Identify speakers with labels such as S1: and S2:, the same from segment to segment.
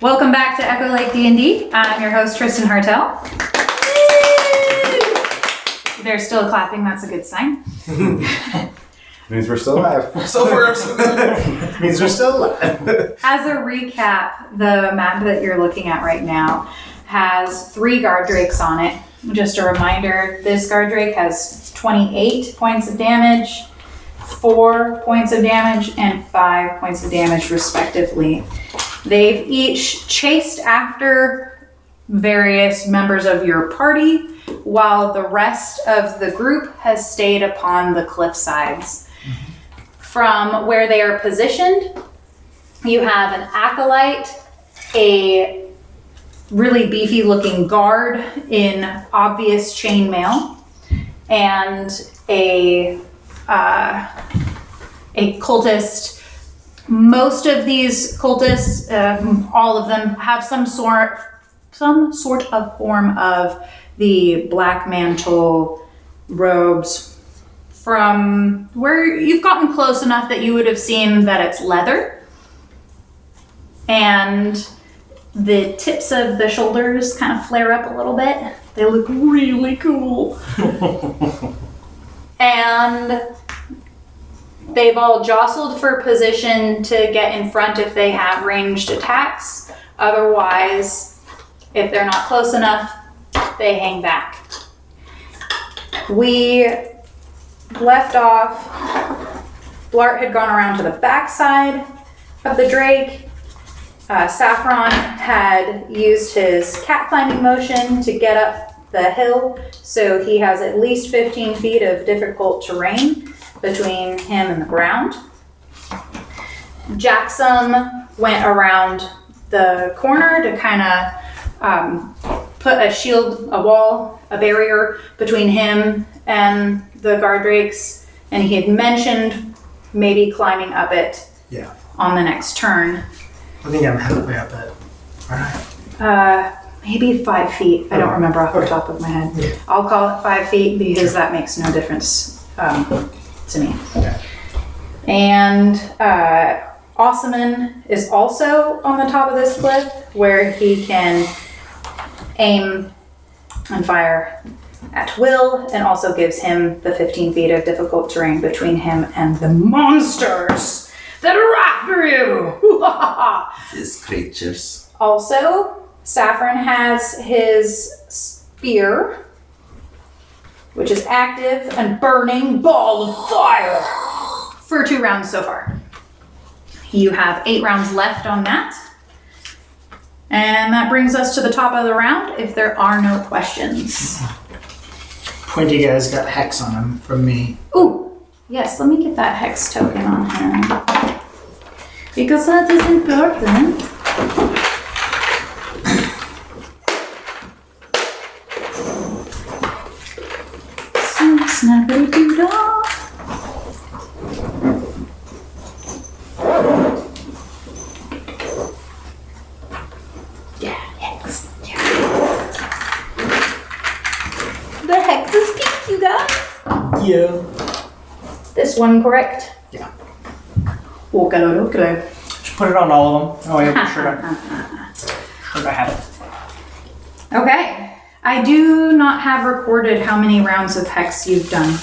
S1: Welcome back to Echo Lake D&D. I'm your host Tristan Hartel. They're still clapping. That's a good sign.
S2: Means we're still alive.
S3: So far, so good.
S2: Means we're still alive.
S1: As a recap, the map that you're looking at right now has three guard drakes on it. Just a reminder: this guard drake has 28 points of damage, four points of damage, and five points of damage, respectively. They've each chased after various members of your party, while the rest of the group has stayed upon the cliff sides. From where they are positioned, you have an acolyte, a really beefy looking guard in obvious chainmail, and a uh, a cultist. Most of these cultists, um, all of them, have some sort some sort of form of the black mantle robes from where you've gotten close enough that you would have seen that it's leather and the tips of the shoulders kind of flare up a little bit. They look really cool. and they've all jostled for position to get in front if they have ranged attacks. Otherwise, if they're not close enough, they hang back. We left off. Blart had gone around to the backside of the Drake uh, Saffron had used his cat climbing motion to get up the hill, so he has at least 15 feet of difficult terrain between him and the ground. Jackson went around the corner to kind of um, put a shield, a wall, a barrier between him and the guard rakes, and he had mentioned maybe climbing up it
S3: Yeah.
S1: on the next turn.
S3: I think I'm halfway up it. Alright.
S1: Uh, maybe five feet. I don't remember off the top of my
S3: Yeah.
S1: head. I'll call it five feet because that makes no difference um, to me.
S3: Okay.
S1: And uh, Ossaman is also on the top of this cliff where he can aim and fire at will and also gives him the 15 feet of difficult terrain between him and the monsters that are after you.
S4: these creatures.
S1: Also, Saffron has his spear, which is active and burning ball of fire for two rounds so far. You have eight rounds left on that. And that brings us to the top of the round if there are no questions.
S3: Pointy guy's got hex on him from me.
S1: Ooh, yes, let me get that hex token on here. Because that is important. So snappity doo dah. Yeah, hex. Yeah. The hex is pink, you guys.
S3: Yeah.
S1: This one, correct?
S3: Yeah.
S1: Walk alone, walk alone.
S3: Just put it on all of them. Oh, yeah, for sure. Sure, I have it.
S1: Okay. I do not have recorded how many rounds of hex you've done.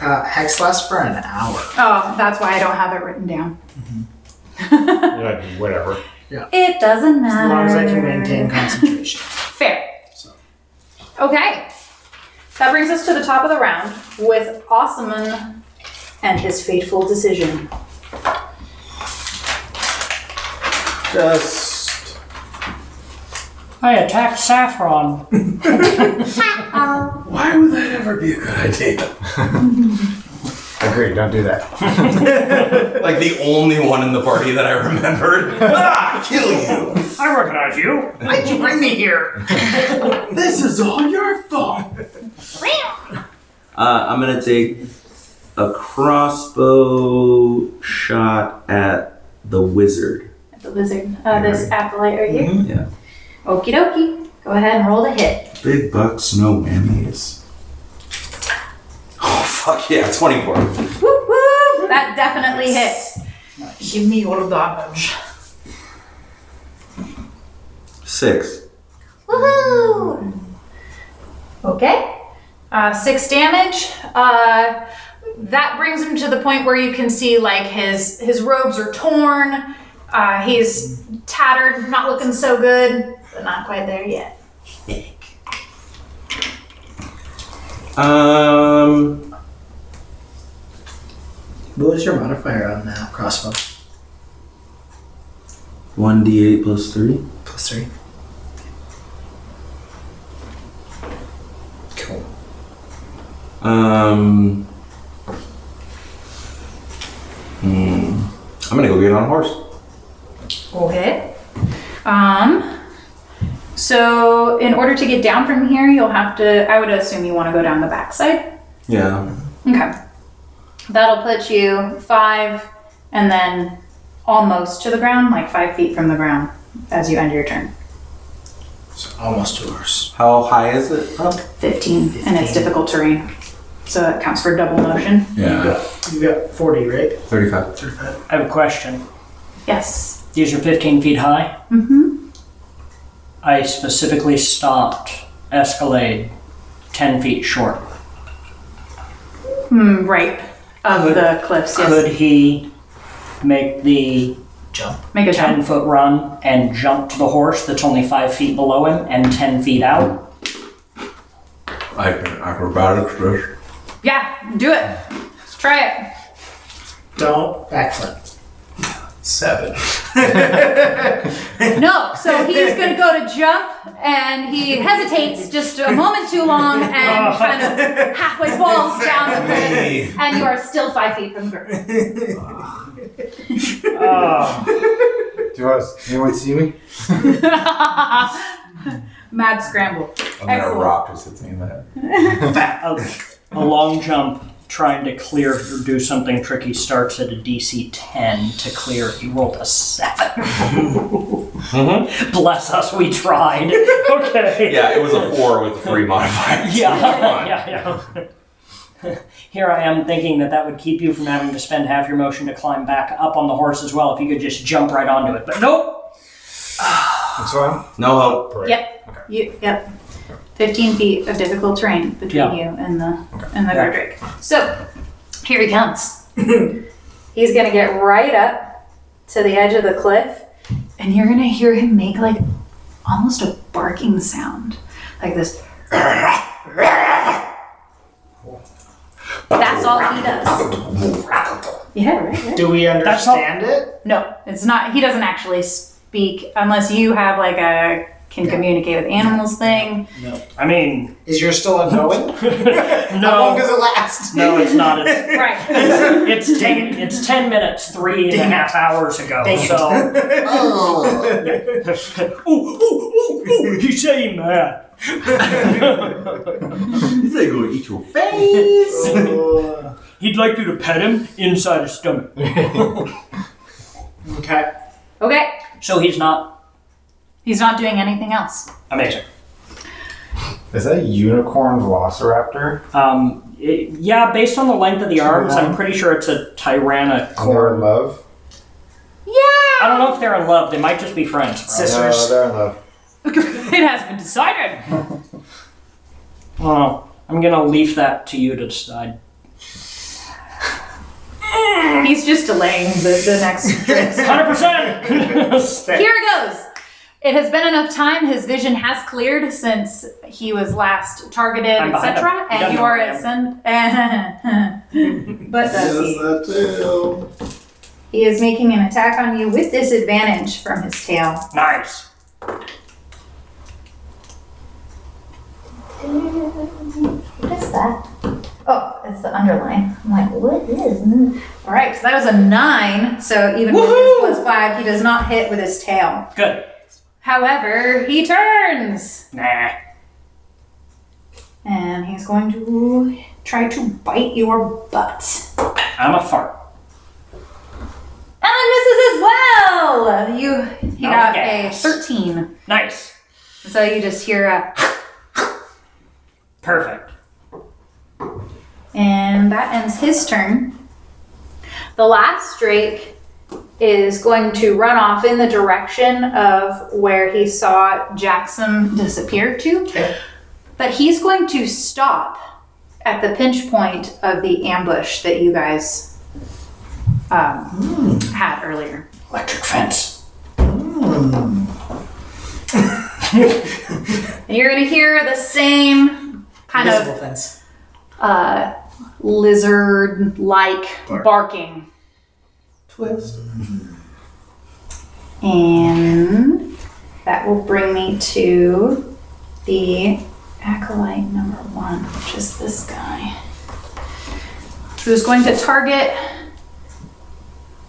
S3: Uh, hex lasts for an hour.
S1: Oh, that's why I don't have it written down.
S2: Yeah, whatever.
S1: It doesn't matter.
S3: As long as I can maintain concentration.
S1: Fair.
S3: So.
S1: Okay. That brings us to the top of the round with Ossaman and his fateful decision.
S2: Just.
S5: I attacked Saffron.
S4: Why would that ever be a good idea?
S2: Agree, don't do that.
S4: Like the only one in the party that I remembered. ah, kill you!
S5: I recognize you.
S3: Why'd you bring me here?
S4: This is all your fault.
S6: Uh, I'm gonna take a crossbow shot at the wizard.
S1: The wizard, uh, this acolyte right here.
S3: Mm-hmm.
S6: Yeah.
S1: Okie dokie. Go ahead and roll the hit.
S6: Big bucks, no whammies.
S4: Oh, fuck yeah, 24.
S1: Woo woo! That definitely hits.
S3: Give me your damage.
S6: Six.
S1: Woohoo! Okay. Uh, six damage. Uh, that brings him to the point where you can see like his his robes are torn. Uh, he's tattered, not looking so good, but not quite there yet.
S4: Um,
S7: What was your modifier on that crossbow?
S6: One d8 plus three.
S7: Plus three. Cool.
S4: um, hmm. I'm gonna go get on a horse.
S1: Okay. Um. So in order to get down from here, you'll have to. I would assume you want to go down the backside.
S4: Yeah.
S1: Okay. That'll put you five and then almost to the ground, like five feet from the ground as you end your turn.
S7: So almost two hours.
S4: How high is it?
S1: 15. And it's difficult terrain. So it counts for double motion.
S4: Yeah.
S7: You got 40, right?
S4: 35.
S5: I have a question.
S1: Yes.
S5: These are 15 feet high.
S1: Mm-hmm.
S5: I specifically stopped Escalade 10 feet short.
S1: Hmm, right. Of
S5: Could-
S1: the cliffs, yes.
S5: Could he make the
S7: Jump.
S1: Make a jump.
S5: 10 foot run and jump to the horse that's only 5 feet below him and 10 feet out?
S4: I can acrobatics this.
S1: Yeah, do it. Try it.
S7: Don't backflip.
S4: Seven.
S1: No, so he's going to go to jump and he hesitates just a moment too long and kind of halfway falls down the cliff.
S4: Hey.
S1: And you are still five feet from the ground.
S5: Oh,
S2: Do you want to, anyone see me?
S1: Mad scramble.
S4: And that
S1: Excellent.
S4: rock just hits me in the head.
S5: a, a long jump trying to clear or do something tricky starts at a DC 10 to clear. He rolled a 7. Bless us, we tried. Okay.
S4: Yeah, it was a four with a three modifier.
S5: Yeah, yeah, yeah. Here I am thinking that that would keep you from having to spend half your motion to climb back up on the horse as well if you could just jump right onto it. But nope!
S2: That's why I'm
S4: No help.
S2: Right.
S1: Yep. You, yep. Fifteen feet of difficult terrain between
S5: Yeah.
S1: you and the and the
S5: Yeah.
S1: guardrake. So here he comes. He's gonna get right up to the edge of the cliff, and you're gonna hear him make like almost a barking sound, like this. That's all he does. Yeah, right. right.
S7: Do we
S5: That's all-
S7: understand it?
S1: No, it's not. He doesn't actually speak unless you have like a can communicate with animals thing.
S5: I mean,
S7: Is yours still unknowing? How long
S5: no.
S7: does it last?
S5: No, it's not. It's,
S1: Right.
S5: it's ten. It's ten minutes, three and a half hours ago. so,
S7: Oh.
S5: ooh, ooh, ooh, ooh, he's saying that.
S6: He's like going to eat your face.
S5: He'd like you to pet him inside his stomach.
S7: okay.
S1: okay.
S5: So he's not
S1: He's not doing anything else.
S5: amazing.
S2: Is that a unicorn velociraptor?
S5: Um, it- yeah, based on the length of the arms, I'm pretty sure it's a tyrannic.
S2: And they're in love?
S1: Yeah.
S5: I don't know if they're in love. They might just be friends. bro.
S2: No,
S7: Sisters.
S2: they're in love.
S1: it has been decided.
S5: Oh, I'm gonna leave that to you to decide.
S1: He's just delaying the, the next trips.
S5: Hundred percent.
S1: Here it goes. It has been enough time. His vision has cleared since he was last targeted,
S5: I'm behind him.
S1: etc.
S5: You don't
S1: And you
S5: know
S1: are
S5: where I
S1: at sen- but does he?
S2: that too.
S1: He is making an attack on you with disadvantage from his tail.
S5: Nice.
S1: What is that? Oh, it's the underline. I'm like, what is this? All right, so that was a nine. So even with his plus five, he does not hit with his tail.
S5: Good.
S1: However, he turns
S5: Nah.
S1: and he's going to try to bite your butt.
S5: I'm a fart.
S1: And misses as well. You, he got a
S5: Okay.
S1: thirteen.
S5: Nice.
S1: So you just hear a,
S5: Perfect.
S1: and that ends his turn. The last Drake is going to run off in the direction of where he saw Jackson disappear to. But he's going to stop at the pinch point of the ambush that you guys um, had earlier.
S5: Electric fence.
S1: And you're going to hear the same kind of
S7: Invisible fence.
S1: uh, lizard like barking.
S7: Twist.
S1: And that will bring me to the acolyte number one, which is this guy, who's going to target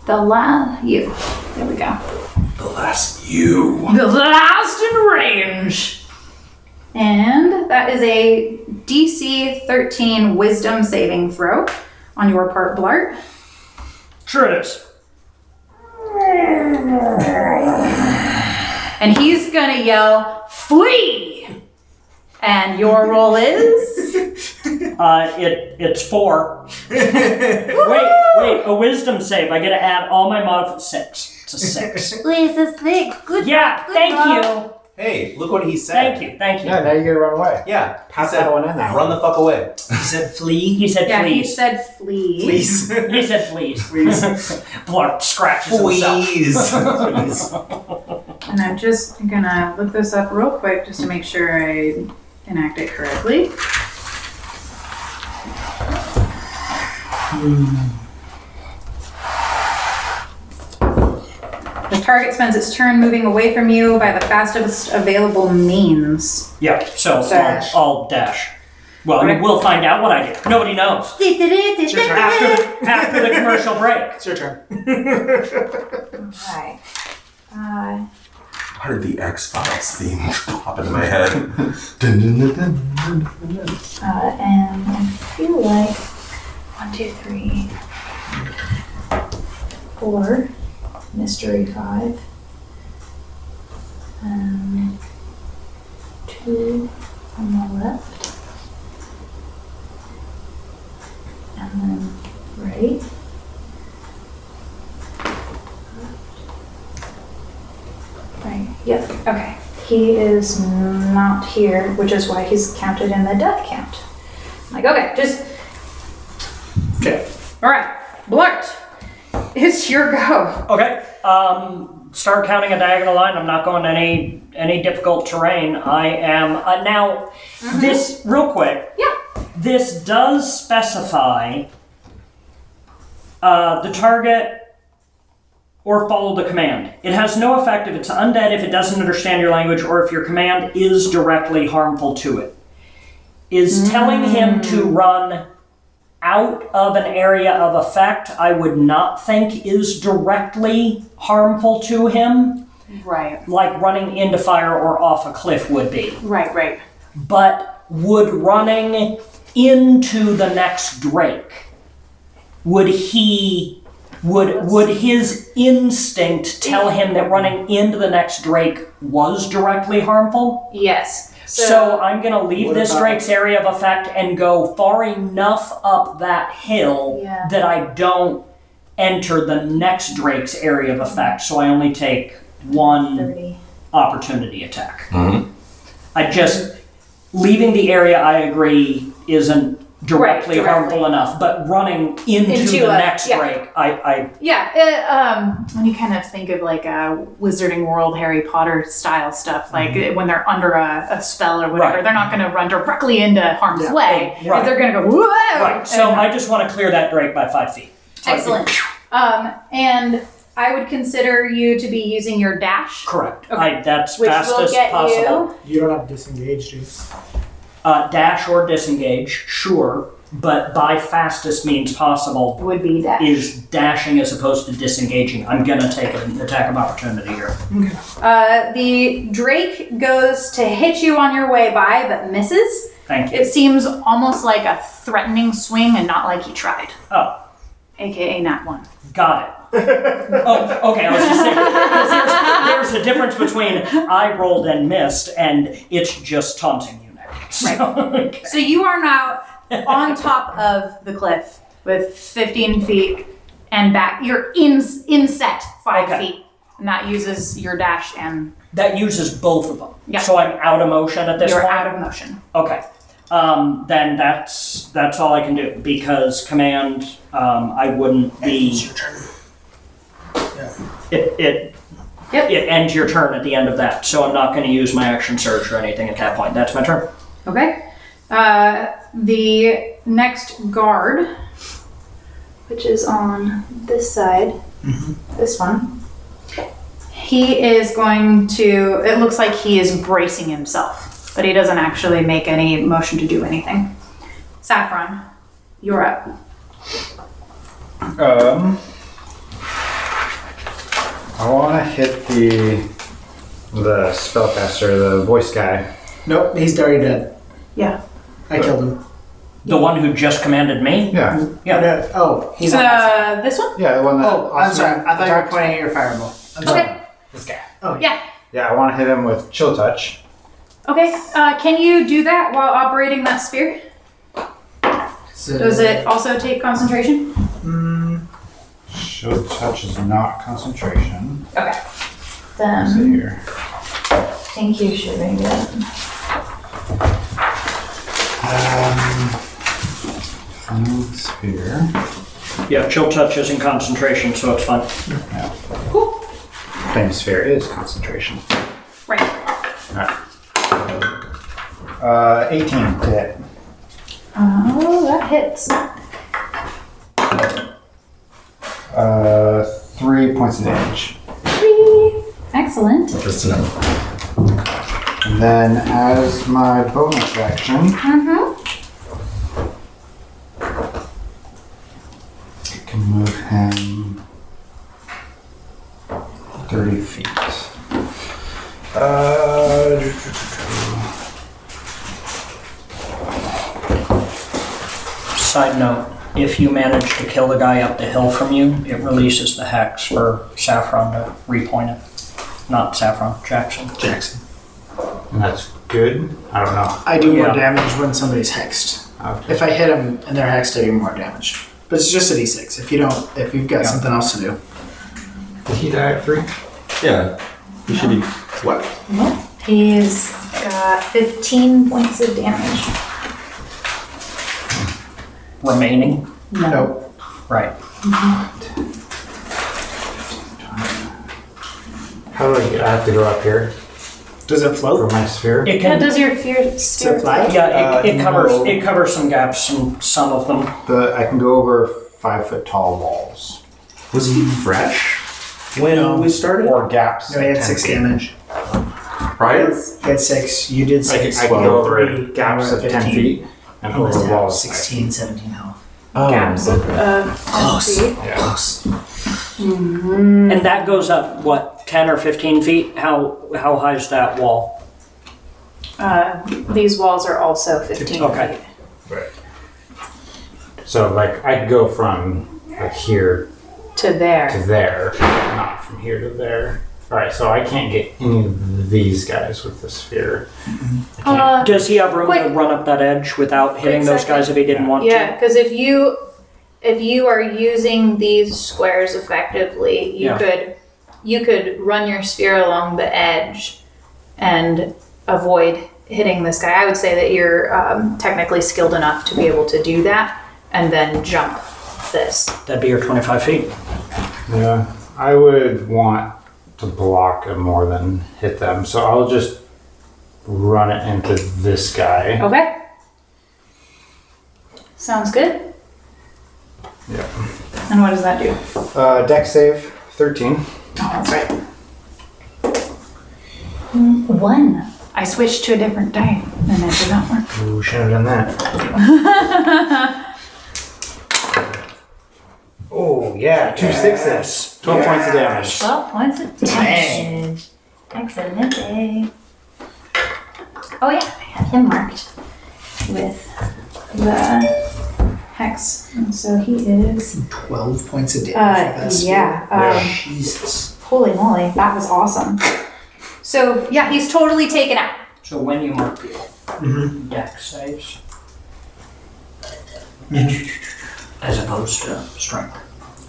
S1: the last you. There we go.
S4: The last you.
S1: The last in range. And that is a DC 13 wisdom saving throw on your part, Blart.
S5: Sure it is.
S1: And he's gonna yell, flee! And your roll is
S5: Uh, it it's four. wait, wait, a wisdom save. I get to add all my modifiers. Six. It's a six.
S1: please is thick. Good
S5: yeah. Thank you.
S8: Hey, look what he said.
S5: Thank you. Thank you.
S2: Yeah, now you gotta run away.
S8: Yeah, he
S2: Pass
S8: said,
S2: that one in that
S8: run the fuck away.
S7: He said flee.
S5: He said
S1: Yeah, he
S5: please.
S1: said flee.
S7: Please.
S5: He said please. Please. Blart scratches himself.
S8: Please.
S1: And I'm just gonna look this up real quick just to make sure I enact it correctly. The target spends its turn moving away from you by the fastest available means.
S5: Yeah. So
S7: Dash.
S5: I'll, I'll dash. Well, I mean, we'll find out what I do. Nobody knows. After the, after the commercial break.
S7: It's your turn.
S1: Right. Uh,
S4: I heard the X Files theme pop into my head. Dun, dun, dun, dun.
S1: uh, and I feel like one, two, three, four, mystery five, um, two on the left, and then right. Right, yep, okay. He is not here, which is why he's counted in the death count. Like, okay, just.
S7: Okay.
S1: All right, Blurt, it's your go.
S5: Okay. Um, start counting a diagonal line. I'm not going any any difficult terrain. I am uh, now. This real quick.
S1: Yeah.
S5: This does specify uh, the target or follow the command. It has no effect if it's undead, if it doesn't understand your language, or if your command is directly harmful to it. Is telling him to run out of an area of effect, I would not think is directly harmful to him,
S1: Right,
S5: like running into fire or off a cliff would be.
S1: right, right.
S5: But would running into the next Drake, would he, would would his instinct tell him that running into the next Drake was directly harmful?
S1: Yes. um,
S5: So, I'm gonna leave
S7: What
S5: this
S7: about-
S5: Drake's area of effect and go far enough up that hill
S1: Yeah.
S5: that I don't enter the next Drake's area of effect. So I only take one
S1: 30.
S5: opportunity attack. I just leaving the area. I agree isn't directly,
S1: Right, directly.
S5: harmful enough, but running into,
S1: Into
S5: the
S1: a-
S5: next
S1: yeah.
S5: break, I, I
S1: Yeah, it, um, when you kind of think of like a Wizarding World Harry Potter style stuff, like when they're under a, a spell or whatever,
S5: Mm-hmm. Right.
S1: they're not going to run directly into harm's way.
S5: Right.
S1: They're going to go, whoa!
S5: right. So
S1: and-
S5: I just want to clear that break by five feet. So I do-
S1: Excellent. Um, and I would consider you to be using your dash,
S5: Correct.
S1: Okay.
S5: I, that's
S1: which
S5: fastest
S1: will get
S5: possible.
S1: you.
S7: You don't have disengaged, do you?
S5: Uh, dash or disengage, sure, but by fastest means possible
S1: Would be dash.
S5: is dashing as opposed to disengaging. I'm gonna take an attack of opportunity here.
S1: Uh, the Drake goes to hit you on your way by, but misses.
S5: Thank you.
S1: It seems almost like a threatening swing and not like he tried.
S5: Oh.
S1: AKA not one.
S5: Got it. oh, okay. I was just saying 'cause there's, there's a difference between I rolled and missed, and it's just taunting you now. So, okay.
S1: So you are now on top of the cliff with 15 feet and back. You're in inset five
S5: Okay.
S1: feet, and that uses your dash and
S5: That uses both of them.
S1: Yeah.
S5: So I'm out of motion at this
S1: you're
S5: point.
S1: out of motion.
S5: Okay. Um, then that's that's all I can do because command. Um, I wouldn't
S7: It's
S5: be.
S7: your turn.
S5: It it,
S1: Yep.
S5: it ends your turn at the end of that, so I'm not going to use my action surge or anything at that point. That's my turn.
S1: Okay. Uh, the next guard, which is on this side,
S2: Mm-hmm.
S1: this one, he is going to. It looks like he is bracing himself, but he doesn't actually make any motion to do anything. Saffron, you're up.
S2: Um, I want to hit the the spellcaster, the voice guy.
S7: Nope, he's already dead.
S1: Yeah.
S7: I killed him.
S5: The one who just commanded me.
S2: Yeah,
S5: Yeah.
S7: No, oh, he's on that side.
S1: Uh, this one?
S2: yeah, the one that.
S7: Oh, I'm
S2: also-
S7: sorry. I thought you were pointing at your fireball. I'm sorry.
S1: Okay.
S7: This guy. Oh, yeah.
S1: Yeah.
S2: Yeah, I want to hit him with chill touch.
S1: Okay. Uh, can you do that while operating that spear?
S7: So-
S1: Does it also take concentration?
S7: Mm,
S2: Chill touch is not concentration.
S1: Okay.
S2: Let's
S1: Then
S2: see here.
S1: I think you should maybe.
S2: Um, spear.
S5: Yeah. Chill touch is in concentration, so it's fine.
S1: Cool.
S2: Flame sphere is concentration.
S1: Right.
S2: Uh, 18 to hit.
S1: Oh, that hits.
S2: Uh, three points of damage.
S1: Three. Excellent.
S4: Just to know.
S2: And then as my bonus action,
S1: Mm-hmm.
S2: I can move him 30 feet. Uh,
S5: Side note: If you manage to kill the guy up the hill from you, it releases the hex for Saffron to repoint it. Not Saffron, Jackson.
S7: Jackson.
S2: and that's good? I don't know.
S7: I do
S5: Yeah.
S7: more damage when somebody's hexed.
S2: Okay.
S7: If I hit him and they're hexed, I do more damage. But it's just a d6. If you don't, if you've got something else to do,
S2: Did he die at three?
S6: Yeah. You should be. What?
S1: He's got 15 points of damage.
S5: Remaining.
S7: no,
S5: Right.
S2: How do I get? I have to go up here
S7: does it
S2: for
S7: float?
S2: my sphere.
S5: It
S1: How
S5: can
S1: does your fear
S7: Does it
S1: spirit?
S7: fly?
S5: Yeah, it,
S2: Uh,
S5: it covers
S2: no.
S5: it covers some gaps and some of them.
S2: The, I can go over five foot tall walls
S6: Was he fresh when
S7: No.
S6: we started?
S2: or gaps.
S7: No, he had six damage.
S6: Prior?
S7: He had six. You did
S2: I can,
S7: six.
S2: I can go over
S7: Three,
S2: gaps
S7: you were
S2: of
S7: at
S2: 10
S7: 15.
S2: feet and
S7: I must
S2: over
S7: have
S2: walls.
S7: 16, 17 health.
S2: Um,
S6: Oh,
S1: Gaps of uh,
S6: Close.
S1: empty.
S2: Yeah.
S6: Close.
S5: And that goes up what, ten or fifteen feet? How how high is that wall?
S1: Uh, these walls are also 15.
S5: Okay.
S1: feet.
S2: Right. So like I could go from like here
S1: To
S2: to
S1: there.
S2: there, not from here to there. All right, so I can't get any of these guys with the sphere.
S1: Uh,
S5: Does he have room to
S1: Quick.
S5: run up that edge without hitting those
S1: second.
S5: guys if he didn't want
S1: yeah, because if you if you are using these squares effectively, you
S5: Yeah.
S1: could you could run your sphere along the edge and avoid hitting this guy. I would say that you're um, technically skilled enough to be able to do that and then jump this.
S5: to? That'd be your twenty five feet.
S2: Yeah, I would want to block him more than hit them, so I'll just run it into this guy.
S1: Okay. Sounds good.
S2: Yeah.
S1: And what does that do?
S2: Uh, deck save thirteen.
S1: Oh, that's right. Mm, One. I switched to a different die and it did not work.
S2: Ooh, should have done that. oh yeah, two sixes. Twelve points of damage.
S1: 12 points of damage. Excellent. Oh, yeah, I have him marked with the hex. And so he is.
S7: 12 points of damage. with
S1: Uh,
S7: that spear.
S1: yeah. Um,
S7: Jesus.
S1: holy moly, that was awesome. So, yeah, he's totally taken out.
S5: So when you mark people,
S2: Mm-hmm.
S5: deck saves. As opposed to strength.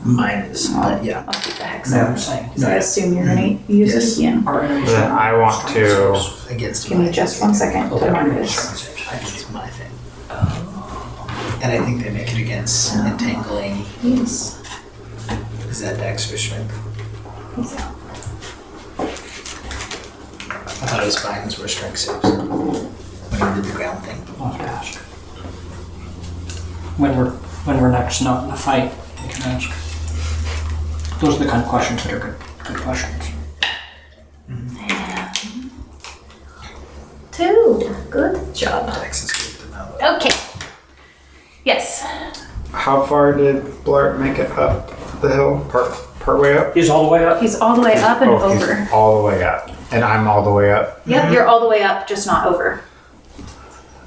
S7: minus, but yeah.
S1: I'll keep the hex
S7: No.
S1: up. Because I assume you're going to
S2: Mm-hmm.
S1: use
S7: Yes.
S1: it again.
S3: Our enemies
S2: And I want to.
S7: Against
S1: Give me just one second to mark this.
S7: It's my thing. And I think they make it against entangling.
S1: Yes.
S7: Is that dex or strength? I thought it was vines were strength saves. When I did the ground thing.
S3: Oh gosh. When we're when we're next not in a fight, we can ask. Those are the kind of questions that are good good questions.
S1: Two. Good job.
S7: Dex is good, but not-
S1: Okay. Yes.
S2: How far did Blart make it up the hill? Part, part way up?
S5: He's all the way up.
S1: He's all the way up and
S2: Oh, he's
S1: over.
S2: all the way up. And I'm all the way up.
S1: Yep, you're all the way up, just not over.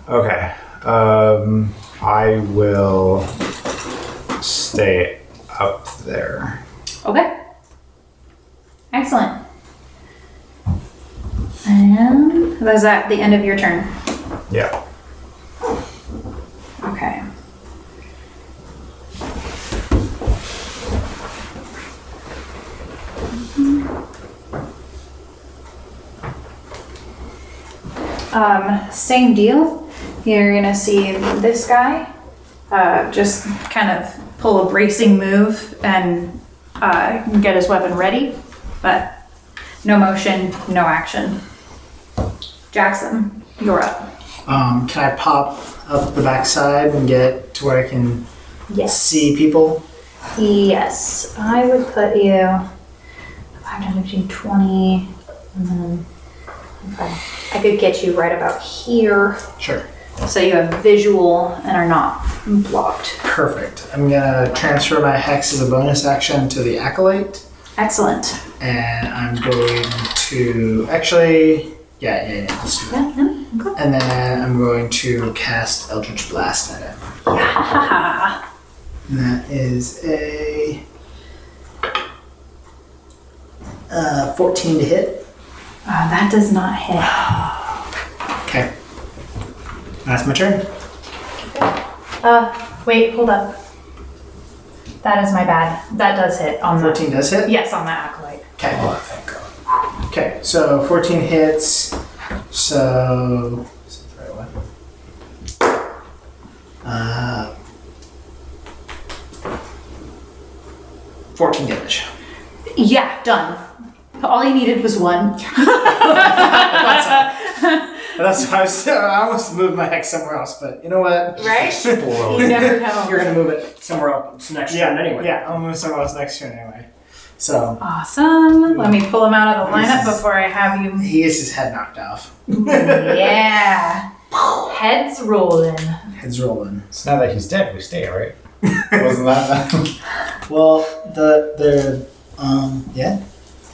S2: Okay. Um, I will stay up there.
S1: Okay. Excellent. And was that the end of your turn?
S2: Yeah.
S1: Okay. Mm-hmm. Um, same deal. You're gonna see this guy uh, just kind of pull a bracing move and uh, get his weapon ready, but no motion, no action. Jackson, you're up.
S7: Um, can I pop up the backside and get to where I can see people?
S1: Yes, I would put you 5, 10, 15, 20, and then okay. I could get you right about here.
S7: Sure.
S1: So you have visual and are not blocked.
S7: Perfect. I'm gonna transfer my hex as a bonus action to the acolyte,
S1: Excellent.
S7: and I'm going to actually, yeah, yeah, yeah, let's do that.
S1: Yeah, yeah, okay.
S7: And then I'm going to cast Eldritch Blast at it. And that is a uh, 14 to hit.
S1: Oh, that does not hit.
S7: Okay. That's my turn.
S1: Uh, wait, hold up. That is my bad. That does hit on the.
S7: 14 does hit.
S1: Yes, on that acolyte.
S7: Okay. Okay, so 14 hits. So. Is it the right one? Uh, 14 damage.
S1: Yeah, done. All he needed was one.
S7: That's why I, was, I almost moved my hex somewhere else, but you know what?
S1: Right? you never know.
S7: You're gonna move it.
S5: Somewhere up. It's next turn anyway.
S7: Yeah, I'll move somewhere else next turn anyway. So
S1: Awesome. Let me pull him out of the lineup before I have you
S7: he gets his head knocked off.
S1: Yeah. Heads rolling.
S7: Head's rolling.
S2: It's not that he's dead. We stay, right? Wasn't that?
S7: Well, the the um yeah.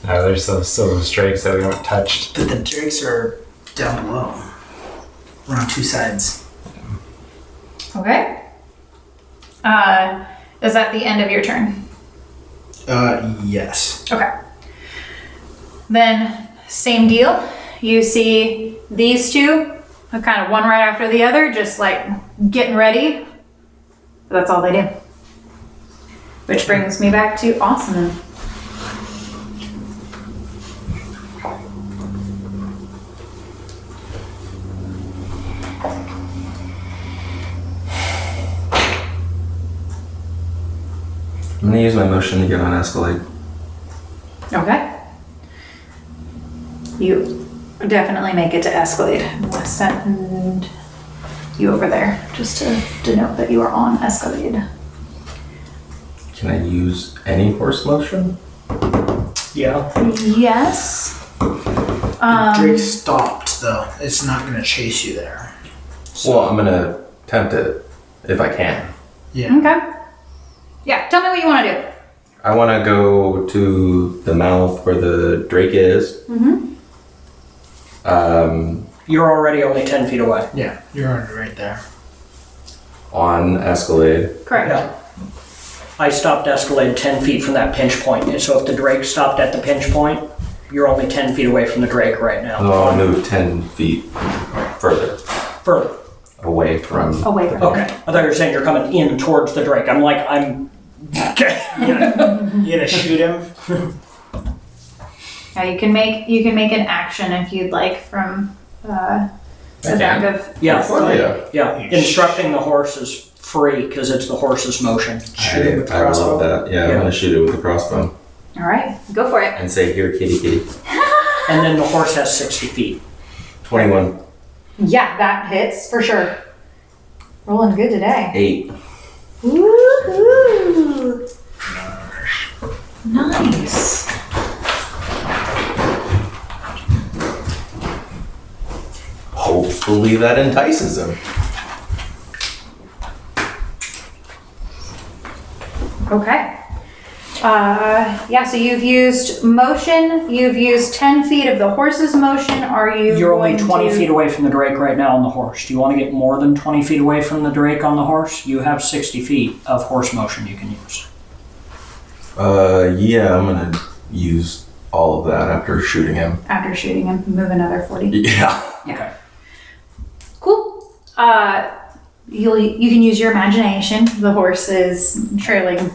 S2: no, there's those silver streaks that we haven't touched.
S7: But the drakes are down below. We're on two sides.
S1: Okay. Uh, is that the end of your turn?
S7: Uh yes.
S1: Okay. Then, same deal. You see these two, kind of one right after the other, just like getting ready. That's all they do. Which brings me back to Awesome.
S6: I'm gonna use my motion to get on Escalade.
S1: Okay. You definitely make it to Escalade. I send you over there just to denote that you are on Escalade.
S6: Can I use any horse motion?
S3: Yeah.
S1: Yes.
S7: the drake
S1: Um,
S7: stopped though. It's not gonna chase you there.
S6: well, I'm gonna attempt it if I can.
S7: Yeah.
S1: okay. Yeah, tell me what you want to do.
S6: I want to go to the mouth where the drake is. Mm-hmm. Um,
S3: You're already only ten feet away.
S7: Yeah. You're already right there.
S6: on Escalade.
S1: Correct.
S3: Yeah. I stopped Escalade 10 feet from that pinch point, and so if the Drake stopped at the pinch point, you're only 10 feet away from the Drake right now.
S6: Oh, No, I'll move ten feet further
S3: Further.
S6: away from.
S1: Away from
S7: Oh,
S3: Okay. I thought you were saying you're coming in towards the Drake. I'm like, I'm
S4: Okay.
S7: You
S1: Mm.
S7: gonna, you gonna shoot him?
S1: Yeah, you can make you can make an action if you'd like from uh, the back of
S5: Yeah.
S6: Oh, yeah.
S5: Yeah, instructing the horse is free because it's the horse's motion.
S7: Shoot him with the
S6: I, I
S7: crossbow.
S6: love that. Yeah, I'm
S5: Yeah.
S6: gonna shoot it with the crossbow
S1: All right, go for it.
S6: and say, "Here, kitty, kitty."
S5: And then the horse has 60 feet.
S6: Twenty-one,
S1: Yeah, that hits for sure. Rolling good today.
S6: eight.
S1: Woo-hoo. Nice.
S6: Hopefully that entices him.
S1: Okay. Uh, yeah, so you've used motion, you've used 10 feet of the horse's motion. Are you
S5: You're only
S1: going
S5: 20
S1: to-
S5: feet away from the drake right now on the horse. Do you want to get more than 20 feet away from the drake on the horse? You have 60 feet of horse motion you can use.
S6: Uh, yeah, I'm gonna use all of that after shooting him.
S1: After shooting him, move another 40.
S6: Yeah.
S1: Cool. Uh, you'll you can use your imagination. The horse is trailing.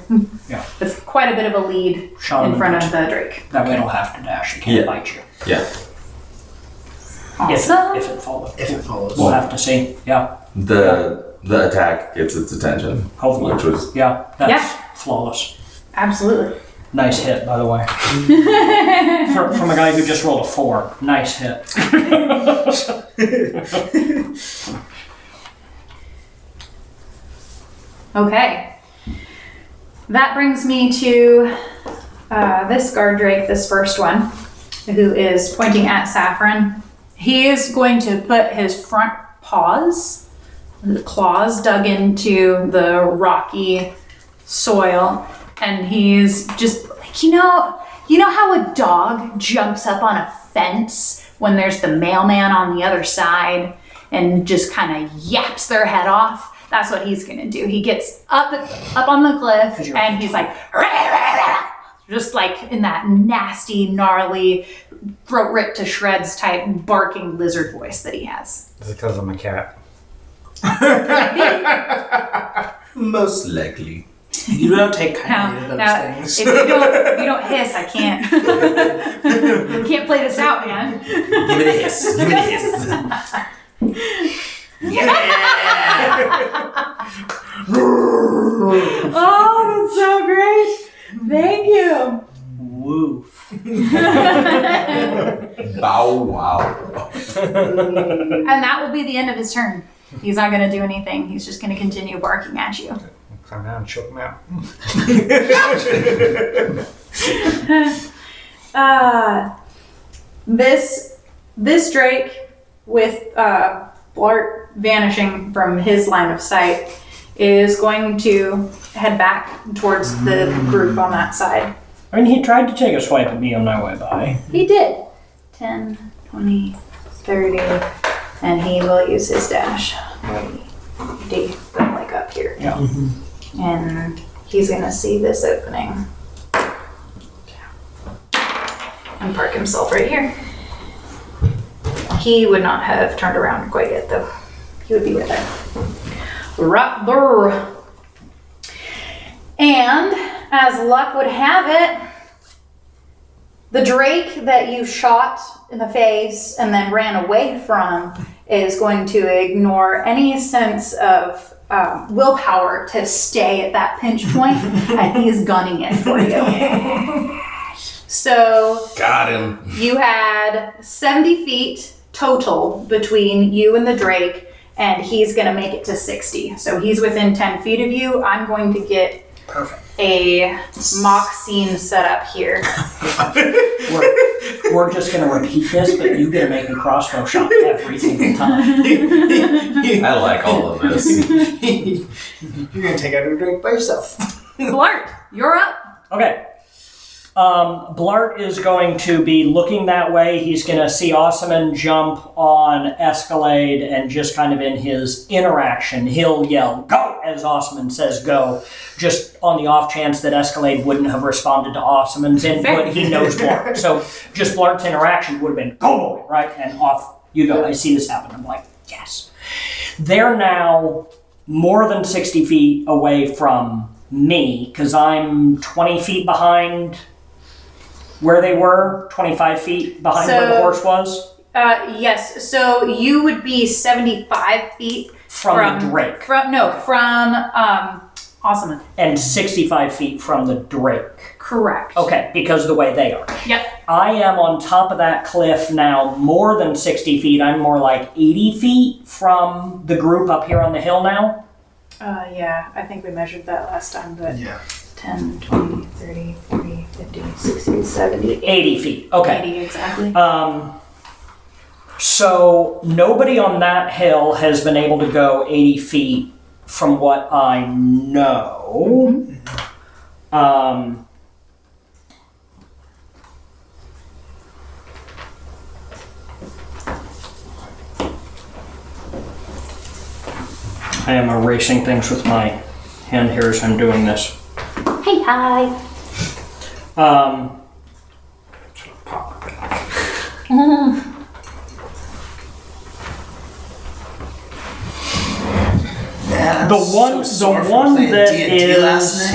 S5: Yeah.
S1: It's quite a bit of a lead
S5: Shot
S1: in front of the Drake.
S5: That way it'll have to dash. It can't
S6: Yeah.
S5: bite you.
S6: Yeah.
S5: If,
S1: Awesome.
S5: it, if it follows.
S7: If it follows.
S5: We'll have to see. Yeah,
S6: The the attack gets its attention,
S5: hopefully.
S6: which was
S5: Yeah, that's
S1: Yeah.
S5: flawless.
S1: Absolutely.
S5: Nice hit, by the way. For, from a guy who just rolled a four. Nice hit.
S1: Okay. That brings me to uh, this guard Drake, this first one, who is pointing at Saffron. He is going to put his front paws, claws dug into the rocky soil and he's just like you know you know how a dog jumps up on a fence when there's the mailman on the other side and just kind of yaps their head off that's what he's gonna do he gets up up on the cliff and he's like "Rah, rah, rah," just like in that nasty gnarly throat ripped to shreds type barking lizard voice that he has
S2: because I'm a cat.
S4: Most likely.
S7: You don't take
S1: now,
S7: kindly to those
S1: now,
S7: things.
S1: if you don't, if you don't hiss i can't can't play this out man
S4: Give it a hiss. Give it a hiss.
S1: Oh, that's so great. Thank you.
S5: Woo.
S6: bow wow.
S1: And that will be the end of his turn. He's not going to do anything. He's just going to continue barking at you.
S2: Come down, choke me out.
S1: Uh, this this Drake with uh, Blart vanishing from his line of sight is going to head back towards the group on that side.
S5: I mean, he tried to take a swipe at me on my way by.
S1: He did. 10, 20, 30, and he will use his dash. D, like up here.
S5: Yeah.
S1: Mm-hmm. And he's gonna see this opening. And park himself right here. He would not have turned around quite yet though. He would be right there. Right there. And as luck would have it, the drake that you shot in the face and then ran away from is going to ignore any sense of uh, willpower to stay at that pinch point, and he is gunning it for you. So
S4: Got him.
S1: you had 70 feet total between you and the drake, and he's going to make it to 60. So he's within 10 feet of you. I'm going to get a mock scene set up here.
S5: We're, we're just going to repeat this, but you get to make a crossbow shot every single time.
S6: I like all of this.
S7: You're gonna take out a drink by yourself.
S1: Blart, you're up.
S5: Okay. Um, Blart is going to be looking that way. He's going to see Osman jump on Escalade and just kind of in his interaction, he'll yell, go, as Osman says go, just on the off chance that Escalade wouldn't have responded to Osman's input. He knows Blart. So just Blart's interaction would have been, go, boy," right? And off you go. I see this happen. I'm like, yes. They're now more than 60 feet away from me because I'm 20 feet behind where they were, 25 feet behind where the
S1: So-
S5: horse was
S1: Uh, yes, so you would be 75 feet
S5: from, the drake
S1: From, no, from um, Awesome.
S5: and 65 feet from the drake.
S1: Correct.
S5: Okay, because of the way they are.
S1: Yep.
S5: I am on top of that cliff now more than 60 feet. I'm more like 80 feet from the group up here on the hill now.
S1: Uh, yeah, I think we measured that last time, but
S7: Yeah.
S1: 10, 20, 30, 40, 50, 60, 70,
S5: 80 feet. Okay.
S1: 80 exactly.
S5: Um, so nobody on that hill has been able to go 80 feet from what I know.
S1: Mm-hmm.
S5: Um, I am erasing things with my hand here as I'm doing this.
S1: hey, hi.
S5: Um, The one- the one that is-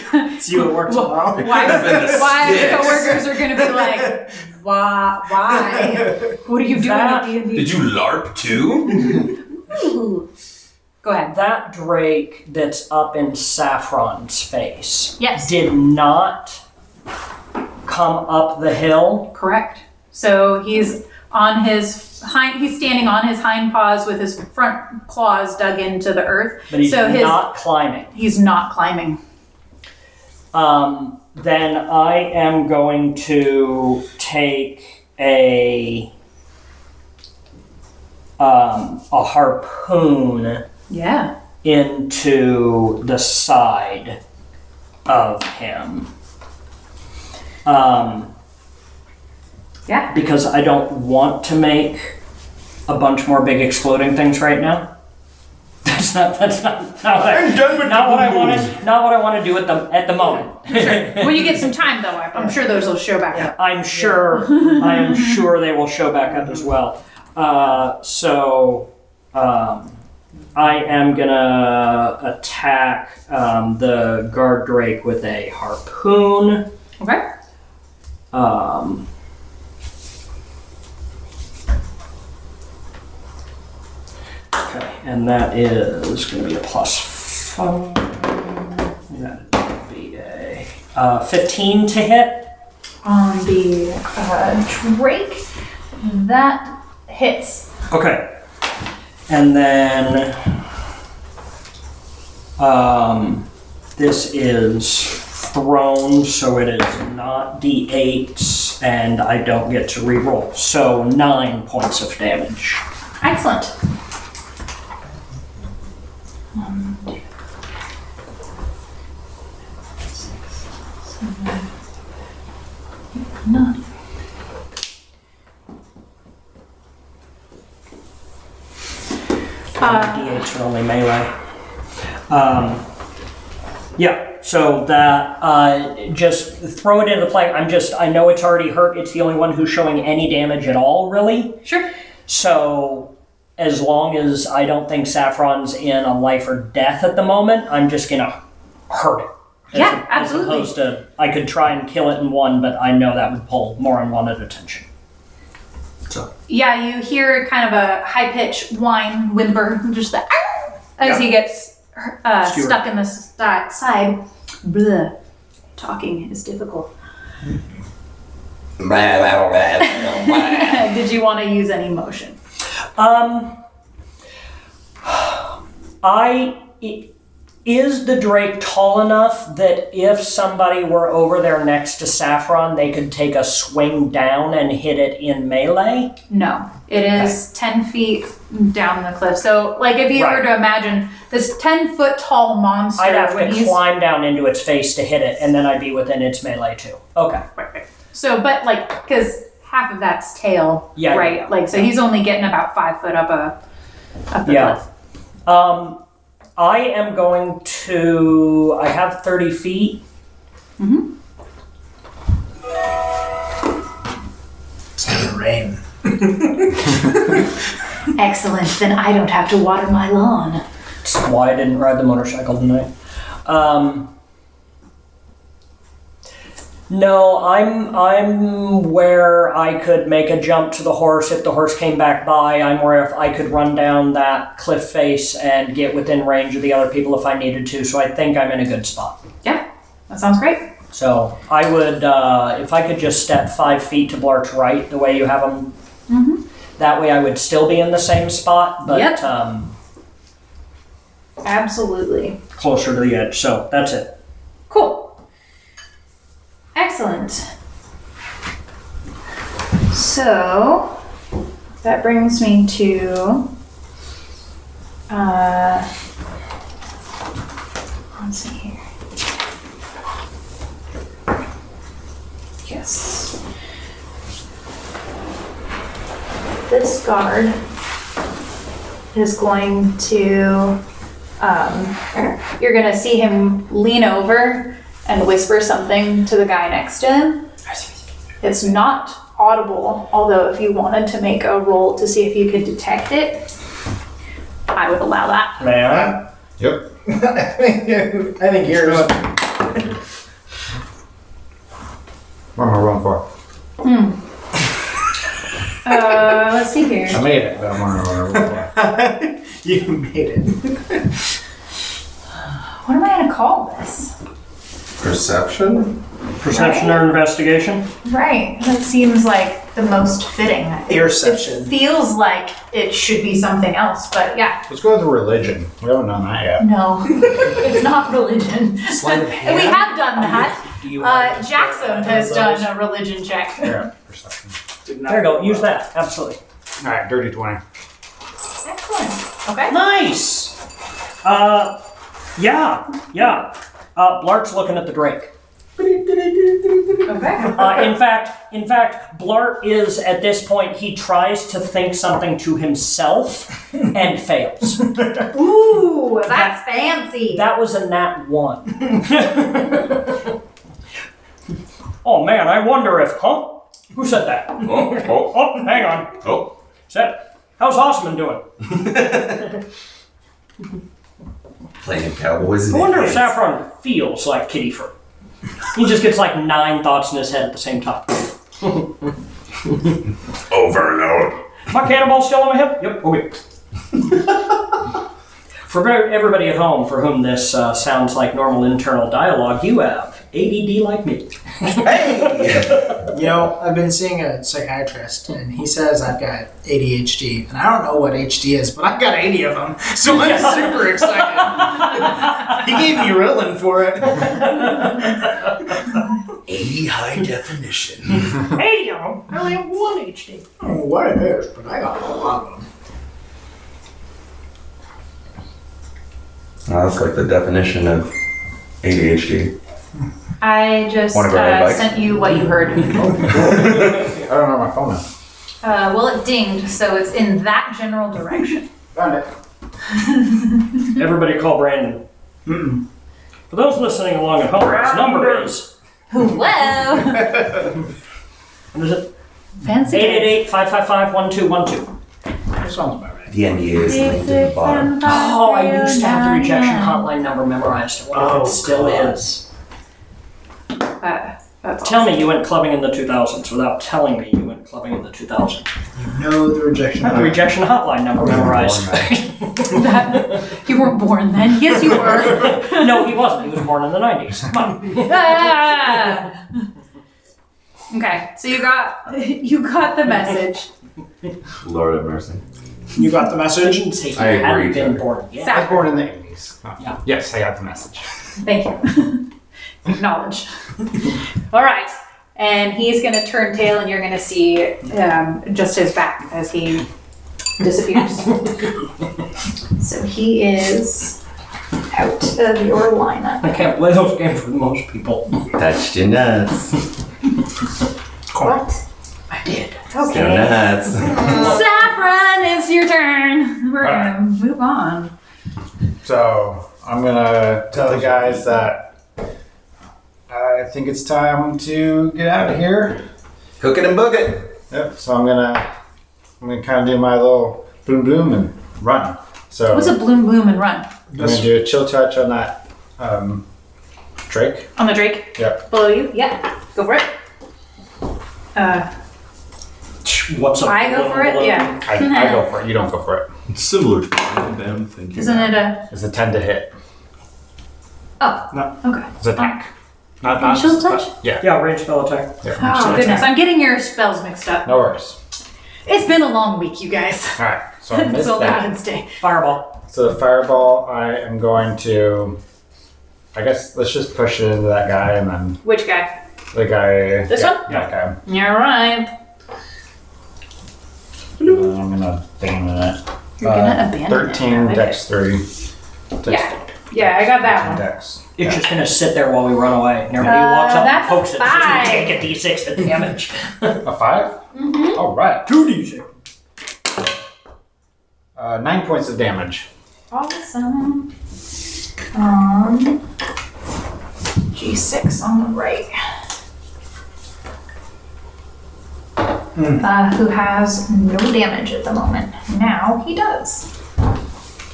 S7: night. See you at work tomorrow.
S1: Why,
S4: been a
S1: why
S4: six.
S1: coworkers are going to be like, why? why? What are you doing
S5: That-
S1: at D&D?
S4: Did you LARP too?
S1: Ooh. Go ahead.
S5: that drake that's up in Saffron's face
S1: Yes.
S5: did not come up the hill.
S1: Correct. So he's on his hind, he's standing on his hind paws with his front claws dug into the earth.
S5: But he's
S1: so his
S5: not climbing.
S1: he's not climbing.
S5: Um, then I am going to take a um, a harpoon
S1: Yeah.
S5: into the side of him. Um,
S1: Yeah.
S5: because I don't want to make a bunch more big exploding things right now. That's not that's not, not what, I,
S4: I'm done with
S5: not
S4: the
S5: what I want
S4: balloons.
S5: to not what I want to do at the at the moment.
S1: Well, you get some time though. I- I'm sure those will show back up.
S5: I'm sure I am sure they will show back up as well. Uh, so um, I am gonna attack um, the guard drake with a harpoon.
S1: Okay.
S5: Um, okay, and that is going to be a plus five. That would be a uh, 15 to hit.
S1: On the uh, Drake, that hits.
S5: Okay. And then um, this is thrown, so it is not d8s, and I don't get to reroll. So nine points of damage.
S1: Excellent. Uh,
S5: D8s are only melee. Um, yeah, so that, uh, just throw it into play. I'm just, I know it's already hurt. It's the only one who's showing any damage at all, really.
S1: Sure.
S5: So as long as I don't think Saffron's in a life or death at the moment, I'm just going to hurt it. As
S1: Yeah,
S5: a-
S1: absolutely.
S5: As opposed to, I could try and kill it in one, but I know that would pull more unwanted attention.
S1: Yeah, you hear kind of a high pitched whine, whimper, just the "Ow!" as he gets uh,
S5: Skewer.
S1: stuck in the sti- side. Blah. Talking is difficult. Did you want to use any motion?
S5: Um, I i- is the Drake tall enough that if somebody were over there next to Saffron, they could take a swing down and hit it in melee?
S1: No, it is 10 feet down the cliff. So, like, if you were
S5: Right.
S1: to imagine this 10 foot tall monster,
S5: I'd have
S1: when
S5: to
S1: he's-
S5: climb down into its face to hit it, and then I'd be within its melee too. Okay,
S1: so, but like, because half of that's tail,
S5: Yeah,
S1: right? Like, so he's only getting about five foot up a up the
S5: Yeah.
S1: cliff.
S5: um, I am going to. I have thirty feet.
S7: It's gonna rain.
S1: Excellent. Then I don't have to water my lawn.
S5: It's why I didn't ride the motorcycle tonight. Um, no, I'm I'm where I could make a jump to the horse if the horse came back by. I'm where if I could run down that cliff face and get within range of the other people if I needed to. So I think I'm in a good spot.
S1: That sounds great.
S5: So I would, uh, if I could just step five feet to Blart's right, the way you have them. That way, I would still be in the same spot, but
S1: Yep.
S5: um,
S1: Absolutely.
S5: closer to the edge. So that's it.
S1: Cool. Excellent. So that brings me to uh, let's see here. Yes. This guard is going to um, you're gonna see him lean over and whisper something to the guy next to him. It's not audible, although if you wanted to make a roll to see if you could detect it, I would allow that.
S5: May I?
S2: Yep.
S7: I think I think yours.
S2: What am I rolling for?
S1: Uh, let's see here.
S2: I made it. but I wanna know what I rolled for.
S7: you made it.
S1: What am I gonna call this?
S4: Perception?
S5: Perception or investigation?
S1: Right. That seems like the most fitting. It
S7: Interception.
S1: feels like it should be something else, but yeah,
S2: Let's go with religion. We haven't done that yet.
S1: no, it's not religion.
S7: Sleight of
S1: And we
S7: hand?
S1: have done that. Uh, Jackson has done a religion check.
S2: Yeah, perception.
S5: There you go. Use that. Absolutely.
S2: All right, dirty 20.
S1: Excellent. Okay.
S5: Nice. Uh, yeah, yeah. Uh, Blart's looking at the Drake.
S1: Okay.
S5: Uh, in fact, in fact, Blart is at this point he tries to think something to himself and fails.
S1: Ooh, that's fancy.
S5: That was a nat one. oh man, I wonder if, huh? Who said that?
S6: Oh, oh,
S5: Oh, hang on.
S6: oh.
S5: Is that how's Osman doing?
S6: Playing cowboys. and
S5: I wonder if
S6: Indians.
S5: Saffron feels like kitty fur. He just gets like nine thoughts in his head at the same time.
S6: Overload.
S5: My cannonball still on my hip? Yep. Okay. for ver- everybody at home for whom this uh, sounds like normal internal dialogue, you have ADD like me.
S7: You know, I've been seeing a psychiatrist, and he says I've got ADHD, and I don't know what HD is, but I've got 80 of them, so I'm super excited. he gave me Ritalin for it.
S4: 80 high definition.
S5: Hey, yo, I only have one HD.
S7: I don't know what it is, but I got a lot of them.
S6: Oh, that's like the definition of ADHD.
S1: I just
S6: One of our
S1: uh,
S6: advice.
S1: sent you what you heard.
S2: I don't have my phone now.
S1: Uh, well, it dinged, so it's in that general direction.
S2: Found it.
S5: Everybody call Brandon. Mm-hmm. For those listening along at home, his number is.
S1: Whoa!
S5: What is it?
S1: Fancy.
S5: 888 555 1212.
S7: That sounds about right.
S6: The NDA is linked at the bottom.
S5: Oh, I used to have the rejection hotline number memorized. I wonder if
S7: Oh,
S5: it still
S7: God.
S5: is.
S1: Uh, that's
S5: Tell me you went clubbing in the 2000s without telling me you went clubbing in the 2000s.
S7: No, the rejection.
S5: I have the rejection hotline number memorized.
S1: That, you weren't born then. Yes, you were.
S5: no, he wasn't. He was born in the 90s. Come on.
S1: Ah! Okay, so you got you got the message.
S6: Lord have mercy.
S7: You got the
S5: I
S7: message?
S5: didn't say he
S6: I agree,
S5: hadn't been
S6: Tucker.
S5: born yet.
S2: I was
S1: Saffron.
S2: born in the 80s. Oh,
S5: Yeah.
S2: Yes, I got the message.
S1: Thank you. Knowledge. All right. And he's going to turn tail, and you're going to see um, just his back as he disappears. so he is out of your lineup.
S5: I can't play those games with most people.
S6: Touched your nuts.
S1: What?
S5: I did.
S6: Your
S1: Okay.
S6: nuts.
S1: Saffron, it's your turn. We're
S2: All right.
S1: going to move on.
S2: So I'm gonna tell the guys that I think it's time to get out of here.
S6: Hook it and book it.
S2: Yep. So I'm gonna I'm gonna kind of do my little bloom bloom and run. So
S1: What's a bloom, bloom, and run?
S2: I'm gonna do a chill touch on that um, Drake.
S1: On the Drake?
S2: Yep.
S1: Below you? Yeah. Go for it. Uh,
S5: What's up?
S1: I go for it? Yeah.
S2: I, I go for it. You don't go for it.
S8: It's similar to them thinking.
S1: Isn't it a.
S2: It's a 10 to hit.
S1: Oh.
S2: No.
S1: Okay.
S2: It's attack. Not, not
S1: Chill touch?
S2: Yeah.
S5: Yeah, range spell attack.
S2: yeah.
S1: Oh, goodness. I'm getting your spells mixed up.
S2: No worries.
S1: It's been a long week, you guys.
S2: All right. So I
S1: it's
S2: missed
S1: only
S2: that.
S1: Wednesday.
S5: Fireball.
S2: So the fireball, I am going to. I guess let's just push it into that guy and then
S1: Which guy?
S2: the guy.
S1: This
S2: yeah,
S1: one?
S2: That guy.
S1: You're right.
S2: Uh, I'm gonna think in a minute.
S1: You're
S2: Uh,
S1: gonna abandon it.
S2: 13 dex 3. Dex-
S1: Yeah. Yeah, I got
S2: 13
S1: that one.
S2: Dex.
S5: It's just gonna sit there while we run away. And everybody
S1: Uh,
S5: walks up and
S1: that's
S5: pokes it. So
S1: five.
S5: you take a d6 of damage.
S2: A 5? Mm-hmm. All right.
S5: Two d6.
S2: Uh, 9 points of damage.
S1: Awesome. Um, G6 on the right.
S2: Hmm.
S1: Uh, who has no damage at the moment. Now he does.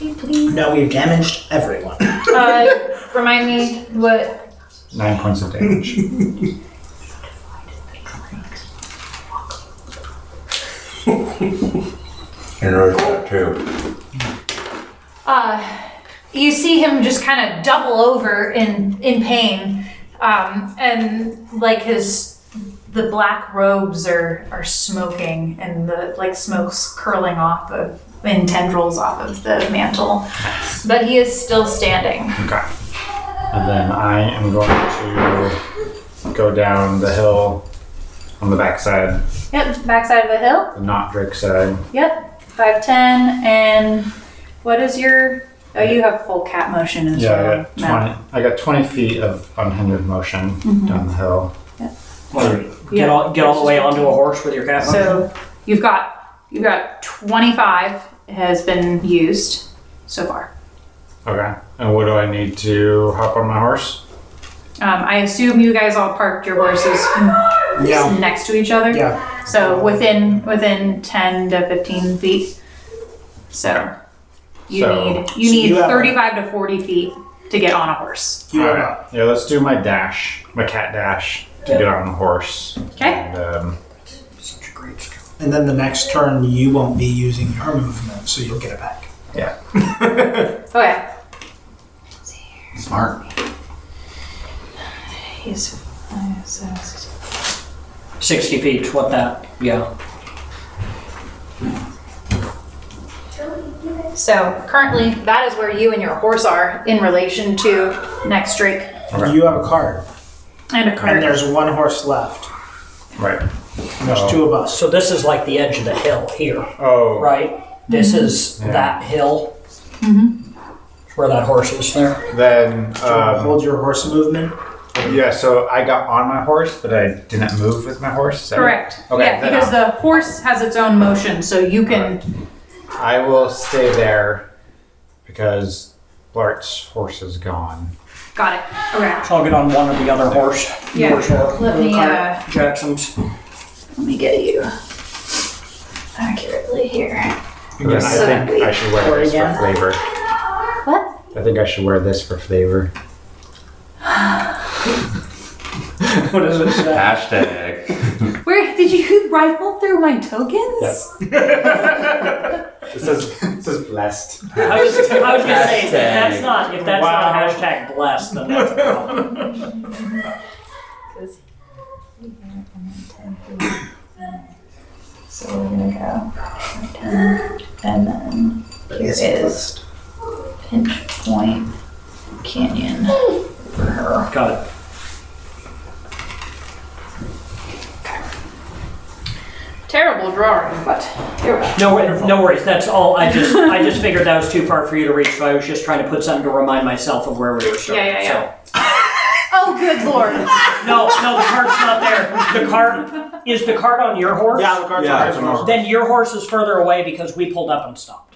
S7: No, we've damaged everyone.
S1: Uh, remind me what.
S2: 9 points of damage.
S6: And Rose got two.
S1: Uh, you see him just kind of double over in in pain, um, and like his the black robes are are smoking, and the like smoke's curling off of and tendrils off of the mantle, but he is still standing.
S2: Okay. And then I am going to go down the hill on the backside,
S1: Yep, backside of the hill.
S2: the not Drake side.
S1: Yep, five ten, and what is your? Oh, you have full cat motion as
S2: Yeah,
S1: well.
S2: I got 20, I got 20 feet of unhindered motion
S1: Mm-hmm.
S2: down the hill.
S5: Get all get all the way onto a horse with your cat.
S1: So you've got you've got 25 has been used so far.
S2: Okay. And what do I need to hop on my horse?
S1: Um, I assume you guys all parked your horses
S7: Yeah.
S1: next to each other.
S7: Yeah.
S1: So within within 10 to 15 feet. So you
S2: So-
S1: need you
S7: So
S1: need
S7: you have-
S1: 35 to 40 feet to get on a horse.
S7: You
S2: All
S7: have a-
S2: right. Yeah, let's do my dash, my cat dash to
S5: Yeah.
S2: get on the horse.
S1: Okay.
S2: And, um,
S7: And then the next turn, you won't be using your movement, so you'll get it back.
S1: Okay.
S4: Smart.
S1: He's five, six,
S5: 60 feet, what that? Yeah.
S1: So currently that is where you and your horse are in relation to next Drake
S7: You have a card,
S1: and a cart.
S7: and there's one horse left.
S2: right.
S7: And there's two of us.
S5: So this is like the edge of the hill here,
S2: Oh,
S5: right? This
S1: Mm-hmm.
S5: is
S2: Yeah.
S5: that hill. Where that horse is there.
S2: then
S7: Do you wanna
S2: um,
S7: hold your horse movement.
S2: yeah. So I got on my horse, but I didn't move with my horse. Is that right?
S1: Correct.
S2: Okay,
S1: yeah,
S2: then
S1: because the horse has its own motion, so you can.
S2: I will stay there because Blart's horse is gone.
S1: Got it. Okay.
S5: So I'll get on one of the other horse.
S1: Yeah.
S5: horse or-
S1: Let me uh,
S5: Jackson's.
S1: let me get you accurately here.
S2: And then I
S1: So-
S2: think I should wear this for flavor.
S1: What?
S2: I think I should wear this for flavor.
S5: What is it? say?
S6: Hashtag.
S1: Where did you rifle through my tokens?
S2: Yes. This is this is blessed.
S5: I was, I was gonna say, if
S6: Hashtag.
S5: that's not, if that's
S2: Wow.
S5: not hashtag blessed, then that's a problem.
S1: So we're gonna go right down, and then here is pinch point canyon for her.
S5: Got it.
S1: Terrible drawing, but here we go.
S5: No, wor- no worries. That's all. I just, I just figured that was too far for you to reach, so I was just trying to put something to remind myself of where we were starting.
S1: Yeah, yeah,
S5: so.
S1: yeah. Oh, good lord!
S5: No, no, the cart's not there. The cart is the cart on your horse.
S7: Yeah, the card's
S8: Yeah,
S7: on
S8: it's
S7: your
S8: on
S7: horse.
S8: our-
S5: Then your horse is further away because we pulled up and stopped.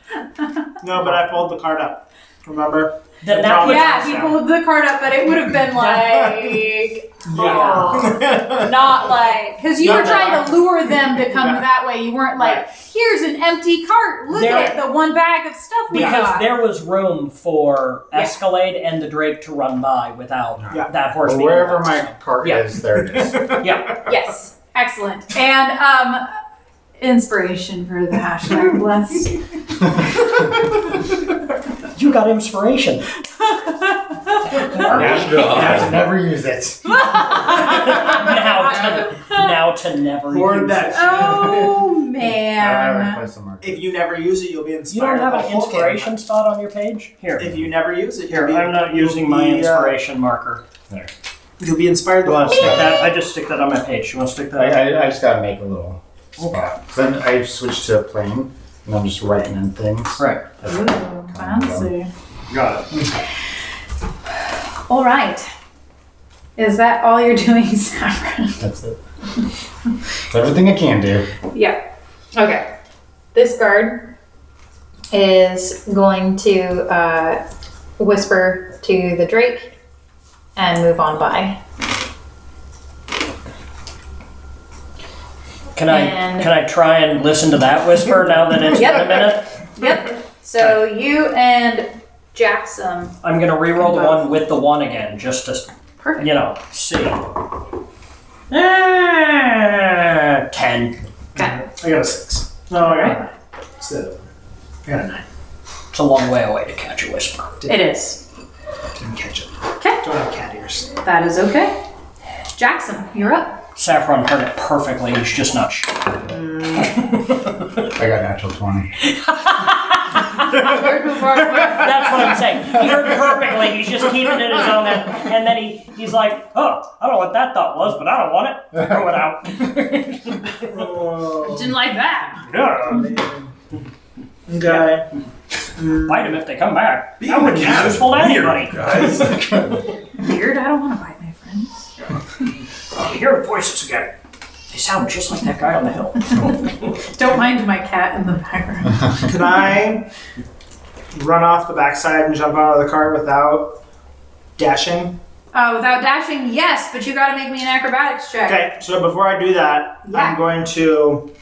S7: No, but I pulled the card up. Remember?
S5: That, that
S7: Probably.
S5: puts,
S1: Yeah, he pulled the card up, but it would have been like, oh, not like, because you
S7: Not
S1: were trying
S7: that.
S1: to lure them to come
S7: Yeah.
S1: that way. You weren't like, here's an empty cart. Look
S5: There-
S1: at it, the one bag of stuff we
S5: because
S1: got.
S5: there was room for
S1: Yeah.
S5: Escalade and the Drake to run by without
S7: Yeah.
S5: that horse
S2: Well,
S5: being
S2: wherever
S5: able to
S2: my
S5: stop.
S2: cart
S5: Yeah.
S2: is, there it is.
S1: Yes, excellent. And um, inspiration for the hashtag blessed.
S5: You got inspiration.
S2: Now- now to never use it.
S5: now, to, now to never
S7: Or
S5: use
S7: that
S5: it.
S1: Oh
S2: I haven't
S1: man.
S2: placed a marker.
S7: if you never use it, you'll be
S5: You
S7: inspired.
S5: don't have
S7: by
S5: an
S7: Hulk
S5: inspiration spot on your page? Here.
S7: anymore. If you never use it,
S5: Here,
S7: you'll be,
S5: I'm not using my
S7: you'll be, uh,
S5: inspiration marker.
S7: You'll be inspired. by
S5: You want to
S7: Hulk.
S5: stick that? I just stick that on my page. You want to stick
S2: I,
S5: that?
S2: I, I just gotta make a little spot. Then I switched to a plane, and I'm just writing in things.
S5: Right.
S1: Ooh, fancy.
S5: Got it.
S1: All right. Is that all you're doing, Saffron?
S2: That's it. It's everything I can do.
S1: Yeah. Okay. This guard is going to uh, whisper to the Drake and move on by.
S5: Can I
S1: And-
S5: can I try and listen to that whisper now that it's
S1: Yep.
S5: been a minute?
S1: Yep. So you and Jackson.
S5: I'm gonna re-roll the one with the one again, just to
S1: Perfect.
S5: you know see. Ah, Ten.
S7: I got a six.
S5: Oh,
S7: No, I got a nine. So, I got a nine.
S5: It's a long way away to catch a whisper.
S1: It is.
S7: Didn't catch it.
S1: Okay.
S7: Don't have cat ears.
S1: That is okay. Jackson, you're up.
S5: Saffron heard it perfectly. He's just not sure.
S2: I got natural 20.
S5: That's what I'm saying. He heard perfectly. He's just keeping it in his own end. And then he, he's like, oh, I don't know what that thought was, but I don't want it. Throw it out.
S1: Didn't like that.
S5: Yeah.
S7: Okay.
S5: Bite them if they come back.
S4: Being
S5: That
S4: a
S5: wouldn't be
S4: cat is
S5: useful to
S4: weird,
S5: anybody.
S4: guys.
S1: Weird. I don't want to bite my friends.
S5: I hear voices again. They sound just like that guy on the hill.
S1: Don't mind my cat in the background.
S7: Can I run off the backside and jump out of the cart without dashing?
S1: Uh, without dashing, yes, but you got to make me an acrobatics check.
S7: Okay, so before I do that,
S1: Yeah.
S7: I'm going to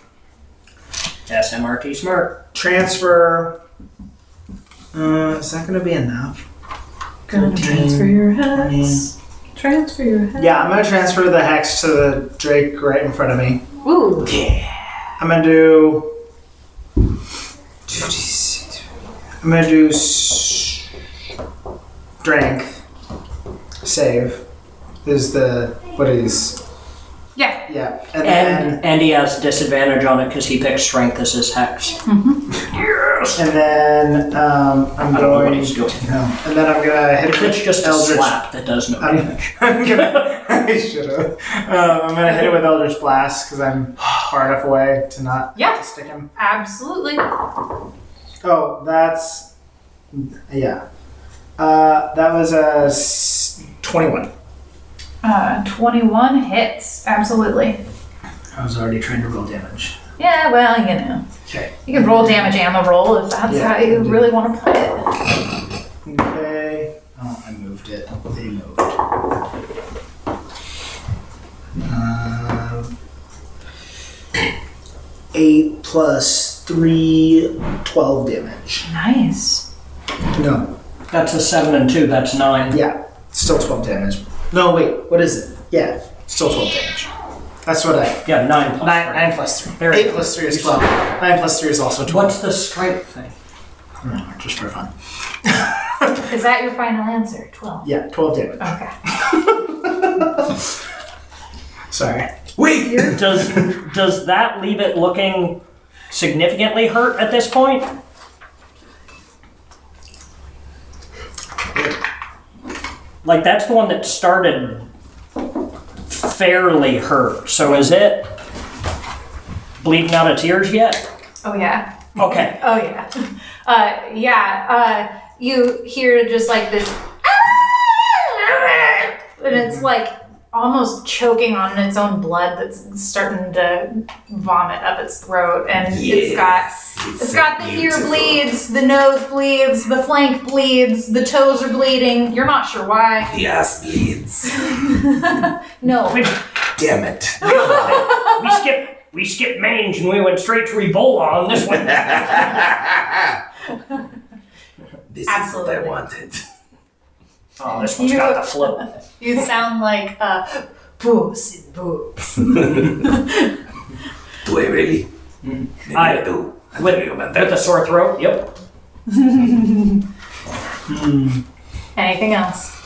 S5: SMRT Smart.
S7: transfer. Uh, is that going to be enough?
S1: Gonna transfer your hex.
S7: hex.
S1: Transfer your hex.
S7: Yeah, I'm going to transfer the hex to the Drake right in front of me.
S1: Ooh.
S7: I'm gonna do. I'm gonna do s- strength save. Is the what is?
S1: Yeah.
S7: Yeah, and, then
S5: And, and he has disadvantage on it because he picked strength as his hex.
S7: Mm-hmm.
S5: Yes!
S7: and then um, I'm
S5: I don't know what
S7: going.
S5: he's doing.
S7: No, and then I'm gonna hit
S5: If
S7: it
S5: it's
S7: with
S5: just a
S7: Eldritch. Um,
S5: slap that does no
S7: I'm-
S5: damage.
S7: I'm gonna, I should have. Um, I'm gonna hit it with Eldritch Blast because I'm far enough away to not
S1: Yeah.
S7: stick him.
S1: Absolutely.
S7: Oh, that's yeah. Uh, that was a s- twenty-one.
S1: Uh, 21 hits. Absolutely.
S7: I was already trying to roll damage.
S1: Yeah, well, you know.
S7: Okay.
S1: You can roll damage and the roll if that's
S7: Yeah.
S1: how you really want to play it.
S7: Okay. Oh, I moved it. They moved. Um, eight plus three, 12 damage.
S1: Nice.
S7: No.
S5: That's a 7 and 2, that's 9.
S7: Yeah. Still twelve damage. No, wait. What is it? Yeah. Still twelve damage. That's what I.
S5: Yeah, 9 plus
S7: Nine,
S5: three.
S7: nine plus three.
S5: Very
S7: Eight
S5: good.
S7: plus three is twelve. Nine plus three is also twelve.
S5: What's the strength thing?
S7: Mm, Just for fun.
S1: Is that your final answer? 12.
S7: Yeah, twelve damage.
S1: Okay.
S7: Sorry.
S4: Wait,
S5: Does does that leave it looking significantly hurt at this point? Like that's the one that started fairly hurt. So is it bleeding out of tears yet?
S1: Oh, yeah.
S5: Okay.
S1: Oh yeah, uh, yeah. Uh, you hear just like this, "Ah!" and it's like almost choking on its own blood that's starting to vomit up its throat and it's got it's got the ear bleeds, the nose bleeds, the flank bleeds, the toes are bleeding. You're not sure why.
S4: The ass bleeds.
S1: No.
S4: Damn it.
S5: We skip we skipped mange and we went straight to Ebola on this one.
S4: This
S1: Absolutely.
S4: is what I wanted.
S5: Oh, this one's
S1: You-
S5: got the flu.
S1: You sound like uh boobs and boobs.
S4: Do I really? Maybe
S5: I-
S4: I, do. I
S5: with-
S4: don't know about
S5: With
S4: that.
S5: a sore throat. Yep.
S1: Anything else?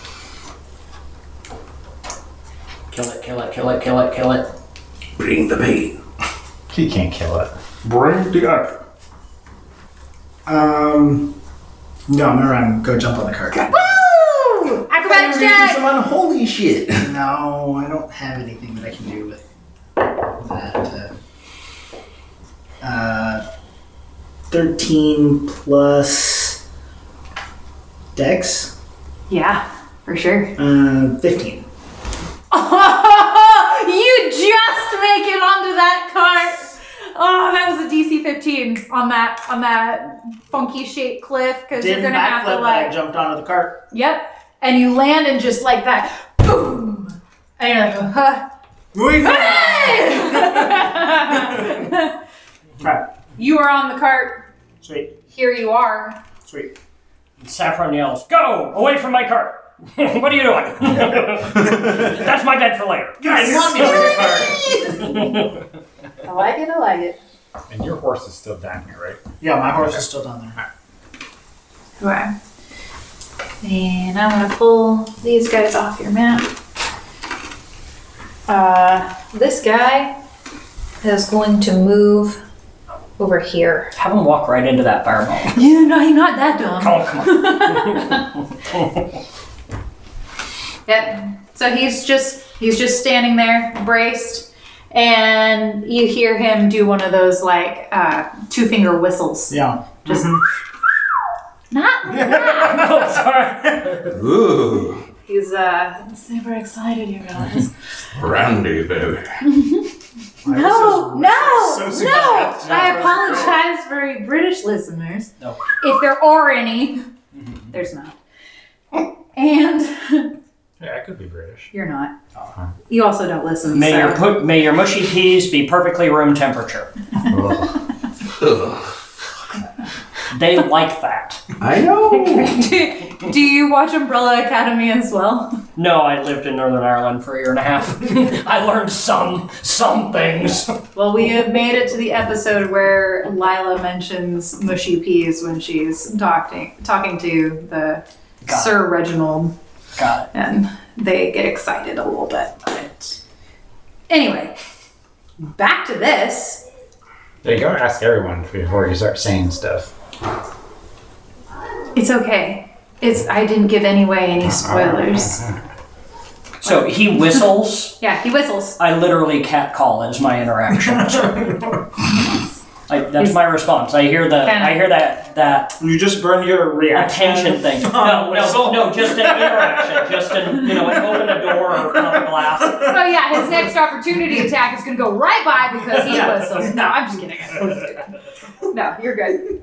S5: Kill it. Kill it. Kill it. Kill it. Kill it.
S4: Bring the pain.
S2: He can't kill it.
S8: Bring the up.
S7: Um, no, I'm gonna run. Go jump on the cart.
S1: Woo! Acrobatics check!
S4: Some unholy shit.
S7: No, I don't have anything that I can do with that. Uh, uh, thirteen plus Dex.
S1: Yeah, for sure.
S7: Uh, fifteen.
S1: you just make it onto that cart. Oh, that was a DC 15 on that on that funky shaped cliff because you're
S7: Didn't
S1: gonna have to
S7: backflip, but I
S1: like,
S7: jumped onto the cart.
S1: yep, and you land and just like that, boom, and you're like, huh. Hey!
S7: Right.
S1: you are on the cart.
S7: Sweet.
S1: Here you are.
S7: Sweet.
S5: Saffron yells, "Go away from my cart! what are you doing? That's my bed for later."
S1: I like it. I like it.
S2: And your horse is still down here, right?
S7: Yeah, my horse is still down there.
S1: Right. And I'm gonna pull these guys off your map. Uh, this guy is going to move over here.
S5: Have him walk right into that fireball.
S1: Yeah, no, he's not that dumb.
S5: Oh, come on.
S1: Yep. So he's just he's just standing there, braced, and you hear him do one of those like uh, two finger whistles.
S7: Yeah.
S1: Just not
S5: Oh, sorry.
S6: Ooh,
S1: He's uh super excited, you realize.
S6: brandy, baby.
S1: No, no,
S7: so
S1: no! I apologize for British listeners.
S5: No. Mm-hmm.
S1: If there are any, there's not. And
S2: Yeah, I could be British.
S1: you're not.
S5: Uh-huh.
S1: You also don't listen.
S5: May your
S1: So.
S5: put, may your mushy peas be perfectly room temperature.
S6: Ugh.
S5: They like that.
S6: I know.
S1: do, do you watch Umbrella Academy as well?
S5: No, I lived in Northern Ireland for a year and a half. I learned some some things.
S1: Well, we have made it to the episode where Lila mentions mushy peas when she's talking talking to the
S5: Got it.
S1: Sir Reginald,
S5: Got it.
S1: and they get excited a little bit. Anyway, back to this.
S2: There you go. Ask everyone before you start saying stuff.
S1: It's okay. It's I didn't give any away any spoilers.
S5: So he whistles.
S1: Yeah, he whistles.
S5: I literally catcall as my interaction. I, that's my response. I hear the I hear that that
S7: You just burned your
S5: attention thing. No, no, no, just an interaction. Just an you know, an open a door or come a glass.
S1: Oh yeah, his next opportunity attack is gonna go right by because he whistles. No, I'm just kidding. No, you're good.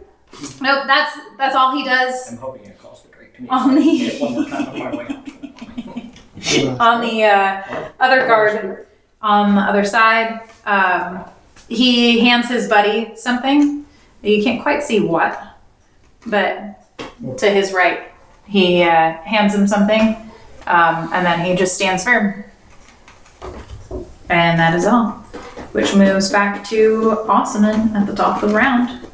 S1: Nope, that's that's all he does
S5: I'm hoping it calls the drink to me.
S1: on
S5: Get one
S1: the
S5: more time on my way out.
S1: on the uh, other guard on the other side. Um, he hands his buddy something. You can't quite see what, but to his right, he uh, hands him something, um, and then he just stands firm. And that is all. Which moves back to Osman at the top of the round.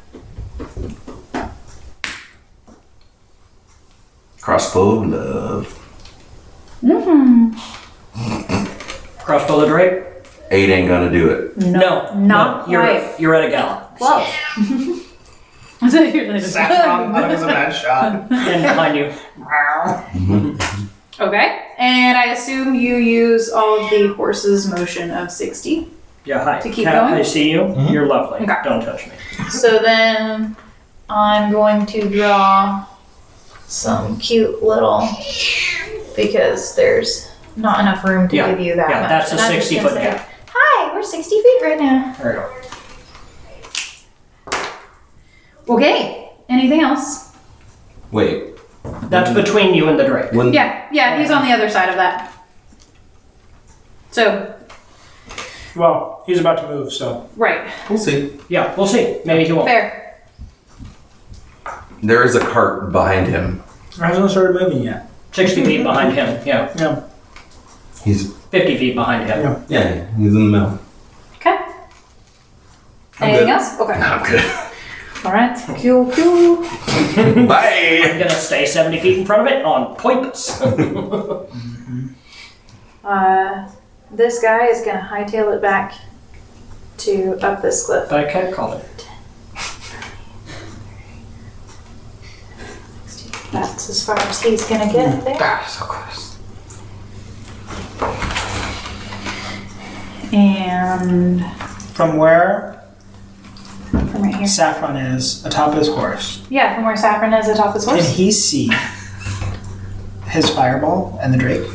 S6: Crossbow of love.
S5: Crossbow the drape?
S6: Eight ain't gonna do it.
S5: No.
S1: not
S5: no, You're,
S1: quite.
S5: you're at a gallop.
S1: Close.
S7: Saffron, that was a bad shot.
S5: And behind you.
S1: Okay, and I assume you use all of the horse's motion of 60.
S5: Yeah, hi.
S1: To keep
S5: Cat,
S1: going?
S5: I see you. You're lovely.
S1: Okay.
S5: Don't touch me.
S1: So then I'm going to draw some cute little, because there's not enough room to
S5: Yeah.
S1: give you that
S5: Yeah,
S1: much.
S5: that's a
S1: And I'm just
S5: 60
S1: gonna
S5: foot
S1: say,
S5: gap.
S1: Hi, we're 60 feet right now.
S5: There we go.
S1: Okay. Anything else?
S6: Wait,
S5: That's between you and the Drake.
S6: when
S1: Yeah, yeah, he's on the other side of that. So,
S7: Well, he's about to move, so
S1: right.
S6: we'll see.
S5: Yeah, we'll see. Maybe he won't.
S1: Fair.
S4: There is a cart behind him.
S7: hasn't started moving yet.
S5: 60 feet behind him. Yeah.
S7: Yeah.
S6: He's
S5: 50 feet behind him.
S7: Yeah.
S6: yeah, he's in the middle.
S1: Okay.
S4: I'm
S1: Anything
S4: good.
S1: else? Okay.
S4: I'm good.
S1: All right. Cool, cool.
S4: Bye.
S5: I'm going to stay 70 feet in front of it on purpose.
S1: Uh, this guy is going to hightail it back to up this cliff.
S5: but I can't call it.
S1: That's as far as he's going to get there.
S2: Ah,
S4: so close.
S1: And
S7: From where
S1: from right here.
S7: Saffron is atop his horse,
S1: Yeah, from where Saffron is atop his
S7: can
S1: horse.
S7: he see his fireball and the drake?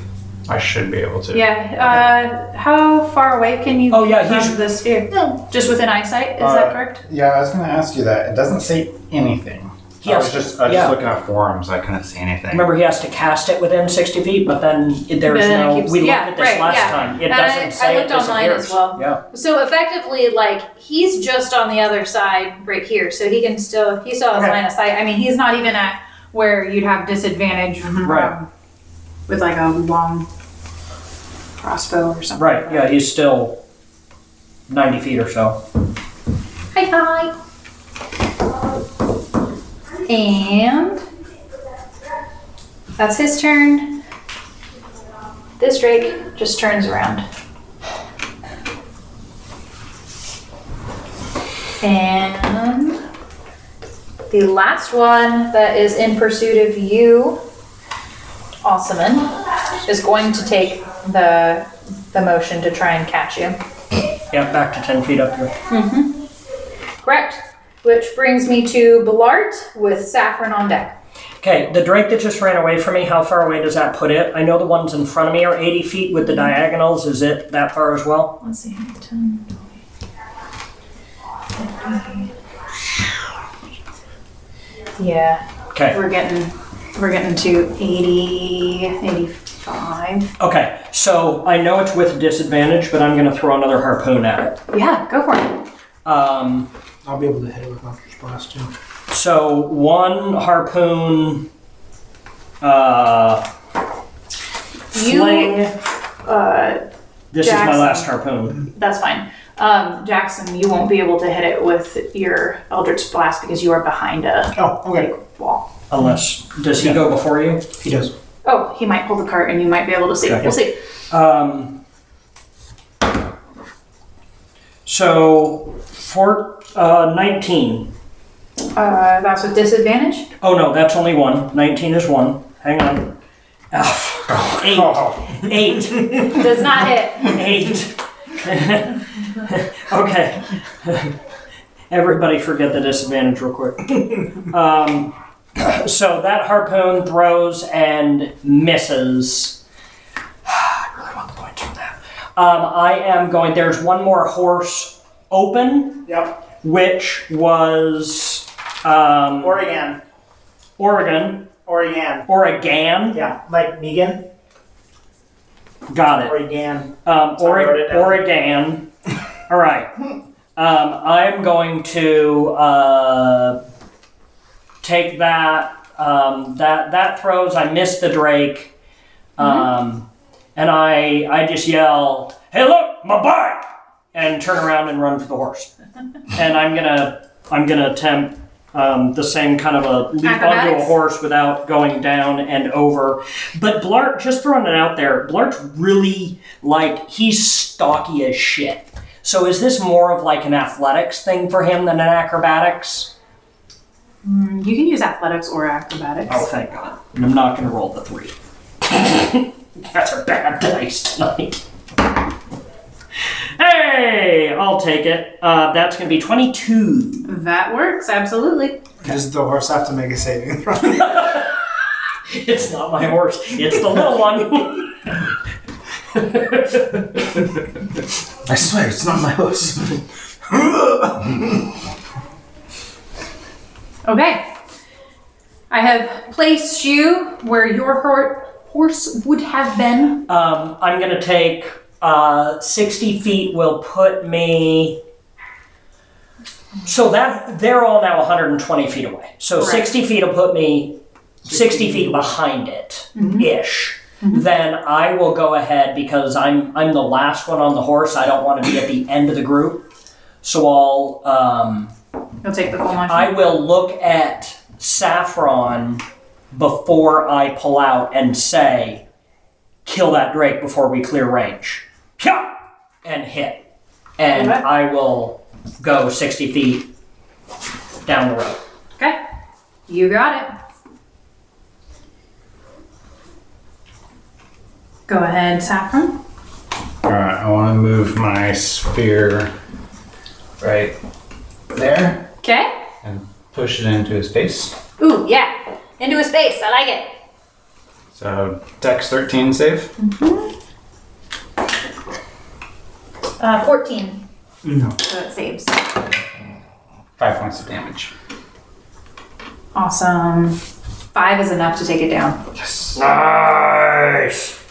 S2: I should be able to.
S1: Yeah. Uh, how far away can you?
S5: Oh,
S1: be
S5: yeah,
S1: from
S5: he's-
S1: the sphere. Just within eyesight. Is
S2: Uh,
S1: that correct?
S2: Yeah, I was going to ask you that. It doesn't say anything. I was
S5: Yes.
S2: just, I was
S5: yeah.
S2: just looking at forums. I couldn't see anything.
S5: Remember, he has to cast it within 60 feet, but then it- there is
S1: But then it
S5: no.
S1: keeps-
S5: we looked
S1: yeah,
S5: at this
S1: right,
S5: last
S1: yeah.
S5: time. It
S1: And I-
S5: doesn't
S1: I
S5: say
S1: looked
S5: it
S1: online as
S5: disappears.
S1: well.
S5: Yeah.
S1: So effectively, like he's just on the other side, right here, so he can still he still has
S5: Okay.
S1: line of sight. I mean, he's not even at where you'd have disadvantage from-
S5: Mm-hmm. Right.
S1: with like a long crossbow or something.
S5: Right. Yeah, he's still 90 feet or so.
S1: Hi, hi. And that's his turn. This Drake just turns around. And the last one that is in pursuit of you, Ossaman, is going to take the the motion to try and catch you.
S5: Yeah, back to 10 feet up here.
S1: Correct. Which brings me to Belart with Saffron on deck.
S5: Okay, the drake that just ran away from me, how far away does that put it? I know the ones in front of me are 80 feet with the diagonals. Is it that far as well?
S1: Let's see. 10, 20. Yeah,
S5: Okay.
S1: we're getting we're getting to 80, 85.
S5: Okay, so I know it's with disadvantage, but I'm going to throw another harpoon at it.
S1: Yeah, go for it.
S5: Um,
S7: I'll be able to hit it with Eldritch Blast too.
S5: so one harpoon. Uh,
S1: You,
S5: fling.
S1: uh,
S5: This is
S1: Jackson.
S5: my last harpoon.
S1: that's fine. Um, Jackson, you won't be able to hit it with your Eldritch Blast because you are behind a
S7: Oh, okay.
S1: big wall.
S5: Unless. Does he go before you?
S7: He does.
S1: Oh, he might pull the cart and you might be able to see.
S5: Okay.
S1: We'll see.
S5: Um, so, four, uh, 19.
S1: Uh, that's with disadvantage.
S5: Oh no, that's only one. 19 is one. Hang on. Ah, Eight. Eight.
S1: Does not hit.
S5: Eight. okay. Everybody forget the disadvantage real quick. Um, so that harpoon throws and misses. I really want the points from that. Um, I am going. There's one more horse open,
S7: Yep.
S5: which was um,
S7: Oregon.
S5: Oregon
S7: Oregon.
S5: or a gan.
S7: Yeah. Like Megan.
S5: Got it.
S7: Oregon.
S5: Um,
S7: So I wrote it
S5: Oregon.
S7: down.
S5: Oregon. All right. Um, I'm going to uh, take that. Um, that that throws. I missed the Drake, um, and I I just yell, "Hey, look, my bike!" and turn around and run for the horse. and I'm gonna I'm gonna attempt um, the same kind of a leap onto a
S1: Acrobatics?
S5: horse without going down and over. But Blart, just throwing it out there, Blart's really like he's stocky as shit. So is this more of like an athletics thing for him than an acrobatics?
S1: You can use athletics or acrobatics.
S5: Oh, thank God! And I'm not gonna roll the three. That's a bad dice tonight. Hey, I'll take it. Uh, that's gonna be 22.
S1: That works, absolutely.
S7: Does the horse have to make a saving throw?
S5: It's not my horse. It's the little one.
S7: I swear, it's not my hooves.
S1: Okay. I have placed you where your hor- horse would have been.
S5: Um, I'm gonna take uh, 60 feet. Will put me. So that they're all now 120 feet away. So 60 feet will put me 60 feet behind it ish. Then I will go ahead because I'm I'm the last one on the horse. I don't want to be at the end of the group. So I'll um,
S1: You'll take the full motion.
S5: I will look at Saffron before I pull out and say, kill that Drake before we clear range. Pya! And hit. And
S1: Okay.
S5: I will go 60 feet down the road.
S1: okay. You got it. Go ahead, Saffron.
S2: All right, I want to move my spear right there
S1: Okay.
S2: and push it into his face.
S1: Ooh, yeah. Into his face. I like it.
S2: So Dex 13 save.
S1: Uh, 14.
S2: No.
S1: So it saves.
S2: Five points of damage.
S1: Awesome. Five is enough to take it down.
S2: Nice.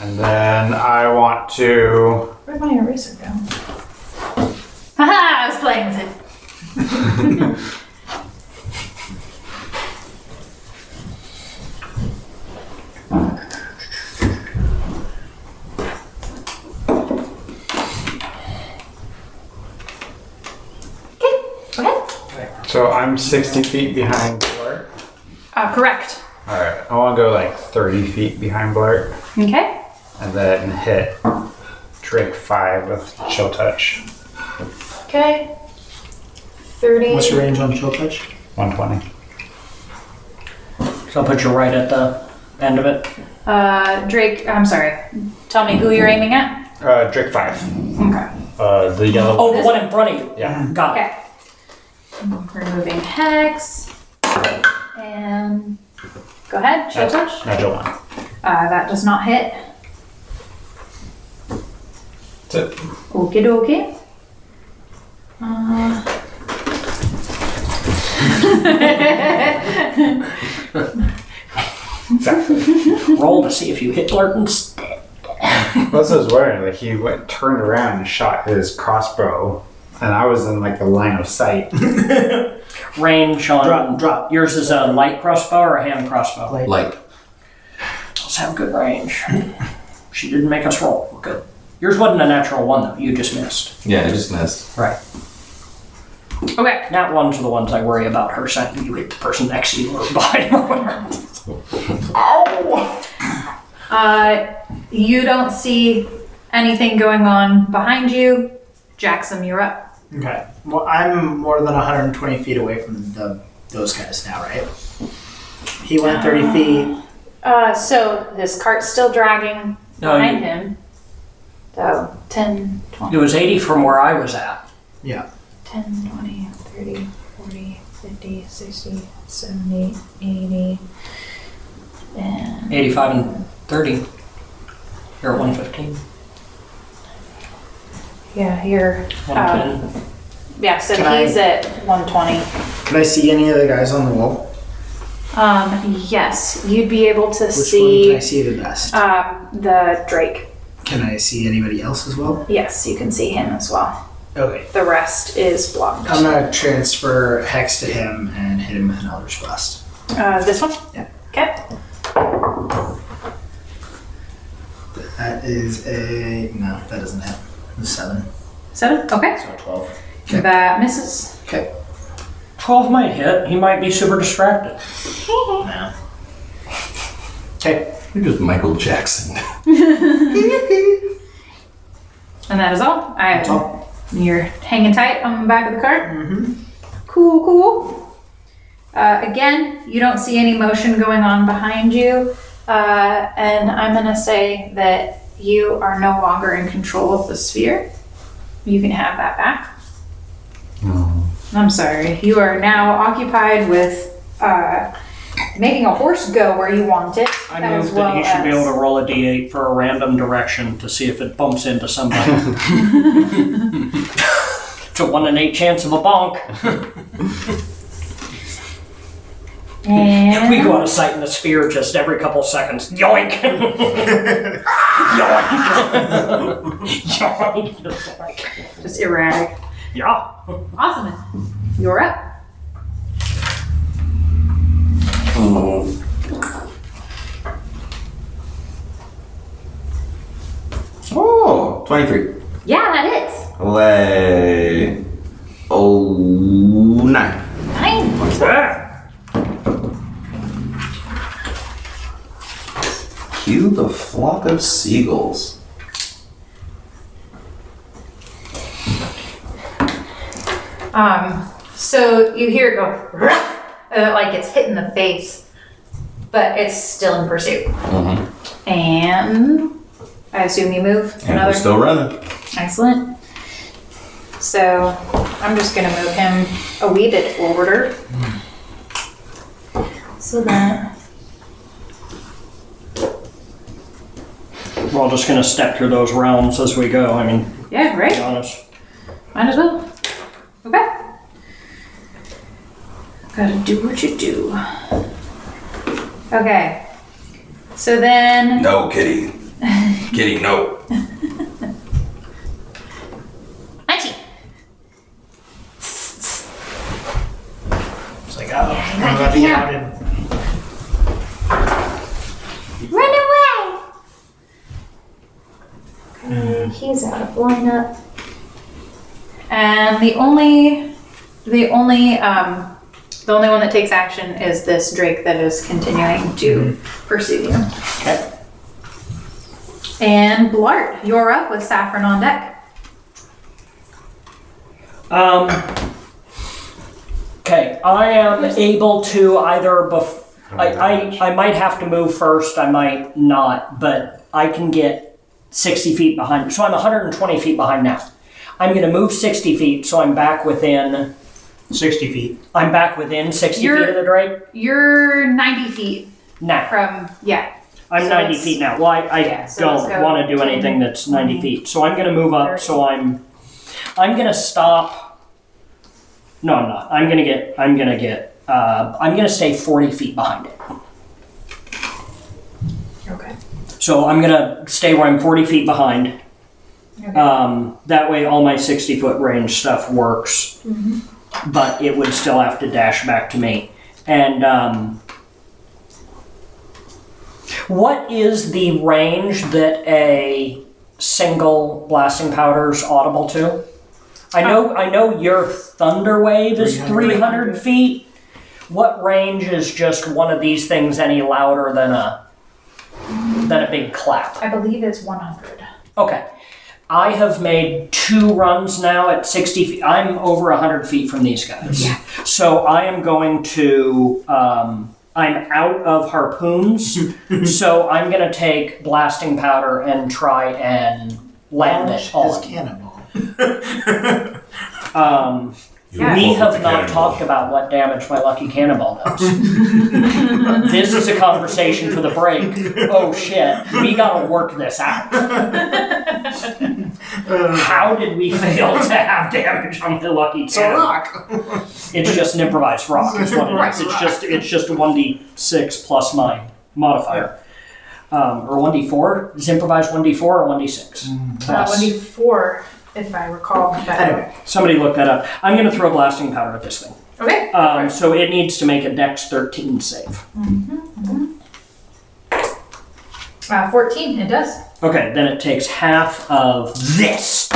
S2: And then I want to.
S1: Where'd my eraser go? Haha, I was playing with it. Okay, go ahead.
S2: So I'm 60 feet behind Blart.
S1: Uh, correct.
S2: All right, I want to go like 30 feet behind Blart
S1: Okay.
S2: and then hit Drake 5 with Chill Touch.
S1: Okay. 30.
S7: What's your range on chill touch?
S2: 120.
S5: So I'll put you right at the end of it.
S1: Uh, Drake, I'm sorry. Tell me who you're aiming at.
S2: Uh, Drake 5.
S1: Okay.
S2: Uh, the yellow.
S5: Oh, the one in front of you.
S2: Yeah.
S5: Got it.
S1: Okay. Removing hex. And go ahead, chill touch.
S2: Natural 1.
S1: Uh, that does not hit.
S2: That's it.
S1: Okie dokie. Uh, Uh,
S5: Roll to see if you hit Lurton's.
S2: That's what I was worried. Like he went, turned around and shot his crossbow, and I was in like the line of sight.
S5: Range on.
S7: Drop, drop.
S5: Yours is a light crossbow or a hand crossbow?
S7: Like,
S4: Like,
S5: Let's have good range. she didn't make us roll. We're good. Yours wasn't a natural one, though. You just missed.
S6: Yeah, I just missed.
S5: Right.
S1: okay.
S5: Not ones are the ones I worry about. Her saying you hit the person next to you or behind you or whatever.
S1: Uh, you don't see anything going on behind you. Jackson, you're up.
S7: okay. Well, I'm more than 120 feet away from the those guys now, right? He went 30 feet.
S1: Uh, so this cart's still dragging
S5: No,
S1: behind
S5: you-
S1: him. So 10, 20.
S5: It was 80 from where I was at.
S1: 10, 20, 30, 40, 50, 60, 70, 80. And
S5: 85 and 30. You're at 115.
S1: yeah, here.
S5: 110.
S1: Yeah, so
S7: Can I-
S1: he's at 120.
S7: Can I see any of the guys on the wall?
S1: Um, yes, you'd be able to
S7: Which one
S1: see
S7: can I see the best?
S1: um, the Drake.
S7: Can I see anybody else as well?
S1: Yes, you can see him as well.
S7: Okay.
S1: The rest is blocked.
S7: I'm gonna transfer hex to him and hit him with an Elder's Blast.
S1: Uh, this one?
S7: Yeah.
S1: Okay.
S7: That is a no. That doesn't hit. A seven.
S1: Seven? Okay.
S7: So twelve.
S1: That misses.
S7: Okay.
S5: 12 might hit. He might be super distracted.
S7: No. Okay.
S6: You're just Michael Jackson.
S1: And that is all. I
S7: That's all.
S1: You're hanging tight on the back of the cart. Mm-hmm. Cool, cool. Uh, again, you don't see any motion going on behind you, uh, and I'm gonna say that you are no longer in control of the sphere. You can have that back. I'm sorry. You are now occupied with uh, making a horse go where you want it.
S5: I
S1: as
S5: move that
S1: well
S5: he should be
S1: as-
S5: able to roll a d8 for a random direction to see if it bumps into somebody. it's a one in eight chance of a bonk.
S1: And
S5: We go out of sight in the sphere just every couple seconds. Yoink! Yoink! Yoink!
S1: just erratic.
S5: Yeah.
S1: Awesome. You're up.
S6: Oh, 23.
S1: Yeah, that hits.
S6: Lay. Oh, nine.
S1: Nine.
S6: Cue the flock of seagulls.
S1: Um, so you hear it go, "Ruff," uh, like it's hit in the face, but it's still in pursuit.
S6: Uh-huh.
S1: And I assume you move
S6: And we're
S1: another.
S6: still running.
S1: Excellent. So I'm just going to move him a wee bit forwarder.
S6: Hmm.
S1: So that.
S5: We're all just gonna step through those realms as we go. I mean,
S1: Yeah,
S5: to be
S1: right.
S5: honest.
S1: Might as well. Okay. Gotta do what you do. Okay. So then.
S4: No, kitty. kitty, no.
S1: 19.
S7: It's like, oh, I'm about to get outed.
S1: Run away! Okay, he's out of lineup. And the only, the only, um, the only one that takes action is this Drake that is continuing to pursue you. And Blart, you're up with Saffron on deck.
S5: Um, okay, I am able to either bef- I, I, I might have to move first, I might not, but I can get 60 feet behind. So I'm 120 feet behind now. I'm going to move 60 feet, so I'm back within.
S7: 60 feet.
S5: I'm back within 60 feet
S1: You're-
S5: of the Drake?
S1: You're 90 feet
S5: Nah,
S1: from, yeah,
S5: I'm
S1: so
S5: 90
S1: let's-
S5: feet now. Well, I, I
S1: Yeah, so let's
S5: don't
S1: go
S5: want to do
S1: 10,
S5: anything that's 90 feet. So I'm going to move up, so I'm. I'm going to stop. No, I'm not. I'm going to get. I'm going to get. Uh, I'm going to stay 40 feet behind it.
S1: Okay.
S5: So I'm gonna stay where I'm 40 feet behind. Um, that way, all my 60 foot range stuff works,
S1: Mm-hmm.
S5: but it would still have to dash back to me. And um, what is the range that a single blasting powder is audible to? I know, I know your thunder wave is 300,
S7: 300.
S5: feet. What range is just one of these things any louder than a than a big clap?
S1: I believe it's Uh, 100.
S5: Okay. I have made two runs now at 60 feet. I'm over 100 feet from these guys. So I am going to. Um, I'm out of harpoons, so I'm going to take blasting powder and try and land it
S7: As
S5: on.
S7: cannonball.
S5: Um,
S1: Yeah.
S5: we have not talked about what damage my lucky cannonball does. this is a conversation for the break. Oh shit, we gotta work this out. How did we fail to have damage on the lucky
S7: It's a
S5: cannon?
S7: rock.
S5: It's just an improvised rock. It's what it
S7: Right,
S5: is. It's
S7: rock.
S5: just it's just a one d six plus my modifier, um, or one d four. Is improvised one d four or one d six?
S7: Mm-hmm.
S1: Uh, 1d4, if I recall better.
S5: Anyway, somebody look that up. I'm gonna throw blasting powder at this thing.
S1: Okay.
S5: Um, so it needs to make a Dex 13 save.
S1: Uh, 14, it does.
S5: Okay, then it takes half of this.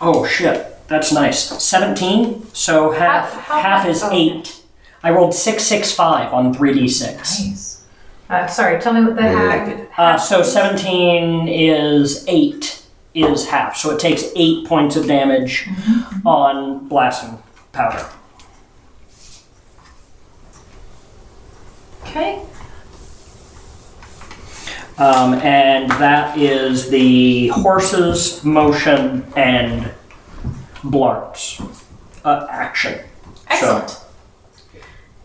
S5: Oh shit, that's nice. 17. So half
S1: How- how
S5: half
S1: much
S5: is
S1: of-
S5: eight. I rolled six six five on 3d6.
S1: Nice. Uh, sorry, tell me what the half.
S5: Uh, so 17 is eight is half. So it takes eight points of damage
S1: Mm-hmm.
S5: on blasting powder.
S1: Okay.
S5: Um, and that is the horses, motion, and blarts uh, action.
S1: Excellent.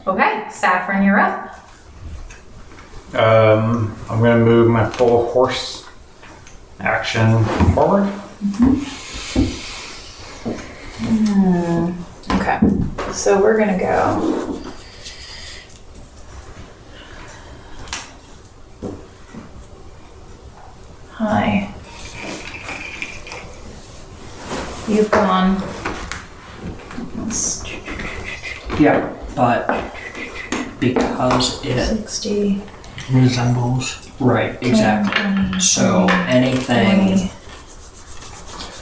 S1: Okay, Saffron, you're up.
S2: Um, I'm gonna move my full horse action forward.
S1: Okay, so we're gonna go. Hi. You've gone.
S5: Yeah, but because it
S1: 60.
S5: resembles. Right, exactly. So anything.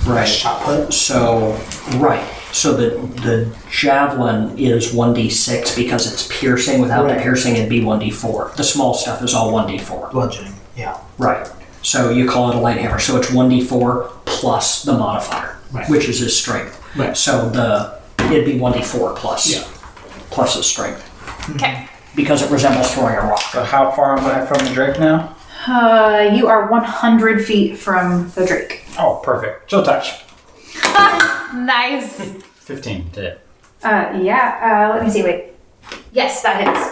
S5: Right. Shot put. So right. So the the javelin is one d six because it's piercing. Without
S7: Right.
S5: the piercing, it'd be one d four. The small stuff is all one d four.
S7: Bludgeoning. Yeah.
S5: Right. So you call it a light hammer. So it's one d four plus the modifier,
S7: Right.
S5: which is his strength.
S7: Right.
S5: So the it'd be one d four plus
S7: Yeah.
S5: plus his strength
S1: Okay.
S5: because it resembles throwing a rock.
S9: So how far am I from the Drake now?
S1: Uh, you are 100 feet from the Drake.
S9: Oh, perfect. Chill touch.
S1: Nice.
S9: 15 to hit.
S1: Uh, yeah, uh, let me see. Wait. Yes, that hits.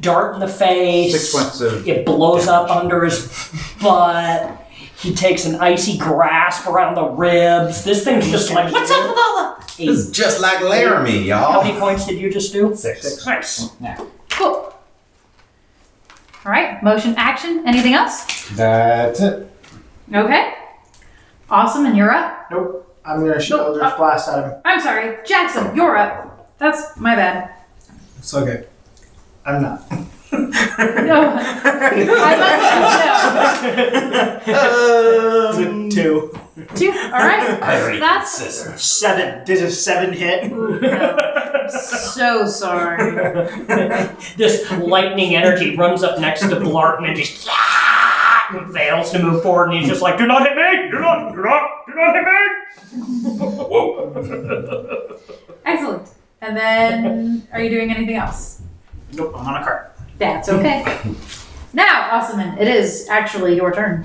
S5: dart in the face.
S2: Six points of
S5: It blows up under his butt. He takes an icy grasp around the ribs. This thing's just like, what's up with all the.
S4: This is just like Laramie,
S5: How
S4: y'all.
S5: many points did you just do?
S9: Six.
S5: Nice.
S1: Cool. All right, motion action. Anything else?
S2: That's it.
S1: Okay. Awesome, and you're up.
S7: Nope. I'm gonna shoot
S1: Nope.
S7: Eldritch Blast at him.
S1: I'm sorry, Jackson, you're up. That's my bad.
S7: It's okay. I'm not.
S1: No. I
S7: Um, two.
S1: must have known. Two. All right.
S4: I already
S1: That's-
S4: scissors.
S7: Seven. Did a seven hit?
S1: I'm so sorry.
S5: This lightning energy runs up next to Blart and it just and fails to move forward, and he's just like, do not hit me! Do not, do not, do not hit me!
S1: Excellent. And then, are you doing anything else?
S7: Nope. I'm on a cart.
S1: That's okay. Now, Osman, it is actually your turn.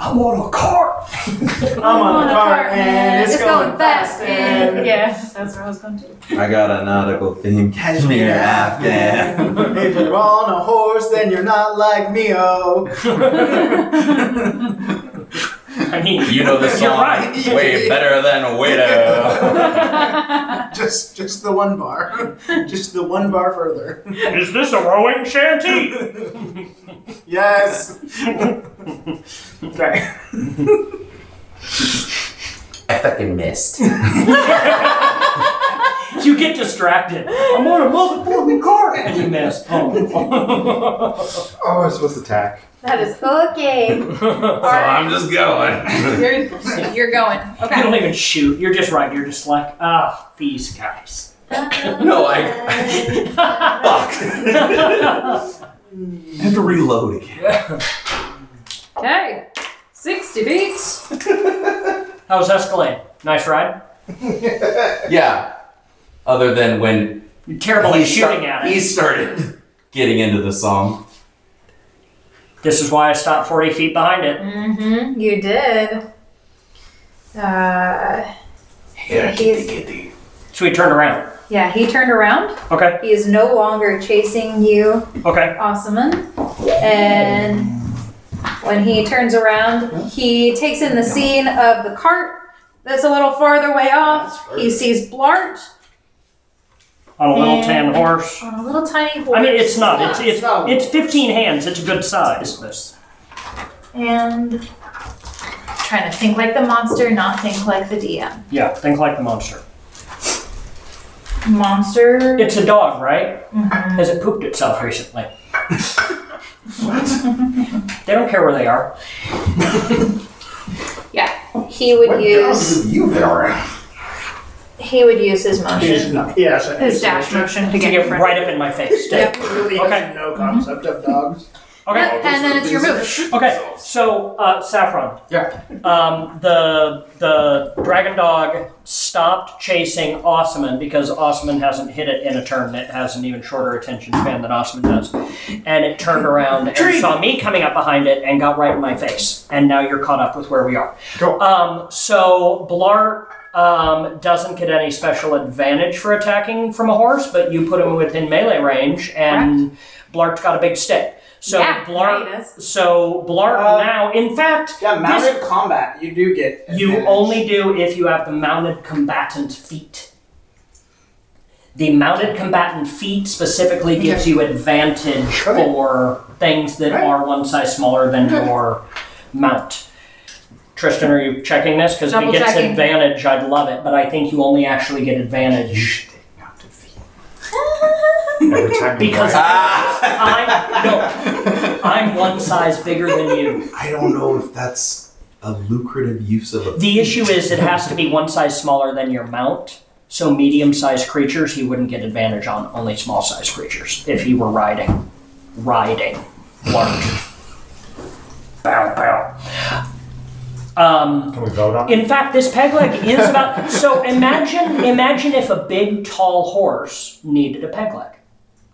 S5: I'm on a cart!
S7: I'm on a cart and it's going fast and
S1: yeah, that's where I was going to.
S6: I got a nautical theme cashmere afghan.
S7: if you're on a horse, then you're not like me. Oh.
S5: I mean,
S4: You know the
S5: You're
S4: song
S5: right.
S4: way better than a widow.
S7: Just, just the one bar. Just the one bar further.
S5: is this a rowing shanty?
S7: Yes.
S4: I fucking missed.
S5: You get distracted. I'm on a motherfucking cart, and you miss. Oh.
S2: Oh, I was supposed to attack.
S1: That is okay. All
S4: So
S1: right.
S4: I'm just going.
S1: You're, you're going.
S5: You
S1: Okay.
S5: don't even shoot. You're just right. You're just like, ah, these guys.
S4: No, I. Fuck.
S6: I have to reload again.
S1: Okay. 60 feet.
S5: How's Escalade? Nice ride.
S6: Yeah. Other than when
S5: You're
S6: he
S5: terribly
S6: sta-
S5: shooting at it.
S6: he started getting into the song.
S5: This is why I stopped 40 feet behind it.
S1: Mm-hmm. You did. Uh,
S4: Yeah,
S1: He's-
S4: kitty, kitty.
S5: So he turned around.
S1: yeah, he turned around.
S5: Okay.
S1: He is no longer chasing you,
S5: Okay.
S1: Ossaman. And when he turns around, he takes in the scene of the cart that's a little farther way off. He sees Blart
S5: On a little
S1: And-
S5: tan horse.
S1: on a little tiny horse.
S5: I mean, it's not. It's e- it's
S7: No.
S5: it's 15 hands. It's a good size.
S1: And trying to think like the monster, not think like the DM.
S5: Yeah. Think like the monster.
S1: Mm-hmm. Monster.
S5: It's a dog, right?
S1: Mm-hmm.
S5: Has it pooped itself recently? They don't care where they are.
S1: Yeah, he would use
S4: you been around?
S1: he would use his motion,
S7: Yeah. So
S1: his dash motion to
S5: To
S1: get in
S5: get
S1: front.
S5: right up in my face.
S1: Yep.
S7: Really
S5: Okay.
S7: has no concept of dogs.
S5: Okay.
S1: Yep, and then it's your move.
S5: Okay, so uh, Saffron.
S7: Yeah.
S5: Um, the the dragon dog stopped chasing Osman because Osman hasn't hit it in a turn. It has an even shorter attention span than Osman does, and it turned around and saw me coming up behind it and got right in my face. And now you're caught up with where we are.
S7: Cool.
S5: Um, so Blar um, doesn't get any special advantage for attacking from a horse, but you put him within melee range, and Blart's got a big stick. So
S1: Yeah,
S5: Blart,
S1: yeah, he does.
S5: so Blart
S7: Uh,
S5: now. In fact,
S7: Yeah,
S5: this,
S7: mounted combat, you do get.
S5: you
S7: advantage.
S5: only do if you have the mounted combatant feat. The mounted combatant feat specifically gives you advantage
S7: Okay.
S5: for things that
S7: Right.
S5: are one size smaller than
S7: Okay.
S5: your mount. Tristan, are you checking this? Because if he
S1: Double
S5: gets
S1: checking.
S5: advantage, I'd love it, but I think you only actually get advantage.
S2: Every time you
S5: Because
S2: buy
S7: Ah!
S5: I'm, no, I'm one size bigger than you.
S8: I don't know if that's a lucrative use of a.
S5: The issue is it has to be one size smaller than your mount. So medium-sized creatures he wouldn't get advantage on. Only small-sized creatures if he were riding, riding large. bow bow. Um,
S2: it, can we vote on it?
S5: in fact, this peg leg is about. So imagine, imagine if a big, tall horse needed a peg leg.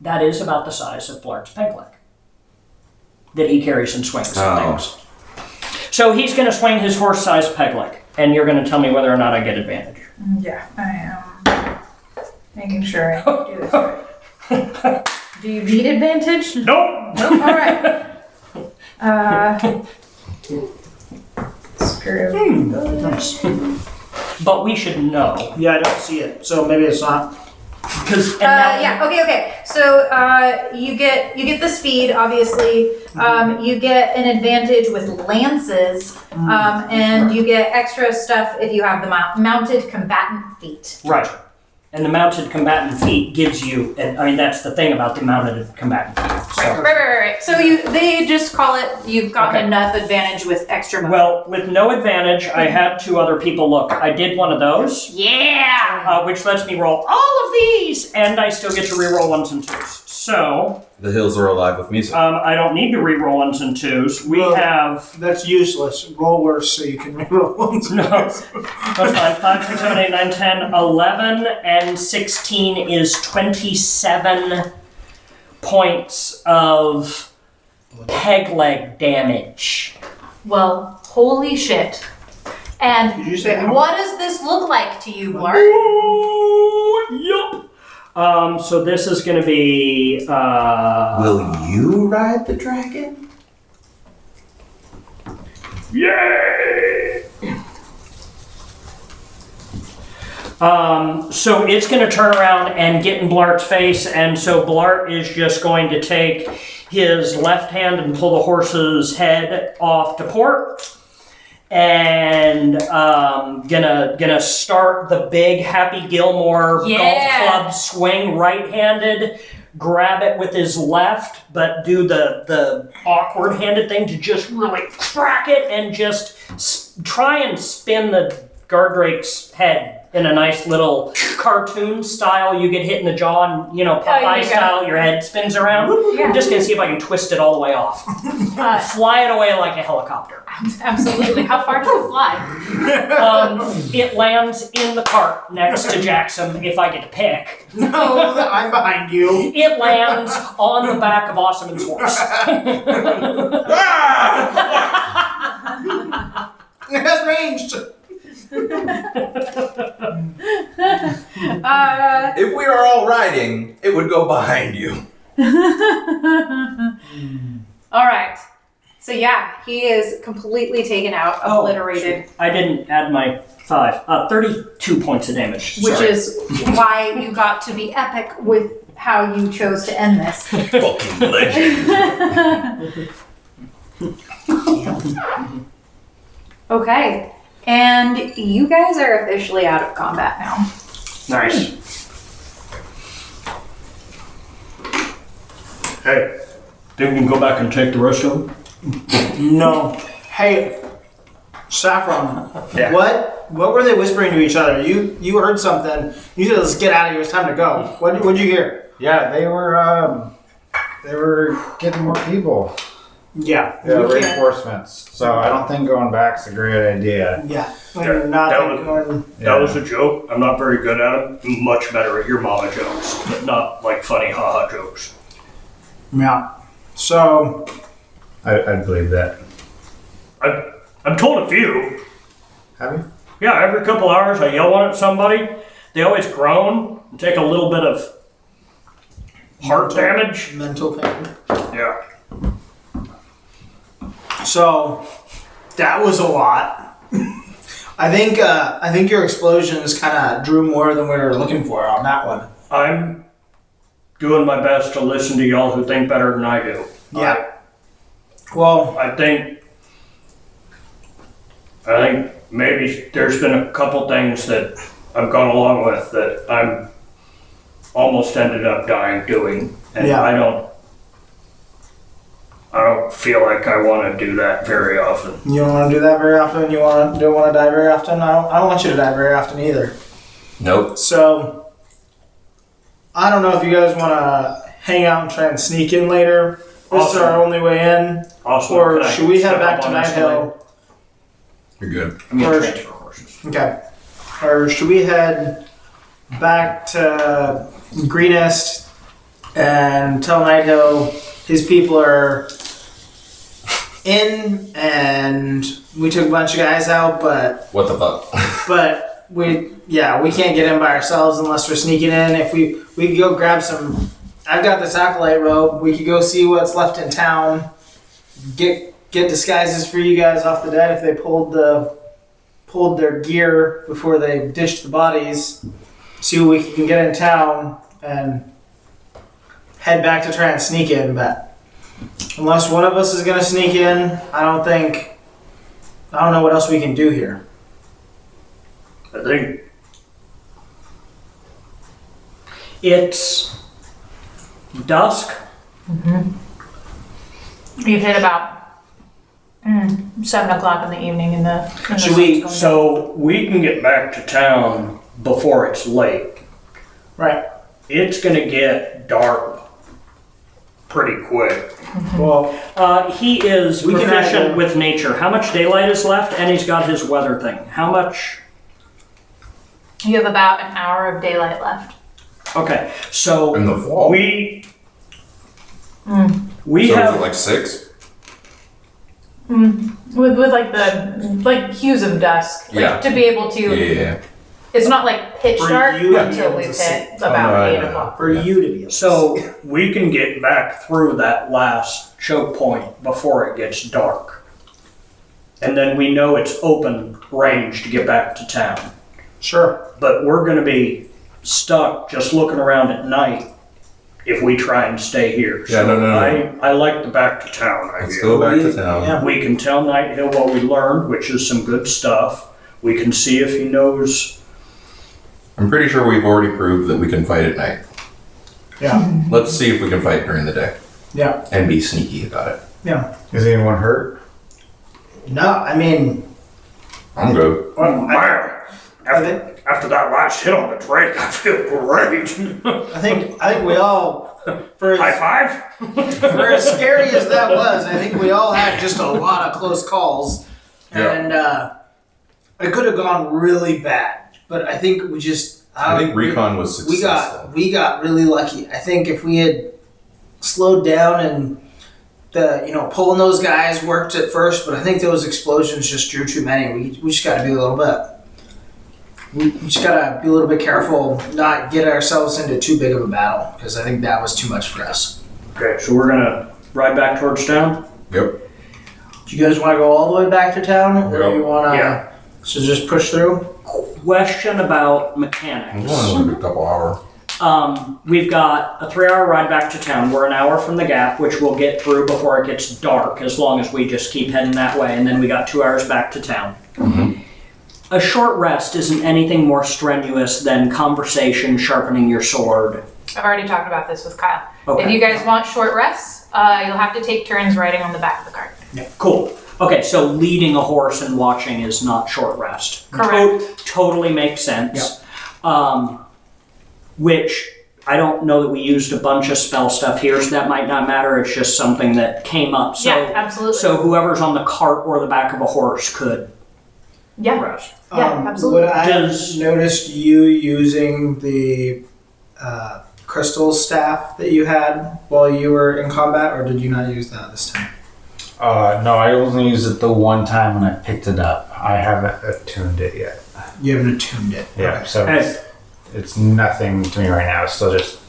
S5: That is about the size of Blart's peg leg that he carries and swings
S6: Oh.
S5: and things. So he's going to swing his horse-sized peg leg, and you're going to tell me whether or not I get advantage.
S1: Yeah, I am making sure I do this right. Do you need advantage?
S5: Nope.
S1: All right. Uh, screw.
S5: But we should know
S7: Yeah, I don't see it, so maybe it's not.
S5: because.
S1: Uh, yeah. Okay. Okay. So uh, you get you get the speed, obviously. Um, you get an advantage with lances, um, and you get extra stuff if you have the mount- mounted combatant feat.
S5: Right. And the mounted combatant feat gives you, and I mean that's the thing about the mounted combatant feat. So.
S1: Right, right, right, right. So you they just call it you've gotten
S5: Okay.
S1: enough advantage with extra motion.
S5: Well, with no advantage, I had two other people look. I did one of those,
S1: yeah.
S5: uh, which lets me roll all of these, and I still get to reroll ones and twos. So
S6: The hills are alive with music.
S5: um, I don't need to reroll ones and twos. We
S7: Well-
S5: have
S7: That's useless. Roll worse so you can reroll ones.
S5: no. That's fine. Five, six, seven, eight, nine, ten, eleven, and sixteen is twenty-seven points of peg leg damage.
S1: Well, holy shit.
S7: Did
S1: And
S7: you say how
S1: what does this look like to you, Blart?
S5: Yup. Um, so this is going to be. Uh,
S6: Will you ride the dragon?
S5: Um, so it's going to turn around and get in Blart's face, and so Blart is just going to take his left hand and pull the horse's head off to port, and um, gonna gonna start the big Happy Gilmore
S1: Yeah.
S5: golf club swing right-handed. Grab it with his left, but do the the awkward handed thing to just really crack it and just s- try and spin the Gardrake's head in a nice little cartoon style. You get hit in the jaw and, you know,
S1: Oh,
S5: Popeye
S1: you go.
S5: style, your head spins around.
S1: Yeah.
S5: I'm just going to see if I can twist it all the way off.
S1: Uh,
S5: Fly it away like a helicopter.
S1: absolutely. How far does it fly?
S5: Um, it lands in the cart next to Jackson if I get to pick.
S7: No, I'm behind you.
S5: It lands on the back of Osman's horse.
S7: It has ranged.
S1: Uh,
S6: If we are all riding, it would go behind you.
S1: all right. So yeah, he is completely taken out,
S5: Oh,
S1: obliterated,
S5: I didn't add my five. Uh, 32 points of damage.
S1: which
S5: Sorry.
S1: is why you got to be epic with how you chose to end this.
S4: Fucking legend.
S1: Okay. And you guys are officially out of combat now.
S5: Nice. Hey, think we can go back and take the rest of them?
S7: No. Hey, Saffron. What? What were they whispering to each other? You you heard something. You said, "Let's get out of here. It's time to go." What What'd you hear?
S2: Yeah, they were um, they were getting more people.
S7: Yeah.
S2: Yeah, reinforcements. So I don't think going back's a great idea.
S7: Yeah. We're not
S5: that was-
S7: going-
S2: Yeah.
S5: That was a joke. I'm not very good at it. I'm much better at your mama jokes, but not like funny haha jokes.
S7: Yeah. So
S2: I, I believe that.
S5: I've, I've told a few.
S2: Have you?
S3: Yeah, every couple hours I yell one at somebody. They always groan and take a little bit of heart damage.
S7: Mental thing.
S3: Yeah.
S7: So that was a lot. I think uh, I think your explosions kind of drew more than we were looking for on that one.
S3: I'm doing my best to listen to y'all who think better than I do.
S7: Yeah. Well,
S3: I think I think maybe there's been a couple things that I've gone along with that I'm almost ended up dying doing, and
S7: Yeah.
S3: I don't I don't feel like I want to do that very often.
S7: you don't want to do that very often. You want don't want to die very often. I don't, I don't want you to die very often either.
S4: Nope.
S7: So, I don't know if you guys want to hang out and try and sneak in later. This is
S3: Awesome.
S7: our only way in.
S3: Also,
S7: Or
S3: can I
S7: should we head
S3: step
S7: back
S3: up
S7: to
S3: on
S7: Night
S3: this
S7: Hill?
S4: You're good.
S3: I'm gonna
S7: Or-
S3: transfer horses.
S7: Okay. Or should we head back to Greenest and tell Night Hill his people are in and we took a bunch of guys out, but
S4: What the fuck?
S7: But we, yeah, we can't get in by ourselves unless we're sneaking in. If we, we could go grab some. I've got this acolyte robe. We could go see what's left in town. Get get disguises for you guys off the dead if they pulled the pulled their gear before they dished the bodies. See what we can get in town and head back to try and sneak in. But unless one of us is gonna sneak in, I don't think. I don't know what else we can do here.
S3: I think
S5: It's dusk.
S1: You've hit about mm, seven o'clock in the evening in the. In the
S7: Should we-
S1: sun's going
S3: so. We can get back to town before it's late.
S7: Right.
S3: It's gonna get dark pretty quick.
S7: Well,
S5: Uh, he is
S7: We can add
S5: proficient
S7: a-
S5: with nature. How much daylight is left? And he's got his weather thing. How much?
S1: down. You have about an hour of daylight left.
S5: Okay, so
S4: In the fall.
S5: we we
S4: so is
S5: have
S4: it like six?
S1: With, with like the like hues of dusk. Like
S4: Yeah.
S1: To be able to,
S4: Yeah, yeah, yeah.
S1: it's not like pitch
S7: For
S1: dark
S7: you to be
S1: until
S7: able
S1: we've
S7: to see.
S1: hit about
S4: Oh, no, I
S1: eight
S4: know.
S1: o'clock.
S7: for you to be able to
S3: So we can get back through that last choke point before it gets dark. And then we know it's open range to get back to town.
S7: sure.
S3: But we're going to be stuck just looking around at night if we try and stay here.
S4: Yeah, no, no, no.
S3: I, I like the back to town idea.
S6: Let's go back to town.
S7: Yeah.
S3: We can tell Night Hill what we learned, which is some good stuff. We can see if he knows.
S4: I'm pretty sure we've already proved that we can fight at night.
S7: Yeah.
S4: Let's see if we can fight during the day
S7: Yeah.
S4: and be sneaky about it.
S7: Yeah.
S2: Is anyone hurt?
S7: No, I mean,
S4: I'm good.
S3: Oh, man.
S7: I think,
S3: After that last hit on the Drake, I feel great.
S7: I think, I think we all, for
S3: High
S7: as,
S3: five.
S7: for as scary as that was, I think we all had just a lot of close calls,
S4: Yeah.
S7: and uh, it could have gone really bad. But I think we just,
S4: I
S7: don't-
S4: think recon was
S7: Uh, we
S4: successful.
S7: got we got really lucky. I think if we had slowed down and the you know pulling those guys worked at first, but I think those explosions just drew too many. We we just got to be a little bit. We we just gotta be a little bit careful, not get ourselves into too big of a battle, because I think that was too much for us.
S3: Okay, so we're gonna ride back towards town.
S4: Yep.
S7: Do you guys want to go all the way back to town, or
S4: Yeah.
S7: you want to?
S3: Yeah.
S7: So just push through.
S5: question about
S4: I'm
S5: mechanics.
S4: going like a double hour.
S5: Um, we've got a three-hour ride back to town. We're an hour from the gap, which we'll get through before it gets dark, as long as we just keep heading that way. And then we got two hours back to town.
S1: Mm-hmm.
S5: A short rest isn't anything more strenuous than conversation, sharpening your sword.
S1: I've already talked about this with Kyle.
S5: Okay.
S1: If you guys want short rests, uh, you'll have to take turns riding on the back of the cart.
S5: Cool. Okay, so leading a horse and watching is not short rest.
S1: Correct.
S5: To- totally makes sense. Um, which I don't know that we used a bunch of spell stuff here, so that might not matter. It's just something that came up. So,
S1: yeah, absolutely.
S5: so whoever's on the cart or the back of a horse could
S1: yeah.
S5: rest.
S1: Yeah, absolutely.
S7: Would I
S5: Does-
S7: Um, noticed you using the uh, crystal staff that you had while you were in combat, or did you not use that this time?
S2: Uh, no, I only used it the one time when I picked it up. I haven't attuned it yet.
S7: You haven't attuned it.
S2: Yeah, so
S3: Hey.
S2: it's nothing to me right now. It's still just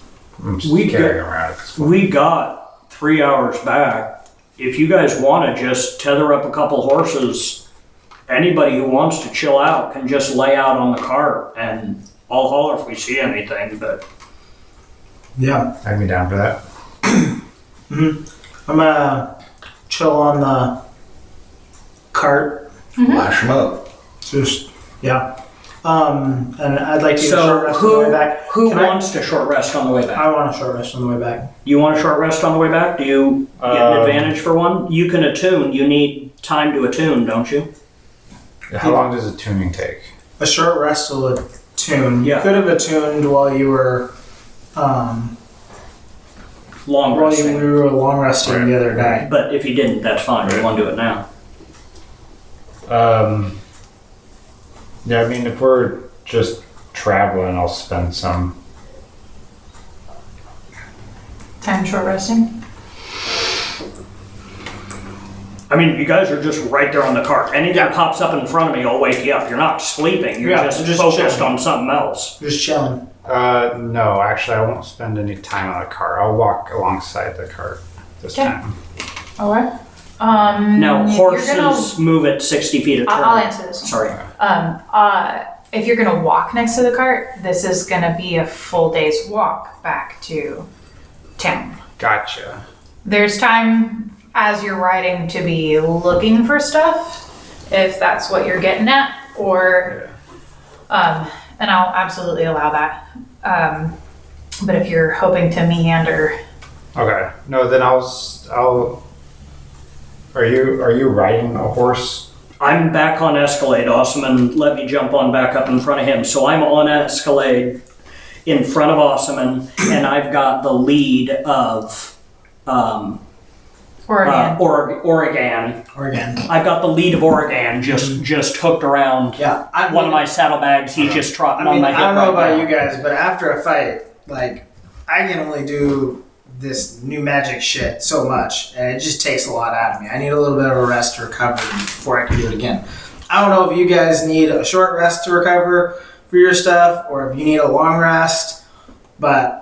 S2: I'm just
S3: We
S2: carrying
S3: get-
S2: them around. at this point.
S3: We got three hours back. If you guys want to just tether up a couple horses, anybody who wants to chill out can just lay out on the cart and I'll holler if we see anything. But
S7: Yeah.
S2: I'd be down for that.
S7: I'm gonna chill on the cart.
S1: Mm-hmm.
S4: Lash them up.
S7: Just yeah. Um, and I'd like to get a
S3: So
S7: short rest on the way back.
S3: who
S7: Can I-
S3: wants a short rest on the way back?
S7: I want a short rest on the way back.
S3: You want a short rest on the way back? Do you get an
S2: Um,
S3: advantage for one? You can attune. You need time to attune, don't you?
S2: How long does a tuning take?
S7: A short rest will attune.
S3: Yeah.
S7: You could have attuned while you were um,
S3: Long
S7: while you, we
S3: resting.
S7: were long resting the other day.
S3: But if you didn't, that's fine. You want to do it now.
S2: Um, yeah, I mean, if we're just traveling, I'll spend some.
S1: Time short resting.
S3: I mean, you guys are just right there on the cart. Anything pops up in front of me, I'll wake you up. You're not sleeping. You're
S7: Yeah,
S3: just,
S7: I'm just
S3: focused
S7: chilling.
S3: on something else.
S7: Just chilling.
S2: Uh, no, actually, I won't spend any time on the car. I'll walk alongside the cart this
S1: Okay.
S2: time.
S1: All right. Um,
S3: Now,
S1: if
S3: horses
S1: You're gonna,
S3: move at 60 feet a turn.
S1: I- I'll answer this.
S3: Sorry.
S1: Um, uh, if you're gonna walk next to the cart, this is gonna be a full day's walk back to town.
S2: Gotcha.
S1: There's time as you're riding to be looking for stuff, if that's what you're getting at, or, um, and I'll absolutely allow that. Um, but if you're hoping to meander,
S2: Okay. No, then I'll. s- I'll. Are you are you riding a horse?
S3: I'm back on Escalade, Osman. Let me jump on back up in front of him. So I'm on Escalade in front of Osman, and I've got the lead of um,
S1: or
S3: uh, Orig- Oregon.
S7: Or again.
S3: I've got the lead of Oregon just
S7: Mm-hmm.
S3: just hooked around
S7: Yeah. I
S3: one of
S7: mean-
S3: my saddlebags. He's just trotting
S7: Uh-huh. I mean,
S3: on my hip
S7: I don't know
S3: right
S7: about
S3: now.
S7: you guys, but after a fight, like I can only do this new magic shit so much, and it just takes a lot out of me. I need a little bit of a rest to recover before I can do it again. I don't know if you guys need a short rest to recover for your stuff, or if you need a long rest, but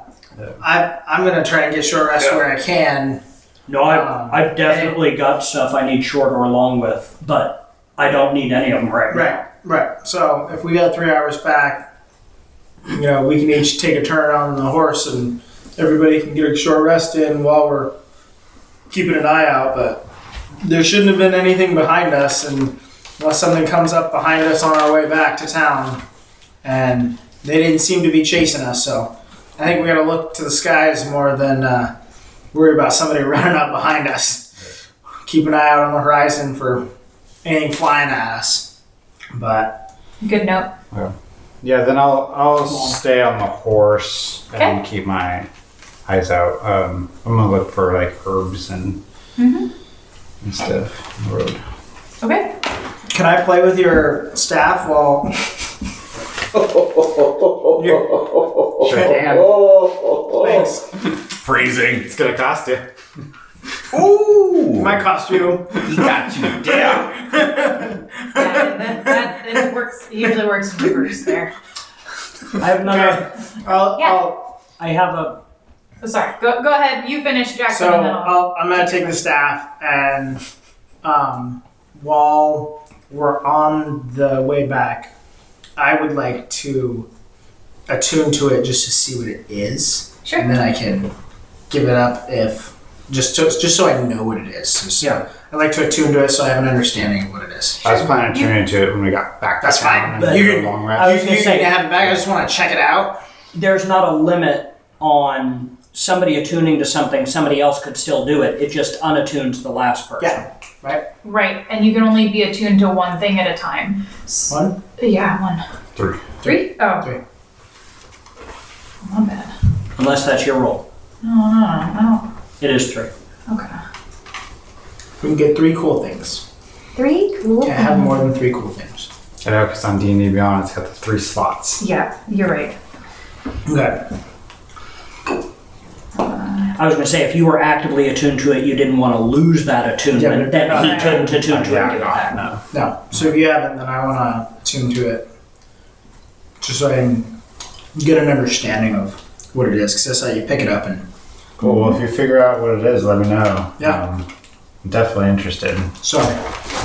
S7: I, I'm gonna try and get short rest where I can.
S3: No, I've,
S7: Um,
S3: I've definitely got stuff I need short or long with, but I don't need any of them right now.
S7: Right, right. So if we got three hours back, you know, we can each take a turn on the horse and everybody can get a short rest in while we're keeping an eye out. But there shouldn't have been anything behind us. And unless something comes up behind us on our way back to town, and they didn't seem to be chasing us. So I think we got to look to the skies more than uh, worry about somebody running up behind us. Keep an eye out on the horizon for anything flying at us. But
S1: Good note.
S2: Yeah. Then I'll I'll stay on the horse and keep my eyes out. Um, I'm gonna look for like herbs and and stuff. on the road.
S1: Okay.
S7: can I play with your staff while
S2: Sure can.
S3: Oh,
S7: thanks?
S4: Phrasing.
S2: It's gonna cost you.
S4: Ooh.
S7: My costume.
S4: he got you down.
S1: Yeah, that, that it works. It usually works in reverse there.
S3: I have another.
S7: I'll,
S1: Yeah.
S7: I'll,
S3: I have a
S1: Oh, Sorry. Go, go ahead. You finish, Jackson.
S7: so uh,
S1: and then I'll-
S7: I'll, I'm gonna take the staff and um, while we're on the way back, I would like to attune to it just to see what it is,
S1: Sure.
S7: and then I can give it up if just to, just so I know what it is. So, so
S3: Yeah.
S7: I like to attune to it so I have an understanding of what it is.
S2: I was planning on tuning into it when we got back. to
S7: That's
S2: town
S7: fine.
S2: and
S7: You
S2: did a
S7: can-
S2: long
S3: I
S2: rest.
S3: was
S7: you
S3: gonna
S7: you
S3: say-
S7: can have it back. I just want to check it out.
S3: there's not a limit on somebody attuning to something somebody else could still do it it just unattunes the last person
S7: Yeah.
S1: Right, and you can only be attuned to one thing at a time. S-
S7: One?
S1: Yeah, one.
S2: Three.
S1: Three? Oh.
S7: Three.
S1: Not bad.
S3: unless that's your role
S1: No, no, no,
S3: it is three
S1: no. Okay.
S7: We can get three cool things.
S1: Three? Cool.
S7: Can't have more than three cool things.
S2: I know because on D and D Beyond, it's got the three slots.
S1: Yeah, you're right.
S7: Okay.
S3: i was going to say if you were actively attuned to it you didn't want to lose that attunement
S7: Yeah, but-
S3: that he couldn't attune to
S2: Yeah,
S3: it
S2: no, no.
S7: No. So if you haven't, then I want to tune to it. just so I can get an understanding of what it is, because that's how you pick it up. And
S2: Cool. Well, if you figure out what it is, let me know.
S7: Yeah.
S2: Um, I'm definitely interested.
S7: so,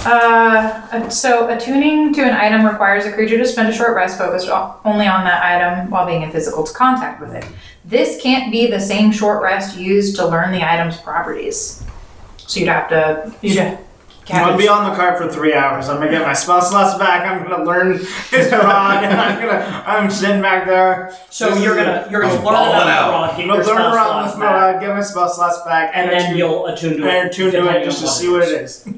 S1: Uh, so attuning to an item requires a creature to spend a short rest focused o- only on that item while being in physical contact with it. This can't be the same short rest used to learn the item's properties. So you'd have to you'd have
S7: I'll be on the card for three hours. I'm gonna get my spell slots back. I'm gonna learn his rod, and I'm gonna I'm sitting back there.
S5: So you're gonna you're gonna
S6: I'm
S5: learn
S6: balling out.
S7: I'm
S5: another rod, get
S7: gonna
S5: your
S7: learn
S5: spell
S7: around
S5: slots
S7: with my
S5: back,
S7: rod, get my spell slots back,
S5: and then
S7: attune-
S5: you'll attune to it.
S7: and attune to it
S5: depending
S7: just to
S5: on
S7: see what it is.
S5: is.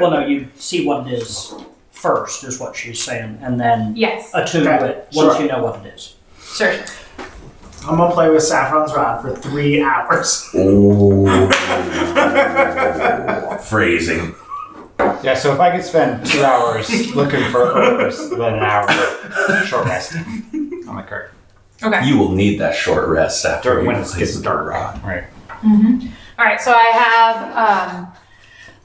S5: Well, no, you see what it is first, is what she's saying, and then
S1: Yes,
S5: attune to
S7: Okay,
S5: it once
S7: sure.
S5: you know what it is.
S1: sure.
S7: I'm gonna play with Saffron's rod for three hours.
S6: Oh. Phrasing.
S2: Yeah. So if I could spend two hours looking for herbs, then an hour short resting on the cart.
S1: Okay.
S4: You will need that short rest after
S2: During
S4: you
S2: when it
S4: place
S2: gets
S4: the
S2: dark.
S4: rod.
S2: Right.
S5: Mm-hmm.
S1: All right, so I have um,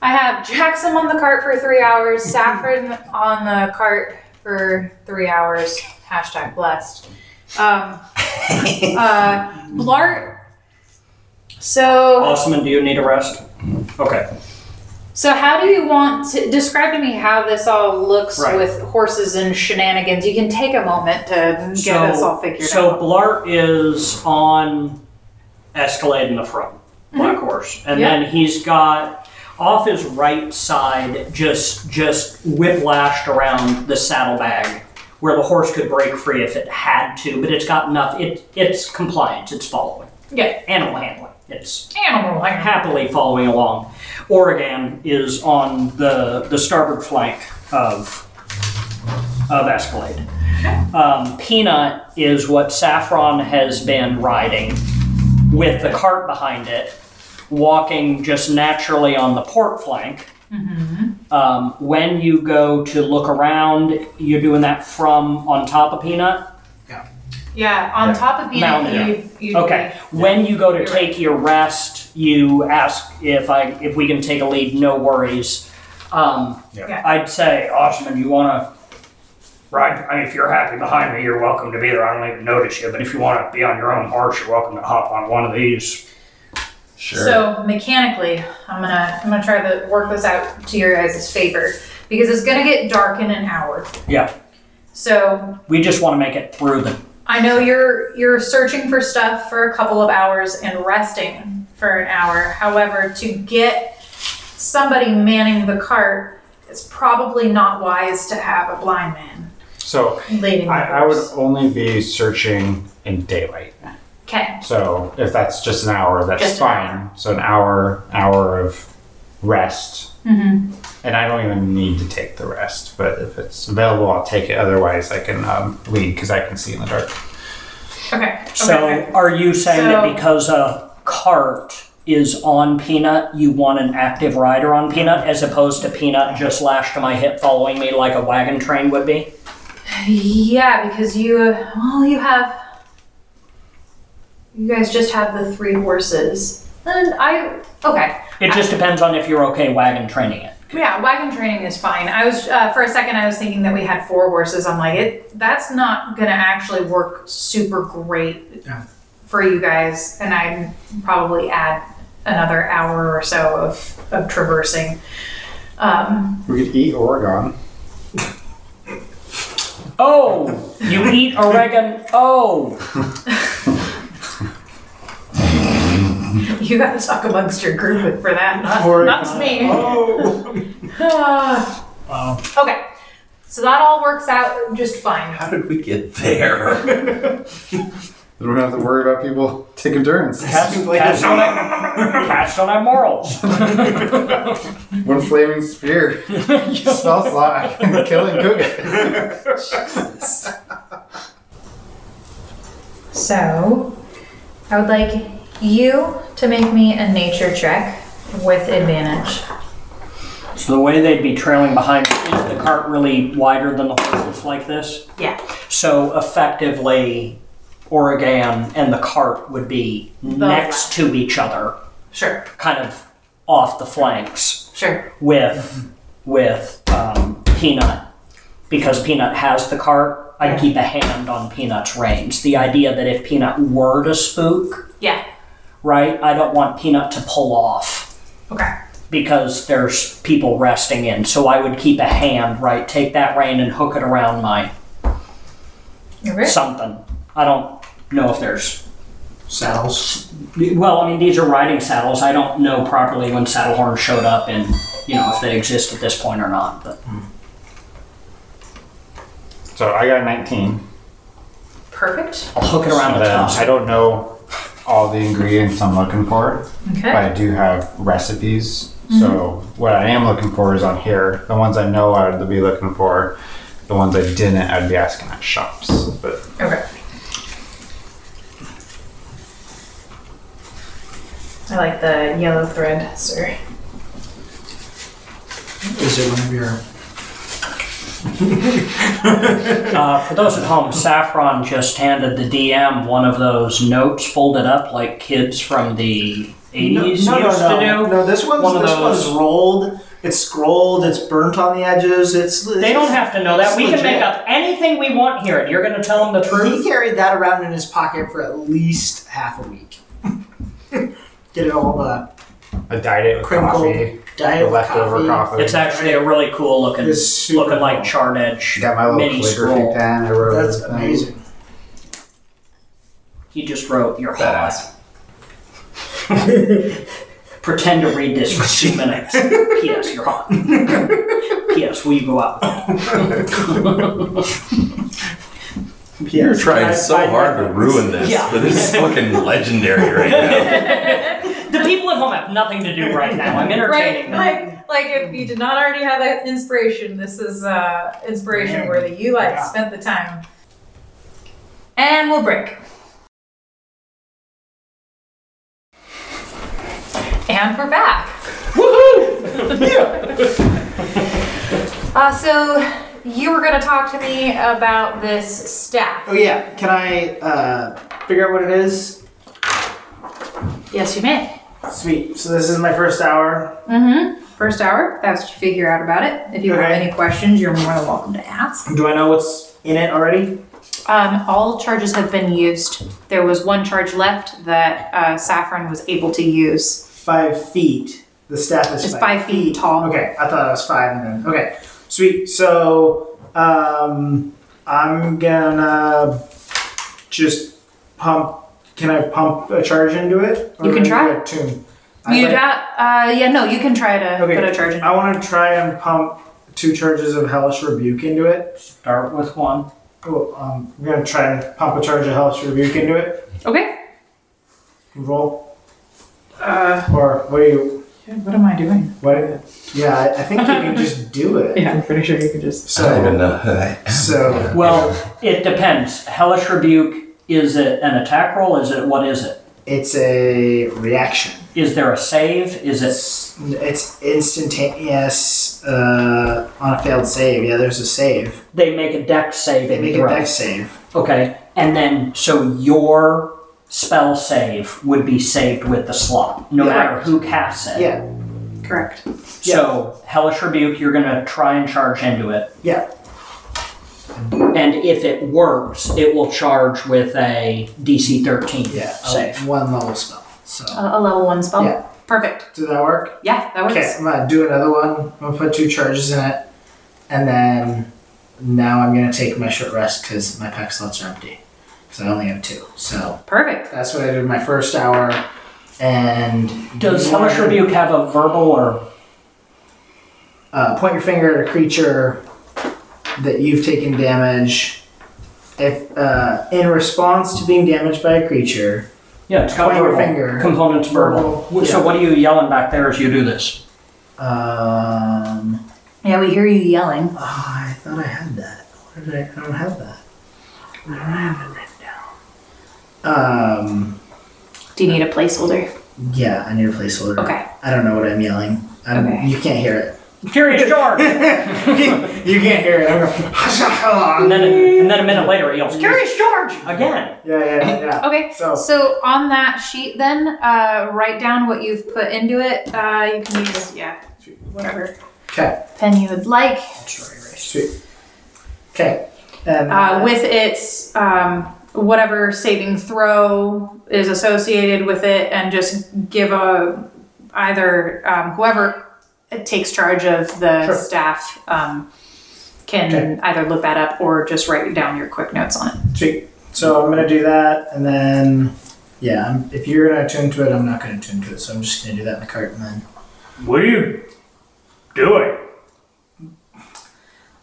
S1: I have Jackson on the cart for three hours,
S5: Mm-hmm.
S1: Saffron on the cart for three hours. Hashtag blessed. Um, uh, Blart. So,
S5: Osman, do you need a rest? Okay.
S1: so how do you want to describe to me how this all looks
S5: Right.
S1: with horses and shenanigans? You can take a moment to get
S5: so,
S1: this all figured
S5: so
S1: out.
S5: Blart is on Escalade in the front, Black Horse, and
S1: Yeah.
S5: then he's got off his right side just just whiplashed around the saddlebag where the horse could break free if it had to, but it's got enough. It it's compliance. It's following.
S1: Yeah.
S5: animal handling. It's
S1: Animal, like
S5: happily following along. Oregon is on the the starboard flank of of Escalade. Um, Peanut is what Saffron has been riding with the cart behind it, walking just naturally on the port flank. Um, when you go to look around, you're doing that from on top of Peanut.
S1: yeah, on top of being
S5: Mountain,
S1: you, you
S5: Okay. When you go to
S1: You're
S5: take your rest, you ask if I if we can take a lead. No worries. Um,
S1: Yeah.
S5: I'd say, Osman, you want to ride? I mean, if you're happy behind me, you're welcome to be there. I don't even notice you. But if you want to be on your own horse, you're welcome to hop on one of these.
S4: Sure.
S1: So mechanically, I'm gonna I'm gonna try to work this out to your guys' favor because it's gonna get dark in an hour.
S5: Yeah.
S1: So
S5: We just want to make it through the
S1: I know you're you're searching for stuff for a couple of hours and resting for an hour. However, to get somebody manning the cart, it's probably not wise to have a blind man
S2: So
S1: leading the
S2: I, I would
S1: horse.
S2: only be searching in daylight.
S1: Okay.
S2: So if that's just an hour, that's
S1: Just an
S2: fine. So an hour, hour of rest,
S1: Mm-hmm.
S2: and I don't even need to take the rest. But if it's available, I'll take it. Otherwise, I can um, lead because I can see in the dark.
S1: Okay.
S5: So
S1: okay.
S5: are you saying
S1: So-
S5: that because a cart is on Peanut, you want an active rider on Peanut as opposed to Peanut just lashed to my hip following me like a wagon train would be?
S1: Yeah, because you well, you have you guys just have the three horses, and I okay.
S5: It just depends on if you're okay wagon training it.
S1: Yeah, wagon training is fine. I was uh, for a second I was thinking that we had four horses. I'm like, it that's not gonna actually work super great
S7: Yeah.
S1: for you guys, and I'd probably add another hour or so of of traversing. Um,
S2: We could eat Oregon.
S5: Oh, you eat oregano. Oh,
S1: you got to talk amongst your group for that, not,
S7: Or- uh,
S1: not to me.
S7: Oh,
S1: Ah.
S7: Wow.
S1: Okay. So that all works out just fine.
S4: How did we get there?
S2: We don't have to worry about people take endurance.
S5: cats, cats, don't have, cats don't have morals.
S2: One flaming spear, spell slot, killing cook it.
S1: So I would like you to make me a nature check with advantage.
S5: So the way they'd be trailing behind me, is the cart really wider than the horses like this?
S1: Yeah.
S5: So effectively, Oregon and the cart would be next to each other,
S1: Sure.
S5: kind of off the flanks
S1: Sure.
S5: with with um, Peanut, because Peanut has the cart I'd keep a hand on Peanut's range. The idea that if Peanut were to spook,
S10: Yeah.
S5: right, I don't want Peanut to pull off
S10: Okay.
S5: because there's people resting in. So I would keep a hand, right, take that rein and hook it around my
S10: Okay.
S5: something. I don't know if there's.
S7: Saddles.
S5: Well, I mean, these are riding saddles. I don't know properly when saddle horns showed up and, you know, if they exist at this point or not. But
S2: So I got 19.
S10: Perfect.
S5: I'll hook it around
S2: And
S5: the
S2: then
S5: top.
S2: I don't know all the ingredients I'm looking for, but
S10: Okay.
S2: I do have recipes. So
S7: Mm-hmm.
S2: what I am looking for is on here. The ones I know I'd be looking for. The ones I didn't, I'd be asking at shops. But
S10: Okay. I like the yellow thread, sir.
S7: Is it one of your
S5: Uh, for those at home, Saffron just handed the DM one of those notes folded up like kids from the 80s used
S7: no, no, no,
S5: to do.
S7: No, this one's
S5: One of
S7: this
S5: those-
S7: one's rolled. It's scrolled. It's burnt on the edges. It's
S5: They don't have to know that. We can
S7: Legit.
S5: make up anything we want here, and you're going to tell them the
S7: He
S5: truth.
S7: carried that around in his pocket for at least half a week. Get it all uh,
S2: I dyed it with
S7: crinkled,
S2: coffee,
S7: diet
S2: the
S7: of
S2: leftover coffee.
S5: It's actually a really cool looking,
S7: It's super
S5: looking like
S7: cool.
S5: charred edge
S2: got my little
S5: mini
S2: calligraphy
S5: scroll.
S2: pen. I wrote
S7: That's
S2: everything.
S7: amazing.
S5: He just wrote, "You're hot."
S4: Badass.
S5: Pretend to read this for two minutes. P.S. You're hot. P.S. Will you go out?
S4: You're trying so
S5: I- I-
S4: hard to ruin this,
S5: Yeah.
S4: but this is fucking legendary right now.
S5: The people at home have nothing to do right now. I'm
S10: Right,
S5: entertaining them.
S10: like like if you did not already have that inspiration, this is uh, inspiration worthy. You like
S7: Yeah.
S10: spent the time, and we'll break. And we're back. Woohoo! yeah. uh, so you were going to talk to me about this staff.
S7: Oh yeah, can I uh, figure out what it is?
S10: Yes, you may.
S7: Sweet. So this is my first hour.
S1: Mm-hmm. First hour, that's what you figure out about it. If you have
S7: Okay.
S1: any questions, you're more than welcome to ask.
S7: Do I know what's in it already?
S1: Um, all charges have been used. There was one charge left that uh, Saffron was able to use.
S7: Five feet. The staff is
S1: It's five feet tall.
S7: Okay, I thought it was five and then okay. Sweet. So um I'm gonna just pump can I pump a charge into it?
S1: You can
S7: do
S1: try.
S7: a Tune.
S1: You'd
S7: I'd like-
S1: have, uh, yeah, no, you can try to
S7: Okay.
S1: put a charge in.
S7: I wanna try and pump two charges of hellish rebuke into it.
S5: Start with one.
S7: Oh, um, I'm gonna try and pump a charge of hellish rebuke into it.
S1: Okay.
S7: Roll.
S1: Uh,
S7: Or what do you
S9: what am I doing?
S7: what yeah, I, I think you can just do it.
S9: Yeah, I'm pretty sure you could just.
S6: I don't even
S7: So
S6: know who I am.
S7: so
S5: Well, it depends. Hellish rebuke. Is it an attack roll? Is it what is it?
S7: it's a reaction.
S5: Is there a save? Is it
S7: It's instantaneous uh, on a failed save. Yeah, there's a save.
S5: they make a deck save?
S7: They make a
S5: throw.
S7: deck save.
S5: Okay, and then so your spell save would be saved with the slot, no
S7: Yeah.
S5: matter who casts it.
S7: Yeah,
S1: correct.
S5: So hellish rebuke. You're gonna try and charge into it,
S7: yeah.
S5: and if it works, it will charge with a DC 13
S7: Yeah, a
S5: save.
S7: Uh, One level spell. So,
S10: Uh,
S1: A, a level one spell.
S7: Yeah.
S1: Perfect.
S7: did that work?
S1: Yeah, that works.
S7: Okay, I'm gonna do another one. I'm gonna put two charges in it, and then now I'm gonna take my short rest because my pack slots are empty. So I only have two. So
S1: Perfect.
S7: that's what I did my first hour. And
S5: Does
S7: you
S5: hellish
S7: wanna,
S5: rebuke have a verbal or
S7: uh, point your finger at a creature that you've taken damage. If uh, in response to being damaged by a creature,
S5: yeah? It's got
S7: Point your
S5: verbal.
S7: finger.
S5: Components verbal.
S7: Verbal,
S5: So
S7: yeah.
S5: what are you yelling back there as you do this?
S7: Um,
S1: Yeah, we hear you yelling.
S7: oh, I thought I had that. Where did I? I don't have that. I don't have it written down. Um,
S1: Do you need a placeholder?
S7: yeah, I need a placeholder.
S1: Okay.
S7: I don't know what I'm yelling. I'm,
S1: Okay.
S7: You can't hear it.
S5: Curious George.
S7: you can't hear it. I'm going,
S5: And then, and then a minute later, he yells, "Curious George!" again.
S7: yeah, yeah, yeah.
S1: Okay.
S7: So-
S1: so on that sheet, then uh, write down what you've put into it. Uh, you can use yeah, whatever
S7: Okay.
S1: pen you would like.
S7: Okay. And,
S10: uh, with its um, whatever saving throw is associated with it, and just give a either um, whoever takes charge of the
S7: Sure.
S10: staff um, can
S7: Okay.
S10: either look that up or just write down your quick notes on it.
S7: Sweet. So I'm gonna do that, and then yeah, I'm, if you're gonna attune to it, I'm not gonna attune to it. So I'm just gonna do that in the cart, and then
S3: What are you doing?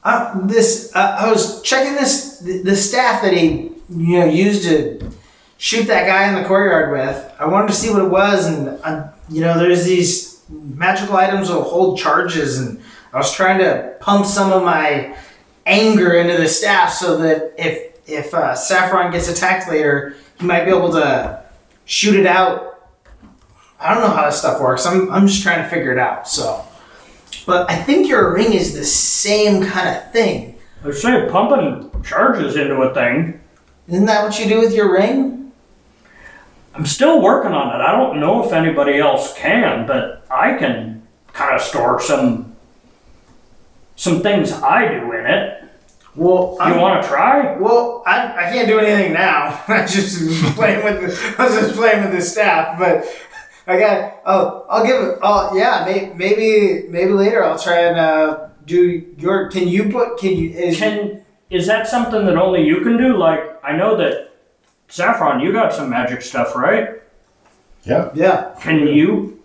S7: uh, this uh, I was checking this the, the staff that he you know used to shoot that guy in the courtyard with. I wanted to see what it was, and uh, you know, there's these magical items that hold charges, and I was trying to pump some of my anger into the staff so that if if uh, Saffron gets attacked later, he might be able to shoot it out. I don't know how this stuff works. I'm I'm just trying to figure it out. So. But I think your ring is the same kind of thing.
S3: I say pumping charges into a thing.
S7: Isn't that what you do with your ring?
S3: I'm still working on it. I don't know if anybody else can, but I can kind of store some some things I do in it.
S7: Well,
S3: You want to try?
S7: well, I, I can't do anything now. I just was playing with the, I was just playing with the staff, but I got oh I'll give it oh yeah may, maybe maybe later I'll try and uh, do your can you put can you is,
S3: Can is that something that only you can do? Like I know that Saffron, you got some magic stuff, right?
S7: yeah
S3: Can you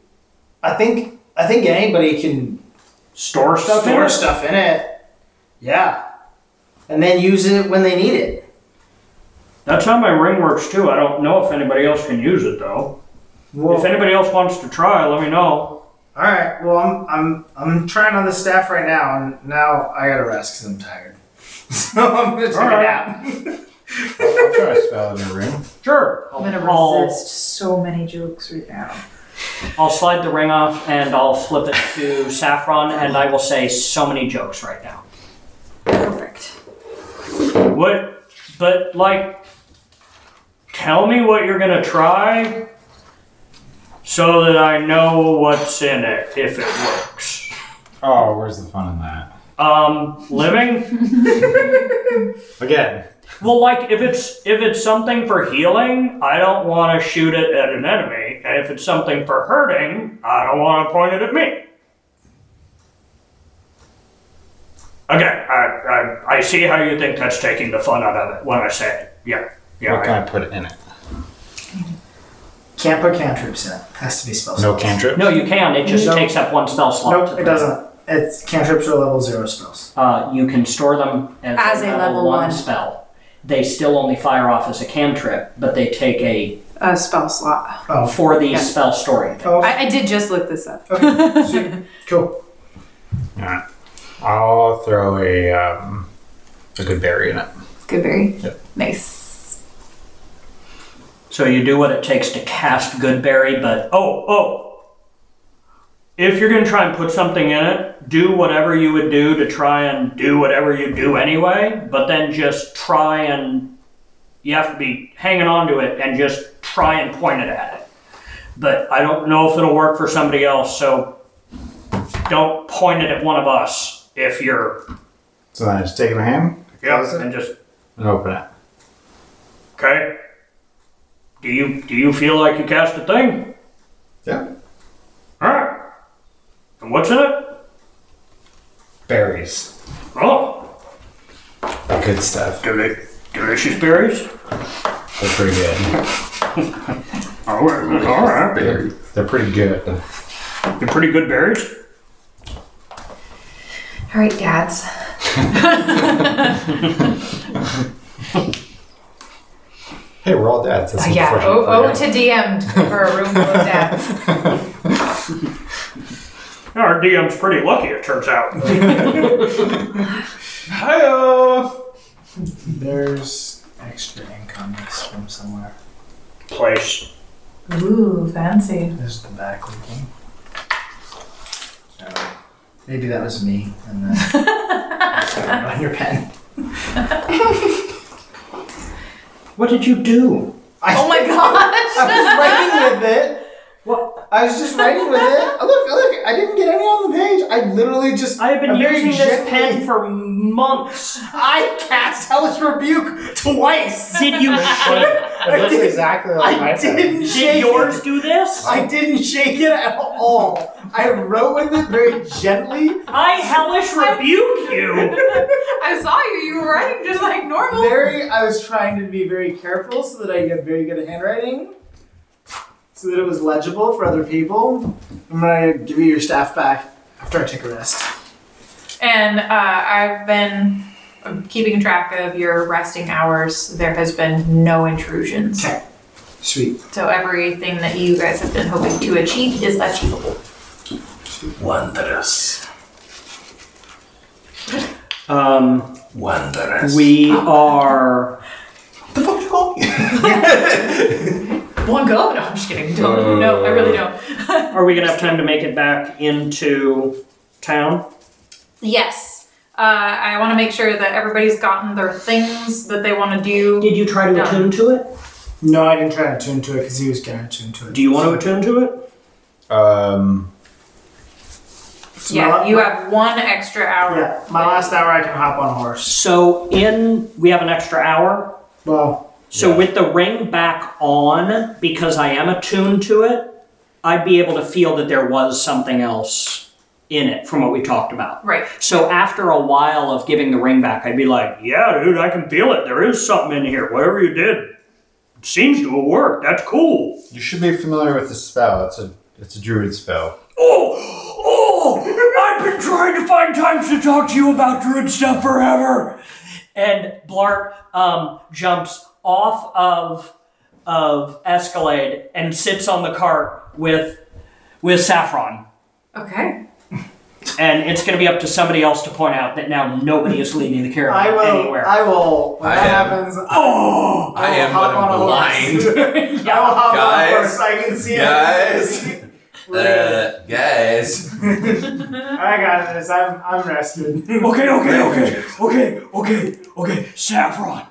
S7: I think I think anybody can
S3: store stuff in
S7: store
S3: it?
S7: stuff in it yeah and then use it when they need it
S3: That's how my ring works too. I don't know if anybody else can use it though.
S7: Well-
S3: If anybody else wants to try, let me know.
S7: All right. Well, I'm I'm I'm trying on the staff right now, and now I gotta rest because I'm tired. So I'm gonna take
S3: All
S7: a
S3: right.
S7: nap.
S2: I'll try to spell in a room.
S3: Sure.
S11: I'm gonna
S3: I'll-
S11: resist so many jokes right now.
S3: I'll slide the ring off and I'll flip it to Saffron and I will say so many jokes right now.
S10: Perfect.
S3: What? But like, tell me what you're gonna try so that I know what's in it if it works.
S2: Oh, where's the fun in that?
S3: Um, living?
S2: Again,
S3: Well, like if it's if it's something for healing, I don't want to shoot it at an enemy, and if it's something for hurting, I don't want to point it at me. Again, I, I I see how you think that's taking the fun out of it when I say it. Yeah, yeah.
S2: what
S3: I-
S2: can I put in it?
S7: Can't put cantrips in. It has to be spell.
S2: No
S7: slots.
S2: cantrip.
S3: No, you can. It just
S7: No.
S3: takes up one spell slot. to
S7: Nope, it
S3: put-
S7: doesn't. It's cantrips are level zero spells.
S3: Uh, you can store them as,
S10: As a level
S3: one,
S10: one.
S3: spell. They still only fire off as a cantrip, but they take a
S10: A spell slot.
S7: Oh,
S3: for the
S10: Yeah.
S3: spell storing. thing.
S7: oh,
S10: I, I did just look this up.
S7: sweet. cool.
S2: Alright. I'll throw a um, a good berry in it.
S10: Good berry. Nice.
S3: So you do what it takes to cast Goodberry, but oh oh. If you're gonna try and put something in it, do whatever you would do to try and do whatever you do anyway, but then just try and you have to be hanging on to it and just try and point it at it. But I don't know if it'll work for somebody else, so don't point it at one of us if you're
S2: So then I just take it in my hand
S3: yeah, and just
S2: and open it.
S3: okay. Do you do you feel like you cast a thing?
S2: Yeah.
S3: Alright. And what's in it?
S2: Berries.
S3: Oh,
S2: Good stuff.
S3: deli- delicious berries.
S2: They're pretty good.
S5: Oh,
S3: Alright, alright.
S2: They're pretty good.
S3: They're pretty good berries.
S10: All right, dads.
S2: Hey, we're all dads. That's
S1: yeah,
S2: unfortunate
S1: oh,
S2: for
S1: oh
S2: you.
S1: to DM'd for a room full of dads.
S3: Yeah, Our DM's pretty lucky, it turns out.
S2: Hi-oh!
S7: There's extra ink on this from somewhere.
S3: Place.
S1: Ooh, fancy.
S7: There's the back leaking. Uh, maybe that was me. And then on your pen.
S3: What did you do?
S7: I,
S1: Oh my gosh!
S7: I was writing with it.
S5: Well,
S7: I was just writing with it. Oh, Look, look, I didn't get any on the page. I literally just.
S5: I have been
S7: I'm very
S5: using this
S7: gently-
S5: pen for months.
S7: I cast Hellish Rebuke twice.
S5: Did you shake?
S7: I
S2: It looks
S7: did-
S2: exactly like my
S7: I
S2: pen.
S7: didn't
S5: Did
S7: shake
S5: yours
S7: it.
S5: do this?
S7: I didn't shake it at all. I wrote with it very gently,
S5: I hellish rebuke you.
S1: I saw you. You were writing just like normal.
S7: very. I was trying to be very careful so that I get very good at handwriting, so that it was legible for other people. I'm gonna give you your staff back after I take a rest.
S1: And uh, I've been keeping track of your resting hours. There has been no intrusions.
S7: Okay. Sweet.
S1: So everything that you guys have been hoping to achieve is achievable.
S4: Wondrous.
S5: Um,
S4: Wondrous.
S5: we are.
S4: the fuck you call me?
S1: One go? No, I'm just kidding. Don't. no, I really don't.
S5: Are we gonna have time to make it back into town?
S1: Yes. Uh, I want to make sure that everybody's gotten their things that they want to do.
S5: Did you try to
S1: No.
S5: attune to it?
S7: No, I didn't try to attune to it because he was gonna attune to it.
S5: Do you want to attune to it?
S2: Um,
S1: yeah, you have one extra hour.
S7: Yeah, my last hour I can hop on a horse.
S5: So in we have an extra hour.
S7: Well,
S5: So with the ring back on, because I am attuned to it, I'd be able to feel that there was something else in it from what we talked about.
S1: Right.
S5: So after a while of giving the ring back, I'd be like, yeah, dude, I can feel it. There is something in here. Whatever you did, it seems to have worked. That's cool.
S2: you should be familiar with the spell. It's a it's a druid spell.
S5: Oh, oh, I've been trying to find times to talk to you about druid stuff forever. And Blark um, jumps off of of Escalade and sits on the cart with with Saffron.
S1: Okay.
S5: And it's going to be up to somebody else to point out that now nobody is leading the caravan
S7: I will.
S5: anywhere.
S7: I will. When
S4: I
S7: that
S4: am-
S7: happens, oh,
S4: I am, but I'm blind.
S7: I will hop on
S4: Guys,
S7: a horse. I can see
S4: guys.
S7: it.
S4: Uh, guys.
S7: I got this. I'm I'm rested.
S3: Okay, okay, okay, okay, okay, okay. Saffron,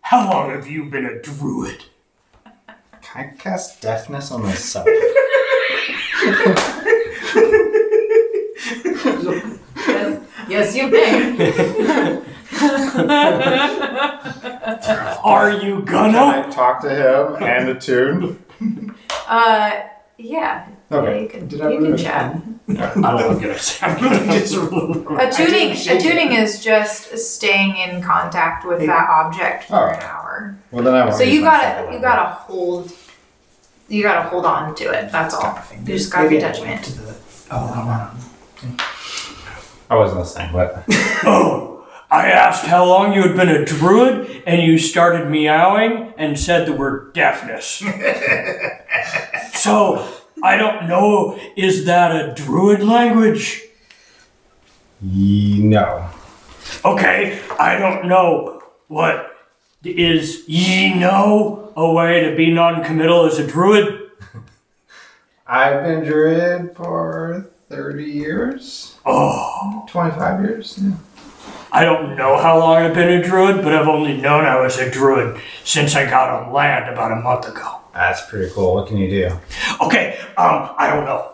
S3: how long have you been a druid?
S2: Can I cast deafness on myself?
S1: Yes, yes you may.
S3: Are you
S2: Can
S3: gonna?
S2: I talk to him and attune?
S1: Uh, yeah.
S2: Okay.
S1: You can,
S2: Did I
S1: you can
S2: ruin it?
S1: chat.
S3: I don't get it. I'm gonna just
S1: Attuning, attuning is just staying in contact with that object for
S2: Oh.
S1: an hour.
S2: Well, then I won't
S1: So
S2: use
S1: you
S2: my
S1: gotta
S2: spell.
S1: you gotta hold you gotta hold on to it. That's all. You just gotta be
S7: Maybe I
S1: judgment.
S7: to the. Oh, hold on.
S2: I wasn't listening, but
S3: Oh, I asked how long you had been a druid, and you started meowing and said the word deafness. so, I don't know, is that a druid language?
S2: Ye- no.
S3: Okay, I don't know what is ye know a way to be non committal as a druid?
S2: I've been druid for 30 years.
S3: Oh,
S2: 25 years? Yeah.
S3: I don't know how long I've been a druid, but I've only known I was a druid since I got on land about a month ago.
S2: That's pretty cool. What can you do?
S3: Okay, um, I don't know.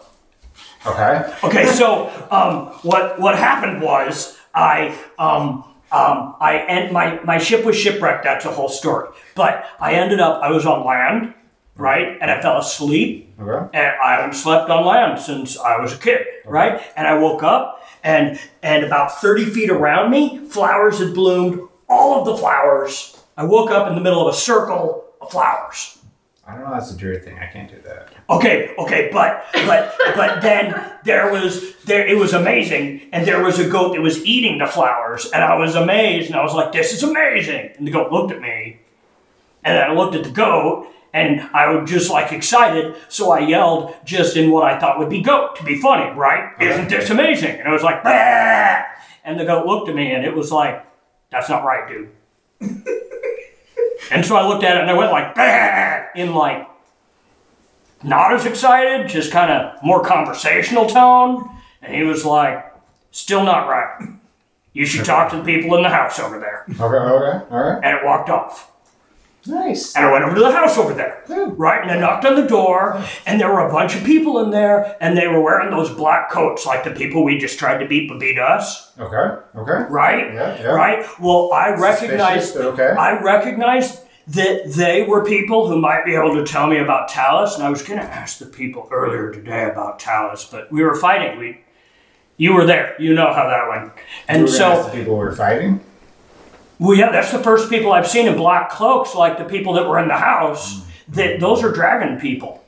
S2: Okay.
S3: Okay, so um, what what happened was I um, um, I and my my ship was shipwrecked. That's a whole story. But I ended up I was on land, right, and I fell asleep,
S2: Okay.
S3: and I haven't slept on land since I was a kid, right? And I woke up, and and about thirty feet around me, flowers had bloomed. All of the flowers. I woke up in the middle of a circle of flowers.
S2: I don't know. That's a druid thing. I can't do that.
S3: Okay, okay, but but but then there was there it was amazing, and there was a goat that was eating the flowers, and I was amazed, and I was like, "This is amazing!" And the goat looked at me, and I looked at the goat, and I was just like excited, so I yelled just in what I thought would be goat to be funny, right? Isn't this amazing? And I was like, "Bah!" and the goat looked at me, and it was like, "That's not right, dude." and so I looked at it, and I went like, "Bah!" in like not as excited, just kind of more conversational tone. And he was like, still not right. You should talk to the people in the house over there.
S2: Okay. Okay. All right.
S3: And it walked off.
S7: Nice.
S3: And I went over to the house over there, right? And I knocked on the door, and there were a bunch of people in there, and they were wearing those black coats like the people we just tried to beat but beat us,
S2: Okay. Okay.
S3: right?
S2: Yeah. Yeah.
S3: Right? Well, I recognized
S2: Suspicious, but okay.
S3: I recognized that they were people who might be able to tell me about Talus, and I was going to ask the people earlier today about Talus, but we were fighting. We, you were there. You know how that went.
S2: You
S3: And
S2: were gonna
S3: so,
S2: ask the people we're fighting.
S3: well, yeah, that's the first people I've seen in black cloaks, like the people that were in the house. That those are dragon people.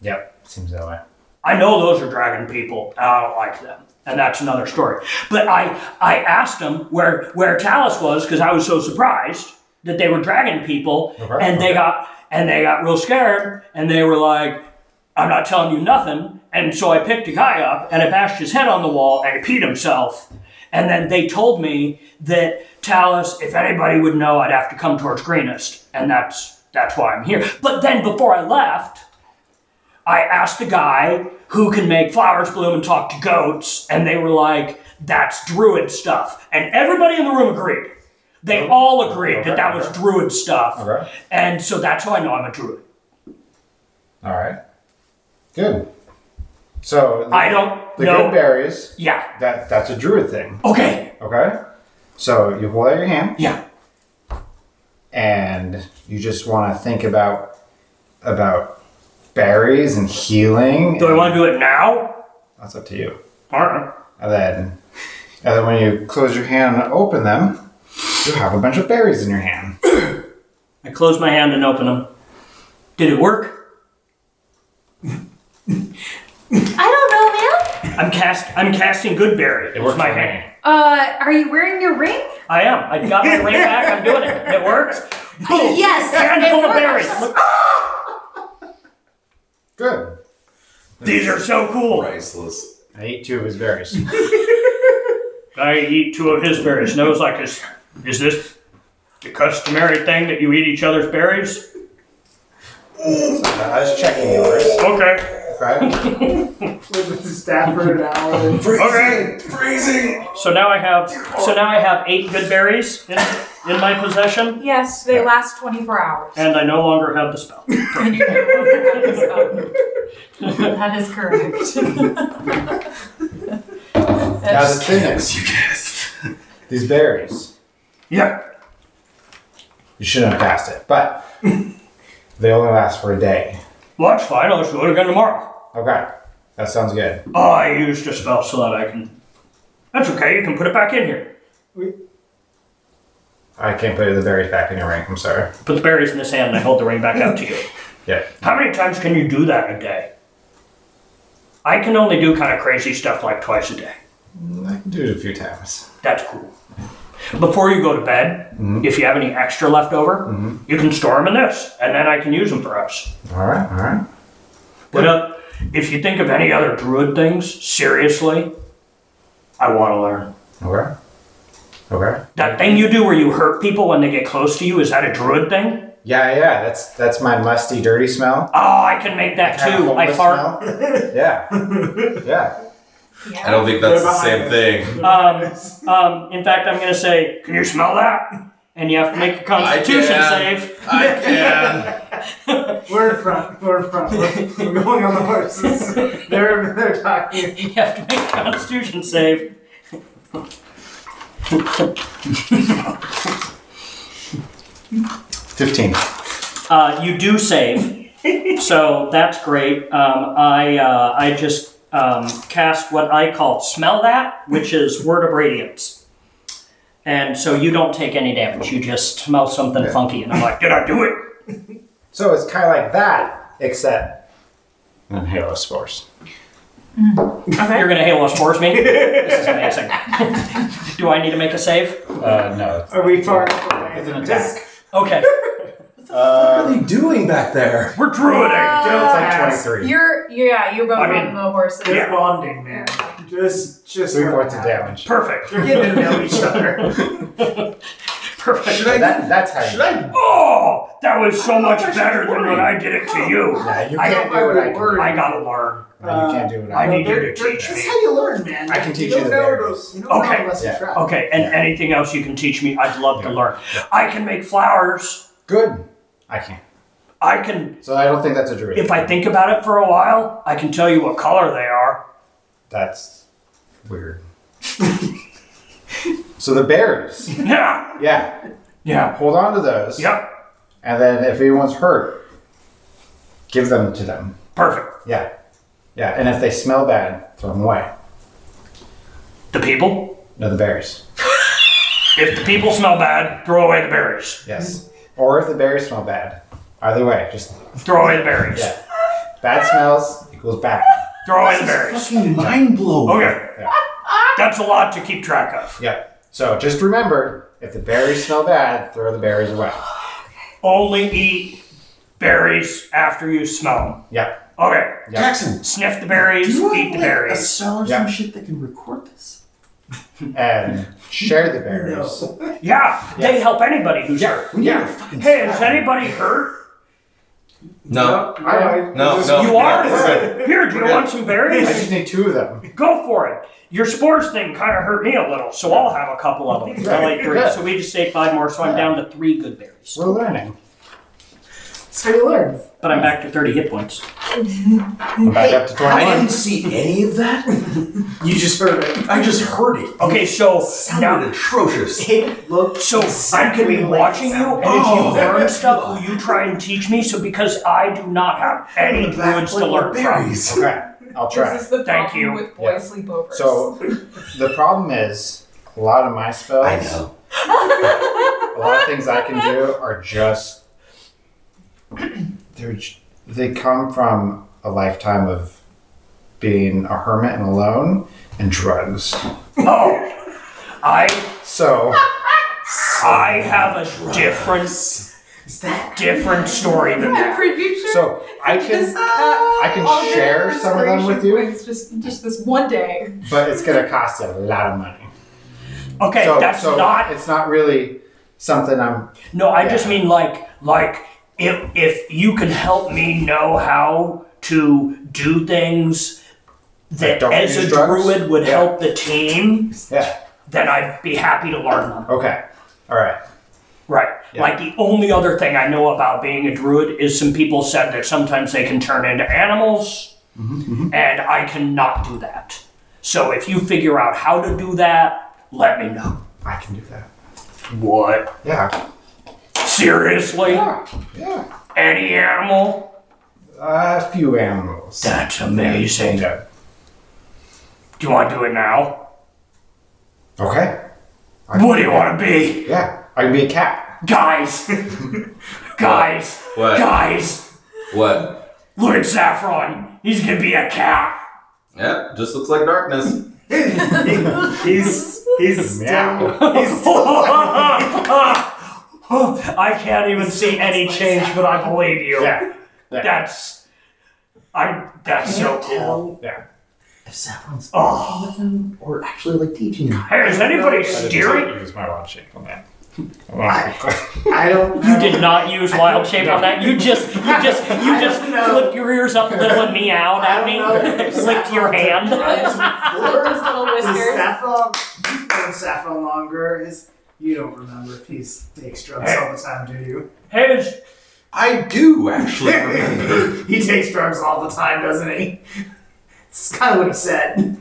S2: Yep. Seems that way.
S3: I know those are dragon people. and I don't like them, and that's another story. But I I asked them where where Talus was because I was so surprised that they were dragon people,
S2: Okay,
S3: and they
S2: okay.
S3: got and they got real scared, and they were like, "I'm not telling you nothing." And so I picked a guy up and I bashed his head on the wall and he peed himself. And then they told me that Talus, if anybody would know, I'd have to come towards Greenest, and that's that's why I'm here. But then before I left, I asked the guy who can make flowers bloom and talk to goats, and they were like, "That's druid stuff." And everybody in the room agreed. They all agreed that that was druid stuff,
S2: Okay.
S3: and so that's how I know I'm a druid.
S2: All right. Good. So
S3: I don't
S2: the
S3: know.
S2: good berries.
S3: yeah.
S2: That that's a druid thing.
S3: Okay.
S2: Okay. So you hold out your hand.
S3: Yeah.
S2: and you just want to think about about berries and healing.
S3: Do I want to do it now?
S2: That's up to you.
S3: Alright.
S2: And then, and then when you close your hand and open them, you have a bunch of berries in your hand.
S3: I closed my hand and opened them. Did it work?
S10: I don't know, man.
S3: I'm cast. I'm casting Goodberry. It was my hand.
S10: Uh, are you wearing your ring?
S3: I am. I got my ring back. I'm doing it. It works. Boom.
S10: Yes,
S3: Hand
S10: it
S3: full of
S10: works.
S3: berries. Look,
S2: Good.
S3: These are so cool.
S4: Priceless.
S2: I ate two of his berries.
S3: I eat two of his berries. And I was like, is, is this the customary thing that you eat each other's berries?
S2: I was checking yours.
S3: Okay.
S2: Okay.
S7: Lived with the staff for an hour. and-
S3: Okay.
S4: Freezing.
S3: So now I have so now I have eight good berries in, in my possession,
S1: Yes, they last 24 hours.
S3: and I no longer have the spell.
S1: that is correct.
S2: Now the thing is,
S4: You guessed.
S2: these berries,
S3: Yeah.
S2: you shouldn't have passed it, but they only last for a day.
S3: Well, that's fine. I'll just do it again tomorrow.
S2: Okay. That sounds good.
S3: Oh, I used a spell so that I can. That's okay. You can put it back in here.
S2: I can't put the berries back in your ring. I'm sorry.
S3: Put the berries in this hand, and I hold the ring back out to you.
S2: Yeah.
S3: How many times can you do that in a day? I can only do kind of crazy stuff like twice a day.
S2: I can do it a few times.
S3: That's cool. Before you go to bed, if you have any extra left over, you can store them in this, and then I can use them for us.
S2: All right. All right.
S3: But uh, if you think of any other druid things, seriously, I want to learn.
S2: Okay. Okay.
S3: That thing you do where you hurt people when they get close to you, is that a druid thing?
S2: Yeah, yeah. That's that's my musty, dirty smell.
S3: Oh, I can make that
S2: Kinda
S3: too. I
S2: homeless
S3: fart.
S2: smell. Yeah. Yeah.
S4: I don't think that's the same thing.
S3: Um, um, in fact, I'm going to say, can you smell that? And you have to make a constitution
S4: can.
S3: save.
S4: I can.
S7: We're in front. We're in front. We're, we're going on the horses. They're they're talking.
S3: You have to make a constitution save.
S2: Fifteen.
S3: Uh, you do save, so that's great. Um, I uh, I just um, cast what I call smell that, which is word of radiance, and so you don't take any damage. You just smell something funky, and I'm like, did I do it?
S2: So it's kind of like that, except and halo spores.
S3: You're gonna hail us force me. This is amazing. do I need to make a save?
S2: Uh, no.
S7: Are we far away?
S2: It's an
S7: Just-
S2: attack.
S3: Okay,
S2: Uh,
S5: What are they doing back there?
S3: we're druiding.
S2: It's like twenty-three.
S1: You're, yeah, you're both
S3: I mean,
S1: on the horses.
S7: Just bonding, man. Just just
S2: Three points of damage.
S3: Perfect.
S7: We're getting to know each other.
S3: Perfect.
S4: Should I?
S2: That, that's how.
S4: should I?
S3: Oh, that was so much better than when I did it to you.
S2: Yeah, you
S3: I
S2: can't
S7: got
S2: do what I
S7: my
S2: can. do.
S7: word.
S3: I gotta learn.
S2: No, you can't do what
S3: uh, I
S2: I
S3: need
S2: can.
S3: you to
S7: They're- they're-
S3: teach
S7: That's
S3: me.
S7: how you learn, man.
S2: I can teach you
S7: don't
S2: the
S7: know
S2: berries.
S7: You don't
S3: Okay.
S7: know unless
S2: Yeah.
S7: you try.
S3: Okay, and anything else you can teach me, I'd love to learn. I can make flowers.
S2: Good. I can't.
S3: I can,
S2: So I don't think that's a druid.
S3: if I think about it for a while, I can tell you what color they are.
S2: That's weird. so the berries.
S3: Yeah.
S2: Yeah.
S3: Yeah.
S2: Hold on to those.
S3: Yep.
S2: And then if anyone's hurt, give them to them.
S3: Perfect.
S2: Yeah. Yeah. And if they smell bad, throw them away.
S3: The people.
S2: No, the berries.
S3: If the people smell bad, throw away the berries.
S2: Yes.
S3: Mm-hmm.
S2: Or if the berries smell bad. Either way, just
S3: Throw away the berries.
S2: yeah. Bad smells equals bad.
S3: Throw away the berries.
S12: Mind blowing.
S3: Okay.
S2: Yeah.
S3: That's a lot to keep track of.
S2: Yeah. So just remember, if the berries smell bad, throw the berries away.
S3: Only eat berries after you smell
S2: Yeah.
S3: them. Okay.
S2: Yeah.
S12: Jackson,
S3: Sniff the berries,
S12: do you
S3: eat
S12: have
S3: the
S12: like, a
S3: berries.
S12: cell or
S2: Yeah.
S12: some shit that can record this?
S2: And share the berries.
S3: Yeah, they help anybody who's hurt.
S12: We need a fucking
S3: Hey, is anybody hurt?
S4: No,
S2: I,
S4: no, no.
S3: You
S4: no,
S3: are
S4: it's good.
S3: hurt. Here, do you want some
S2: I
S3: berries?
S2: just need two of them.
S3: Go for it. Your spores thing kind of hurt me a little, so I'll have a couple of them. I like three,
S2: Good.
S3: so we just ate five more, so I'm down to three good berries.
S2: We're learning.
S7: So you learn.
S3: But I'm back to 30 hit points.
S2: I'm back up to
S12: I
S2: 21.
S12: didn't see any of that.
S7: You just heard it.
S12: I just heard it.
S3: Okay, so
S12: Sounded
S3: now,
S12: atrocious.
S7: It looked
S3: so I could
S7: exactly
S3: be
S7: like
S3: watching you,
S7: sound.
S3: and if you
S12: Oh.
S3: learn stuff, will you try and teach me? So because I do not have any
S12: Back
S3: druids to learn from.
S12: berries.
S2: Okay. I'll try.
S10: This is the
S3: Thank
S10: problem
S3: you.
S10: with boy
S2: Yeah.
S10: sleepovers.
S2: So the problem is a lot of my spells,
S12: I know.
S2: a lot of things I can do are just they're j- they come from a lifetime of being a hermit and alone and drugs.
S3: Oh, I
S2: So
S3: I have a different, different story than
S10: I'm
S3: that.
S10: pretty sure.
S2: so I can
S10: just, uh,
S2: I can
S10: all the
S2: share some of them with you.
S10: inspiration points, Just, just this one day.
S2: but it's gonna cost you a lot of money.
S3: Okay,
S2: so
S3: that's
S2: so
S3: not.
S2: it's not really something I'm
S3: No, I
S2: yeah.
S3: just mean like, like if if you could help me know how to do things
S2: Like
S3: that
S2: don't
S3: as a
S2: use drugs?
S3: druid would
S2: Yeah.
S3: help the team,
S2: yeah.
S3: then I'd be happy to learn them.
S2: Okay. Alright.
S3: Right.
S2: Yeah.
S3: Like the only other thing I know about being a druid is some people said that sometimes they can turn into animals,
S2: Mm-hmm,
S3: and I cannot do that. So if you figure out how to do that, let me know.
S2: I can do that.
S3: What?
S2: Yeah.
S3: Seriously?
S2: Yeah. Yeah.
S3: Any animal?
S2: A few animals.
S3: That's amazing.
S2: Yeah.
S3: Do you want to do it now?
S2: Okay. I
S3: What do
S2: can-
S3: you want to be?
S2: Yeah, I can be a cat.
S3: Guys! Guys!
S4: What?
S3: Guys!
S4: What?
S3: Look at Saffron! He's gonna be a cat!
S6: Yep, just looks like darkness.
S7: He's he's
S2: Meow.
S3: I can't even see any change, but I believe you.
S2: Yeah. Yeah.
S3: That's. I'm. That's so cool.
S2: yeah.
S12: If Saffron's
S3: Oh.
S12: with him or actually like teaching him.
S3: Hey, is anybody
S2: I didn't
S3: steering?
S2: use my wild shape on that. Wow.
S7: I don't.
S3: You did not use wild shape on that. You just, you just, you just flipped your ears up a little and meowed at me. Flicked your hand.
S10: Those little
S7: Is
S10: whiskers.
S7: Saffron, you've known Saffron longer. Is you don't remember if he takes drugs all the time, do you?
S3: Hey, is-
S4: I do actually remember.
S7: he takes drugs all the time, doesn't he? It's kind of what he said.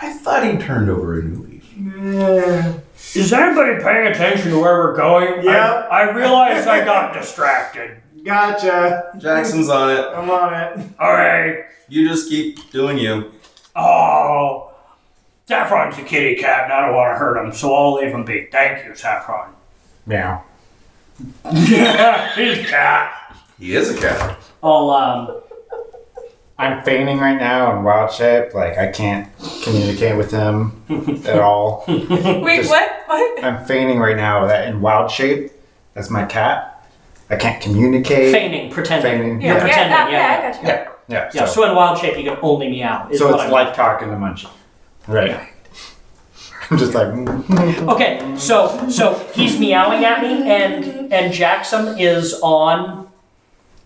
S12: I thought he turned over a new leaf.
S7: Yeah.
S3: is anybody paying attention to where we're going?
S7: Yeah.
S3: I, I realized I got distracted.
S7: Gotcha.
S6: Jackson's on it.
S7: I'm on it.
S3: All right.
S6: You just keep doing you.
S3: Oh, Saffron's a kitty cat, and I don't want to hurt him, so I'll leave him be. Thank you, Saffron.
S2: Meow.
S3: Yeah, he's a cat.
S4: He is a cat.
S3: I'll um.
S2: I'm feigning right now in wild shape. Like, I can't communicate with him at all.
S10: Wait,
S2: Just-
S10: what? What?
S2: I'm feigning right now that in wild shape, that's my cat. I can't communicate.
S3: Feigning, pretending.
S2: Feigning. Yeah.
S10: Yeah,
S2: Yeah.
S10: yeah,
S3: pretending,
S10: that-
S3: yeah.
S10: yeah, I got you.
S2: Yeah.
S3: Yeah,
S2: so,
S3: so, in wild shape, you can only meow. Is
S2: so
S3: what
S2: it's
S3: I'm-
S2: like talking to Munchie. Right. I'm just like,
S3: Okay, so so he's meowing at me, and and Jackson is on.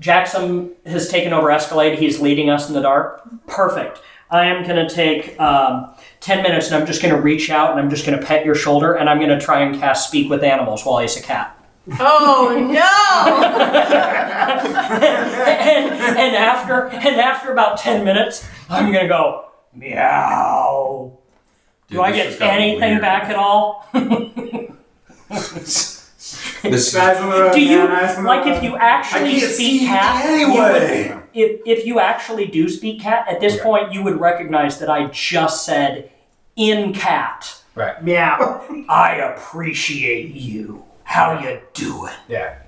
S3: Jackson has taken over Escalade. He's leading us in the dark. Perfect. I am gonna take um, ten minutes, and I'm just gonna reach out, and I'm just gonna pet your shoulder, and I'm gonna try and cast Speak with Animals while he's a cat.
S10: Oh no!
S5: and, and after and after about ten minutes, I'm gonna go meow.
S6: Dude,
S5: Do I
S6: this
S5: get
S6: has gotten
S5: anything
S6: weird.
S5: back at all?
S6: This is,
S2: Guys on the road,
S5: Do you
S2: man, guys on the
S5: like
S2: road.
S5: if you actually speak cat?
S4: anyway.
S5: you would- if if you actually do speak cat, at this point you would recognize that I just said in cat.
S2: Right.
S5: Meow. I appreciate you. How you doing?
S2: Yeah.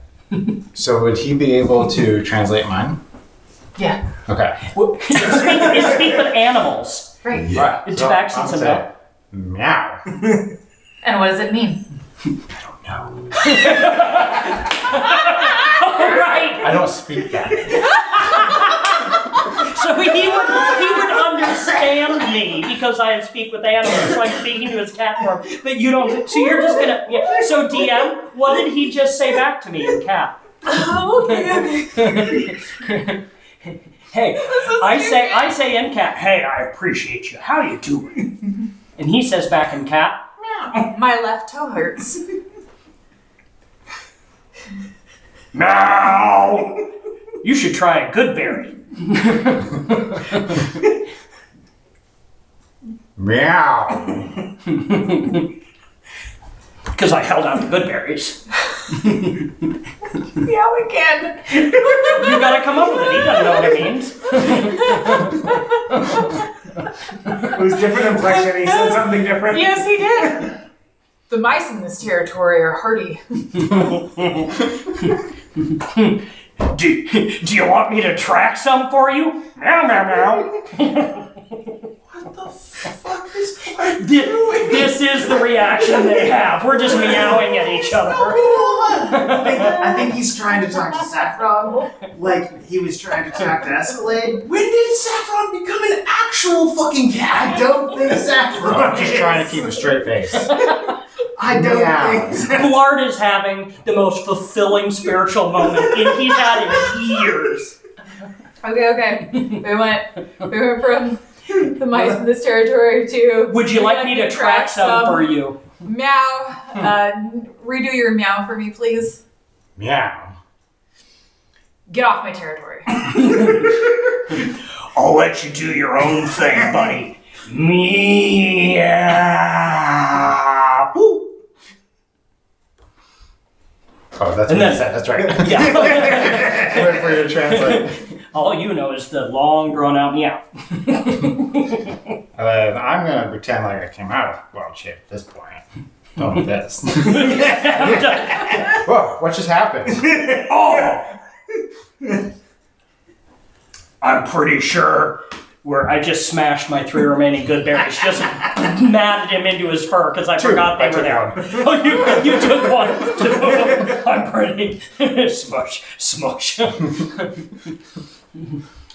S2: so would he be able to translate mine?
S10: Yeah.
S2: Okay.
S5: Well, speak, it's speak with animals.
S10: Right.
S2: Right.
S5: It's vaccine
S2: I'll say,
S5: syndrome.
S2: Meow.
S10: And what does it mean?
S2: No.
S5: Right.
S2: I don't speak that.
S5: So he would he would understand me because I speak with animals, so I'm speaking to his cat form. But you don't. So you're just gonna. Yeah. So DM, what did he just say back to me in cat? hey, I say I say in cat. Hey, I appreciate you. How you doing? And he says back in cat.
S10: My left toe hurts.
S5: Meow. You should try a good berry.
S2: Meow.
S5: Because I held out the good berries.
S10: Meow again.
S5: You gotta come up with it. He doesn't know what it means.
S2: It was different inflection. He said something different.
S10: Yes, he did. The mice in this territory are hardy.
S5: Do, do you want me to track some for you? Meow, meow, meow. what the fuck is this, this is the reaction they have. We're just meowing at each other.
S7: I think, I think he's trying to talk to Saffron like he was trying to talk to Escalade.
S4: When did Saffron become an actual fucking
S7: I
S4: cat?
S7: don't think Saffron.
S2: I'm just trying to keep a straight face.
S7: I don't
S2: Yeah.
S7: think. Saffron-
S5: Blart is having the most fulfilling spiritual moment in, he's had in years.
S10: Okay, okay. We went we went from the mice in this territory to
S5: Would you like me to track some for you?
S10: meow. Uh, redo your meow for me, please.
S2: Meow.
S10: Get off my territory.
S5: I'll let you do your own thing, buddy. Meow.
S2: Oh, that's
S5: And
S2: what
S5: then-
S2: he said. That's right.
S5: Yeah.
S2: Wait for your translate.
S5: All you know is the long drawn out meow.
S2: And then Um, I'm gonna pretend like I came out of wild shape at this point. Oh, this. Whoa! What just happened?
S5: Oh! I'm pretty sure where I just smashed my three remaining good berries, just matted him into his fur because I forgot they
S2: I
S5: were
S2: took
S5: there. Oh, you, you took one. too. I'm pretty smush, smush.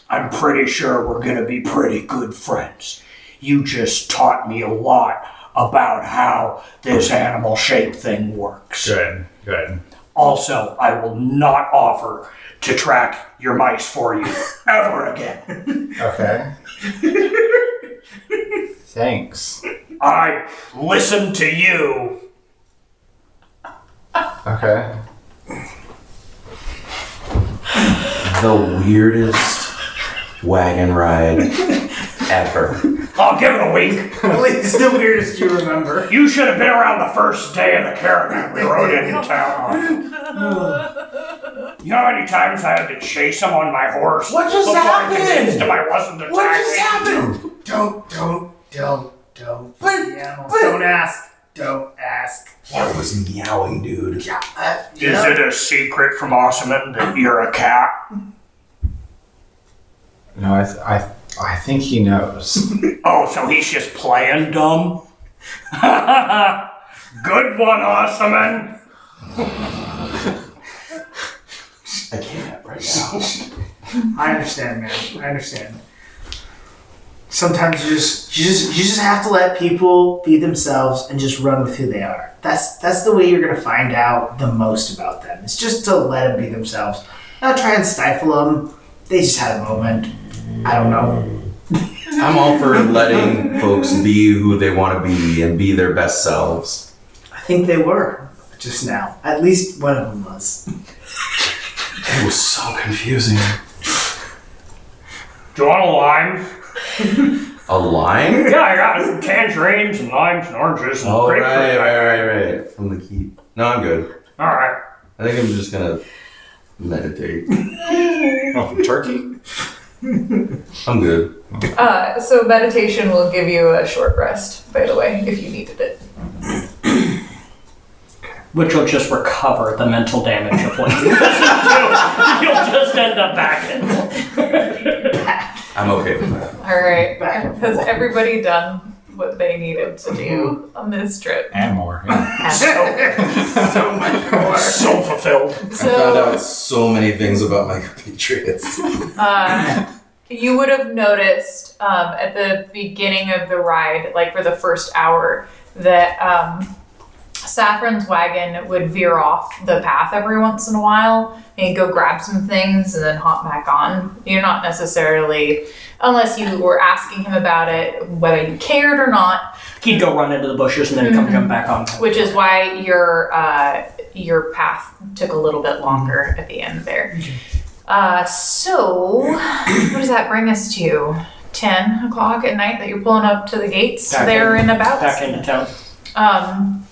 S5: I'm pretty sure we're gonna be pretty good friends. You just taught me a lot about how this animal shape thing works.
S2: Good. Good.
S5: Also, I will not offer to track your mice for you ever again.
S2: Okay. Thanks.
S5: I listen to you.
S2: Okay.
S6: the weirdest wagon ride ever.
S5: I'll give it a week.
S7: At least the weirdest you remember.
S5: You should have been around the first day of the caravan we rode into town on. You know how many times I had to chase him on my horse?
S4: What just
S5: before I
S4: happened?
S5: convinced him I wasn't attacking.
S4: What just happened?
S7: Don't, don't, don't, don't.
S4: But-
S7: Yeah,
S4: but-
S7: don't ask. Don't ask.
S4: That was meowing, dude.
S7: Yeah, uh,
S5: Is
S7: yeah.
S5: it a secret from Osman that you're a cat?
S2: No, I, th- I, th- I think he knows.
S5: Oh, so he's just playing dumb? Good one, Osman.
S4: I can't right now.
S7: I understand, man. I understand. Sometimes you just you just you just have to let people be themselves and just run with who they are. That's that's the way you're gonna find out the most about them. It's just to let them be themselves. Not try and stifle them. They just had a moment. I don't know.
S6: I'm all for letting folks be who they want to be and be their best selves.
S7: I think they were. I just now. At least one of them was.
S3: It was so confusing.
S5: Do you want a lime?
S6: A lime?
S5: Yeah, I got tangerines and limes and oranges and
S6: Oh, right,
S5: grapefruit.
S6: right, right, right. From the keep. No, I'm good.
S5: All right.
S6: I think I'm just gonna meditate.
S2: Oh, turkey?
S6: I'm good.
S1: Uh, so meditation will give you a short rest, by the way, if you needed it.
S5: Which will just recover the mental damage of what you do. You'll just end up back in.
S6: I'm okay with that.
S1: All right. Has everybody done what they needed to do on this trip?
S2: And more. yeah.
S3: so much more.
S5: so fulfilled.
S6: I found
S1: So
S6: out so many things about my compatriots.
S1: uh, you would have noticed um, at the beginning of the ride, like for the first hour, that um, Saffron's wagon would veer off the path every once in a while. And he'd go grab some things and then hop back on. You're not necessarily, unless you were asking him about it, whether you cared or not,
S5: He'd go run into the bushes and then come jump back on.
S1: which is why your uh, your path took a little bit longer
S7: Mm-hmm.
S1: at the end there. Uh, so, what does that bring us to? Ten o'clock at night that you're pulling up to the gates
S5: Back
S1: there
S5: in.
S1: and about.
S5: Back into town.
S1: Um,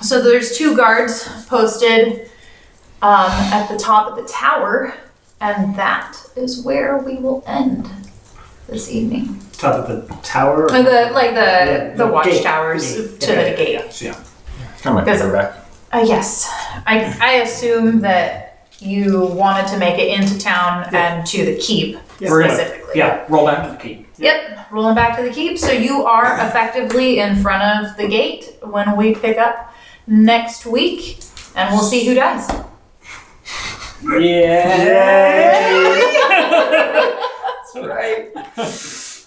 S1: so there's two guards posted um, at the top of the tower, and that is where we will end this evening.
S7: Top of the tower.
S1: Or the like the
S7: Yeah,
S1: the
S7: gate.
S1: watchtowers
S7: Gate.
S1: to
S7: Yeah,
S1: the gate.
S7: Yeah.
S2: Come on,
S1: Does-
S2: go back.
S1: Uh, yes, I, I assume that you wanted to make it into town and to the keep
S7: Yeah.
S5: We're gonna-
S1: specifically.
S5: Yeah, roll back to the keep.
S1: Yep, rolling back to the keep. So you are effectively in front of the gate when we pick up next week, and we'll see who dies.
S5: Yeah.
S1: That's right.